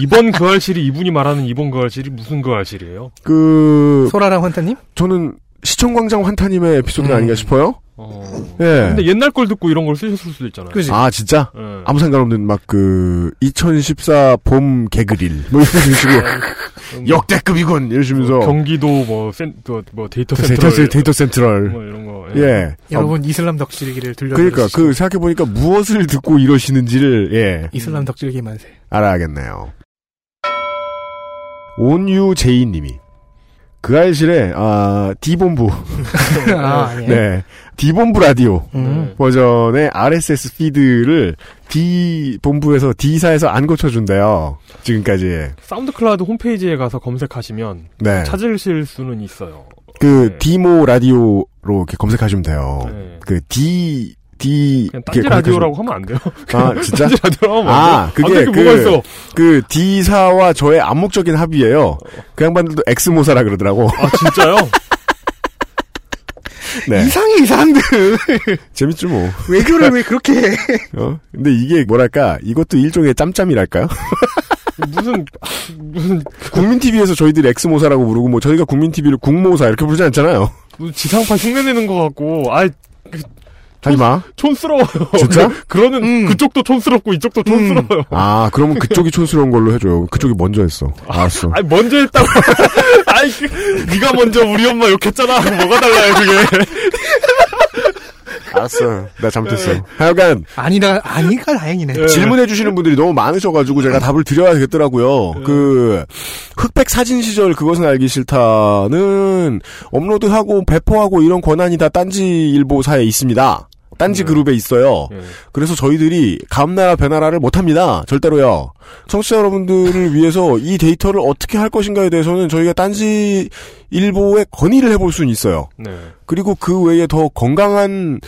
이번 그알실이 이분이 말하는 이번 그알실이 무슨 그알실이에요?
그
소라랑 환타님?
저는 시청광장 환타님의 에피소드가 아닌가 싶어요. 예.
근데 옛날 걸 듣고 이런 걸 쓰셨을 수도 있잖아요.
아 진짜?
예.
아무 상관없는 막 그 2014 봄 개그릴 뭐 이러시고 역대급이군 이러시면서
네. 경기도 뭐, 센, 그, 뭐 데이터
그
센터.
데이터 센- 데이터 센트럴.
뭐 이런 거.
예.
여러분 이슬람 덕질기를 들려.
그러니까 그 생각해 보니까 무엇을 듣고 이러시는지를 예
이슬람 덕질기 만세.
알아야겠네요. 온유제이님이 그 알실에 아 디본부
아, 예.
네 디본부 라디오
음.
버전의 RSS 피드를 D 본부에서 D사에서 안 고쳐준대요 지금까지
사운드 클라우드 홈페이지에 가서 검색하시면
네.
찾으실 수는 있어요.
그 디모 라디오로 이렇게 검색하시면 돼요
네.
그 D D
그냥 딴지 라디오라고 하면 안 돼요.
아, 진짜?
딴지 라디오라고 하면
아,
안 돼요.
그게
안
그,
돼, 뭐가 있어.
그 D사와 저의 암묵적인 합의예요. 그 양반들도 엑스모사라 그러더라고. 아,
진짜요?
네.
이상해 이 사람들.
재밌지 뭐.
외교를 왜 그렇게 해?
어? 근데 이게 뭐랄까? 이것도 일종의 짬짬이랄까요?
무슨 무슨
국민 TV에서 저희들이 엑스모사라고 부르고 뭐 저희가 국민 TV를 국모사 이렇게 부르지 않잖아요.
무슨 지상파 흉내내는 것 같고, 아, 그,
하지 마.
촌스러워요.
진짜? 음.
그러는 그쪽도 촌스럽고 이쪽도 촌스러워요.
어.
아, 그러면 그쪽이 촌스러운 걸로 해줘요. 그쪽이 먼저 했어. 알았어.
아니 먼저 했다고. 아이 그, 네가 먼저 우리 엄마 욕했잖아. 뭐가 달라요 그게?
알았어. 나
네.
잘못했어. 하여간
아니다 아니가 다행이네.
질문해 주시는 분들이 너무 많으셔가지고 제가 답을 드려야 되겠더라고요. 그 흑백 사진 시절 그것은 알기 싫다는 업로드하고 배포하고 이런 권한이 다 딴지 일보사에 있습니다. 딴지 그룹에 있어요.
예.
그래서 저희들이 감나라 배나라를 못합니다. 절대로요. 청취자 여러분들을 위해서 이 데이터를 어떻게 할 것인가에 대해서는 저희가 딴지 일보에 건의를 해볼 수는 있어요. 그리고 그 외에 더 건강한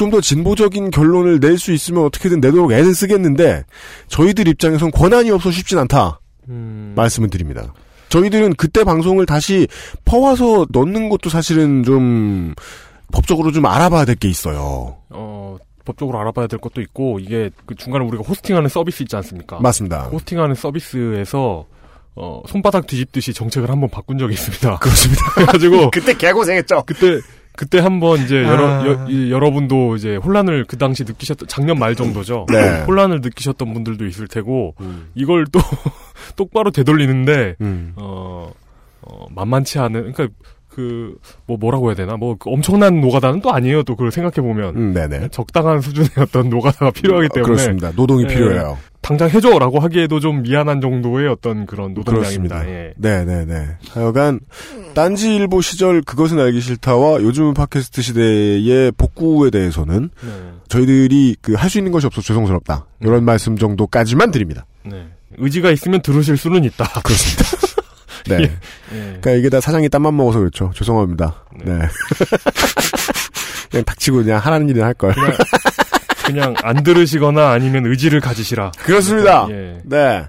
좀 더 진보적인 결론을 낼 수 있으면 어떻게든 내도록 애는 쓰겠는데 저희들 입장에선 권한이 없어 쉽진 않다
음.
말씀을 드립니다. 저희들은 그때 방송을 다시 퍼와서 넣는 것도 사실은 좀 법적으로 좀 알아봐야 될 게 있어요.
어 법적으로 알아봐야 될 것도 있고 이게 그 중간에 우리가 호스팅하는 서비스 있지 않습니까?
맞습니다.
호스팅하는 서비스에서 어, 손바닥 뒤집듯이 정책을 한번 바꾼 적이 있습니다.
그렇습니다.
그래가지고
그때 개고생했죠.
그때 그때 한번 이제
아.
여러 여, 이- 여러분도 이제 혼란을 그 당시 느끼셨던 작년 말 정도죠.
네. 음.
혼란을 느끼셨던 분들도 있을 테고 이걸 또 똑바로 되돌리는데 어, 어, 만만치 않은 그러니까 그 뭐 뭐라고 해야 되나 뭐그 엄청난 노가다는 또 아니에요 또 그걸 생각해 보면
네네
적당한 수준의 어떤 노가다가 필요하기
어,
때문에
그렇습니다. 노동이 필요해요.
당장 해줘라고 하기에도 좀 미안한 정도의 어떤 그런
그렇습니다.
노동량입니다. 예.
네네네. 하여간 딴지 일보 시절 그것은 알기 싫다와 요즘은 팟캐스트 시대의 복구에 대해서는
네.
저희들이 그 할 수 있는 것이 없어 서 죄송스럽다 이런 말씀 정도까지만 드립니다.
네. 의지가 있으면 들으실 수는 있다.
그렇습니다. 네.
예.
그러니까 이게 다 사장이 땀만 먹어서 그렇죠. 죄송합니다. 네. 그냥 닥치고 그냥 하라는 일은 할 걸.
그냥 안 들으시거나 아니면 의지를 가지시라.
그렇습니다.
예.
네.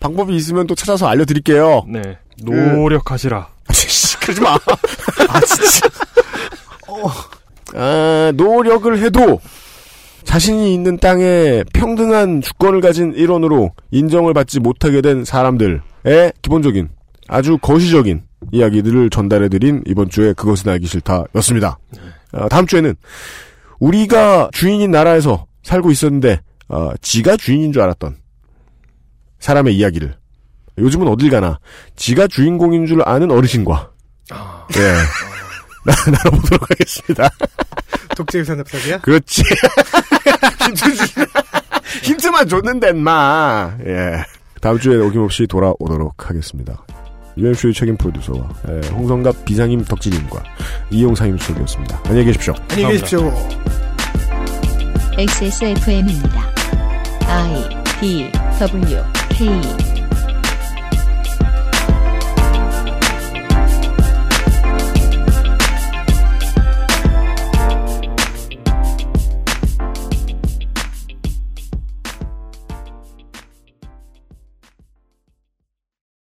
방법이 있으면 또 찾아서 알려드릴게요.
네. 노력하시라.
그러지 마. 아, 진짜. 어. 아, 노력을 해도 자신이 있는 땅에 평등한 주권을 가진 일원으로 인정을 받지 못하게 된 사람들의 기본적인 아주 거시적인 이야기들을 전달해드린 이번 주에 그것은 알기 싫다였습니다. 어, 다음 주에는 우리가 주인인 나라에서 살고 있었는데 어, 지가 주인인 줄 알았던 사람의 이야기를 요즘은 어딜 가나 지가 주인공인 줄 아는 어르신과 예. 나- 나눠보도록 하겠습니다.
독재의 산업사기야?
그렇지. 힌트 주- 힌트만 줬는데, 인마. 예. 다음 주에 어김없이 돌아오도록 하겠습니다. 유엠쇼의 책임 프로듀서와 예, 홍성갑 비상임 덕진님과 이용상임 수석이었습니다. 안녕히 계십시오.
안녕히 계십시오.
XSFM입니다. I D W K